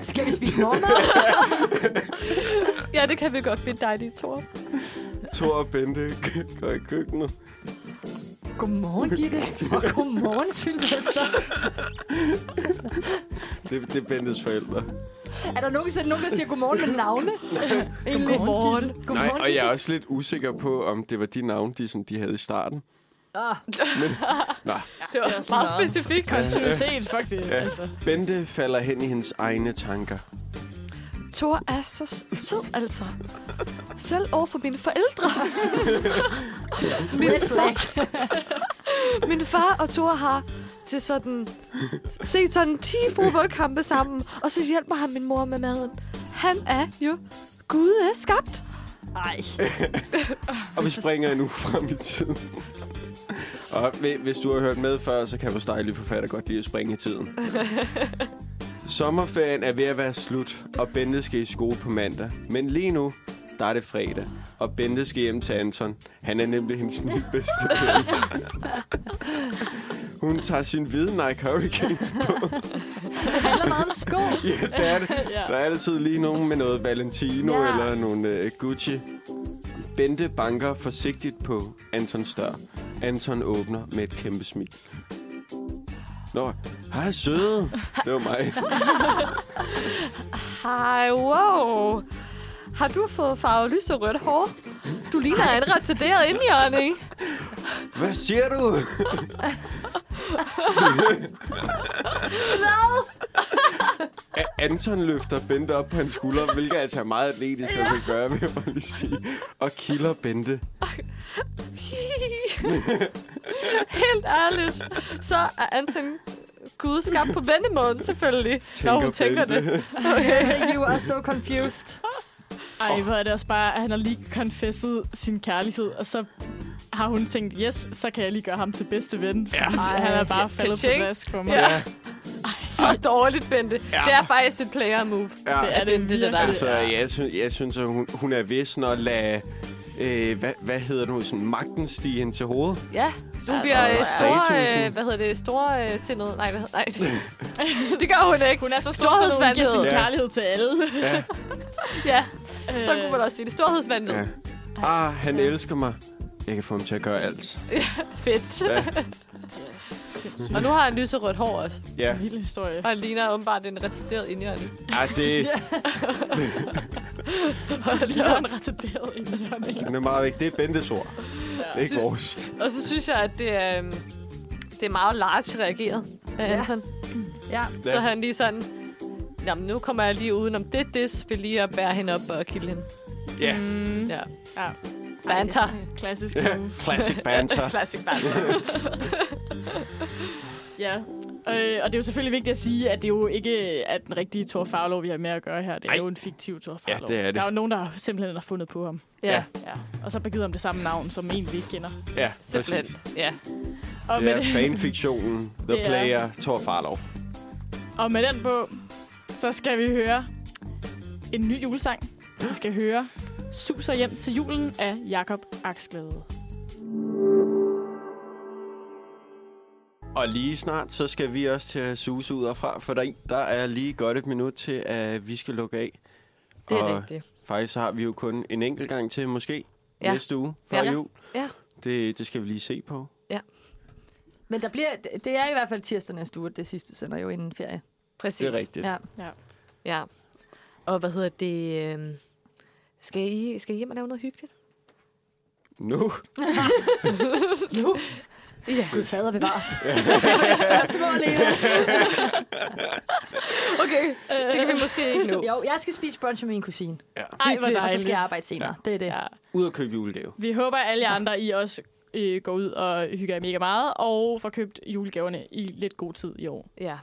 Speaker 2: Skal vi spise morgenmad?
Speaker 4: Ja, det kan vi godt blive dejlige, Thor.
Speaker 1: Thor og Bente går i køkkenet.
Speaker 2: Godmorgen, Gitte. Og godmorgen, Sylvester.
Speaker 1: Det, det er Bentes forældre.
Speaker 2: Er der nogensinde nogen, der siger godmorgen med navne? Egentlig.
Speaker 3: Godmorgen.
Speaker 2: Gitte.
Speaker 1: Nej,
Speaker 2: Godmorgen,
Speaker 1: og jeg er også lidt usikker på, om det var de navne, de, sådan, de havde i starten.
Speaker 2: Ah,
Speaker 3: Det var
Speaker 6: også
Speaker 3: meget
Speaker 6: meget.
Speaker 3: specifik kontinuitet, faktisk.
Speaker 1: Ja.
Speaker 3: Altså.
Speaker 1: Bente falder hen i hendes egne tanker.
Speaker 4: Thor er så s- sød, altså. Selv over for mine forældre.
Speaker 2: red flag.
Speaker 4: Min far og Thor har til sådan, set sådan 10 fodboldkampe sammen, og så hjælper han min mor med maden. Han er jo Gud er skabt.
Speaker 2: Ej.
Speaker 1: Og vi springer en uge frem i tiden. Og hvi- hvis du har hørt med før, så kan vores dejlige forfatter godt lide at springe i tiden. Sommerferien er ved at være slut, og Bente skal i skole på mandag. Men lige nu, der er det fredag, og Bente skal hjem til Anton. Han er nemlig hendes nye bedste ven. Hun tager sin hvide Nike Hurricanes på.
Speaker 2: Det handler meget om sko.
Speaker 1: Ja, det er det. Der er altid lige nogen med noget Valentino
Speaker 2: Ja.
Speaker 1: ja. eller nogle øh, Gucci. Bente banker forsigtigt på Antons dør. Anton åbner med et kæmpe smil. Nå, hej søde. Det var mig.
Speaker 4: Hej, wow. Har du fået farvet lys og rødt hår? Du ligner en retarderet indjørning.
Speaker 1: Hvad siger du? A- Anton løfter Bente op på hans skulder, hvilket altså er meget atletisk, at man kan gøre, vil jeg bare lige sige. Og kilder Bente.
Speaker 4: Helt ærligt. Så er Anton Gud skabt på vendemåden, selvfølgelig. når hun tænker det.
Speaker 2: You are so confused.
Speaker 3: Ej, hvor er det også bare, at han har lige confesset sin kærlighed, og så har hun tænkt, yes, så kan jeg lige gøre ham til bedste ven. Ja. Ej, han er bare faldet på
Speaker 4: Ka-ching.
Speaker 3: vask for mig. Ja.
Speaker 1: Ja,
Speaker 4: Så dårligt, Bente. Ja. Det er faktisk et player move.
Speaker 1: ja.
Speaker 3: Det er det,
Speaker 6: det, der
Speaker 3: virkelig.
Speaker 6: er.
Speaker 1: Altså, jeg synes, jeg synes at hun, hun er ved sådan at lade... Øh, hvad, hvad hedder det nu? Sådan magten stige ind til hovedet.
Speaker 4: Ja, så du bliver
Speaker 1: hvor er
Speaker 4: øh, stor,
Speaker 1: statusen.
Speaker 4: øh, hvad hedder det, stor øh, sindet. Nej, hvad hedder, nej. det gør hun ikke.
Speaker 3: Hun er så stor, så hun giver
Speaker 4: Storhedsvandet.
Speaker 3: sin
Speaker 1: Ja.
Speaker 3: kærlighed til alle.
Speaker 1: Ja,
Speaker 4: Ja, så kunne man også sige det. Storhedsvandet.
Speaker 1: ja.
Speaker 4: Ja.
Speaker 1: Ah, han elsker mig. Jeg kan få ham til at gøre alt.
Speaker 4: Fedt.
Speaker 1: Ja,
Speaker 3: Sindssygt.
Speaker 4: Og nu har han lyserødt hår også.
Speaker 1: ja.
Speaker 3: Vild historie.
Speaker 4: Og han ligner åbenbart en retarderet indjørning.
Speaker 1: Ah, det,
Speaker 3: Det var en retarderet indjørning.
Speaker 1: han er meget væk. Det er Bentes ord. Det er ikke
Speaker 4: Sy-
Speaker 1: vores.
Speaker 4: Og så synes jeg, at det er, øhm, det er meget large reageret af
Speaker 2: Ja.
Speaker 4: ja. Anton.
Speaker 2: Ja.
Speaker 4: Så
Speaker 1: Ja.
Speaker 4: han lige sådan... Jamen, nu kommer jeg lige udenom det dis, vil lige at bære hende op og kilde hende.
Speaker 1: Ja,
Speaker 3: Mm,
Speaker 4: Ja.
Speaker 3: Ja.
Speaker 4: Banter.
Speaker 3: klassisk
Speaker 1: Ja.
Speaker 3: move.
Speaker 1: classic banter.
Speaker 3: Classic banter. ja. Øh, og det er jo selvfølgelig vigtigt at sige, at det jo ikke er den rigtige Thor Farlov, vi har med at gøre her. Det er
Speaker 1: Ej.
Speaker 3: jo en fiktiv Thor Farlov.
Speaker 1: det er det.
Speaker 3: Der er jo nogen, der simpelthen har fundet på ham.
Speaker 1: Ja.
Speaker 4: Ja,
Speaker 3: Ja. Og så har givet ham det samme navn, som en vi ikke kender.
Speaker 1: Ja,
Speaker 4: simpelthen.
Speaker 1: præcis.
Speaker 4: Ja.
Speaker 3: Og,
Speaker 1: Det
Speaker 3: med,
Speaker 1: er
Speaker 3: det-
Speaker 1: fanfiktionen. The
Speaker 3: Det er-
Speaker 1: Player, Thor Farlov.
Speaker 3: og med den på, så skal vi høre en ny julesang. Vi skal høre Suser hjem til julen af Jakob Aksglæde.
Speaker 1: Og lige snart, så skal vi også til at suse ud herfra, for der, der er lige godt et minut til, at vi skal lukke af.
Speaker 6: Det er
Speaker 1: Og
Speaker 6: rigtigt.
Speaker 1: Faktisk så har vi jo kun en enkelt gang til, måske. ja.
Speaker 4: Ja.
Speaker 1: næste uge før
Speaker 4: Ja.
Speaker 1: jul.
Speaker 4: Ja.
Speaker 1: Det, det skal vi lige se på.
Speaker 2: Men der bliver, det det er i hvert fald tirsdag næste uge, det sidste sender jo inden ferie.
Speaker 4: Præcis.
Speaker 1: Det er rigtigt. Ja.
Speaker 2: Ja.
Speaker 4: Ja. Og hvad hedder det? øhm, Skal I, skal I hjem og lave noget hyggeligt?
Speaker 1: Nu.
Speaker 2: Nu? Ja, gud fader bevares. Spørgsmål, Lena.
Speaker 4: Okay, det kan vi måske ikke nå.
Speaker 2: Jo, jeg skal spise brunch med min kusine.
Speaker 3: Ej, hvor
Speaker 2: Og så skal
Speaker 3: dejligt.
Speaker 2: jeg arbejde senere. Det er det.
Speaker 3: Ja.
Speaker 1: Ud og købe julegave.
Speaker 3: Vi håber, at alle jer andre I også øh, går ud og hygger jer mega meget, og får købt julegaverne i lidt god tid i år.
Speaker 4: Ja,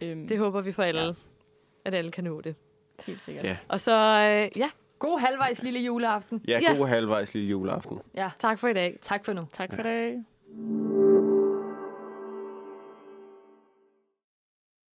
Speaker 3: Øhm,
Speaker 4: det håber vi for alle. Ja. At alle kan nå det.
Speaker 3: helt sikkert.
Speaker 1: Ja.
Speaker 4: Og så, øh, ja,
Speaker 2: God halvvejs lille juleaften.
Speaker 1: Ja,
Speaker 4: Ja.
Speaker 1: god halvvejs lille juleaften.
Speaker 4: tak for i dag.
Speaker 2: Tak for nu.
Speaker 3: Tak for det.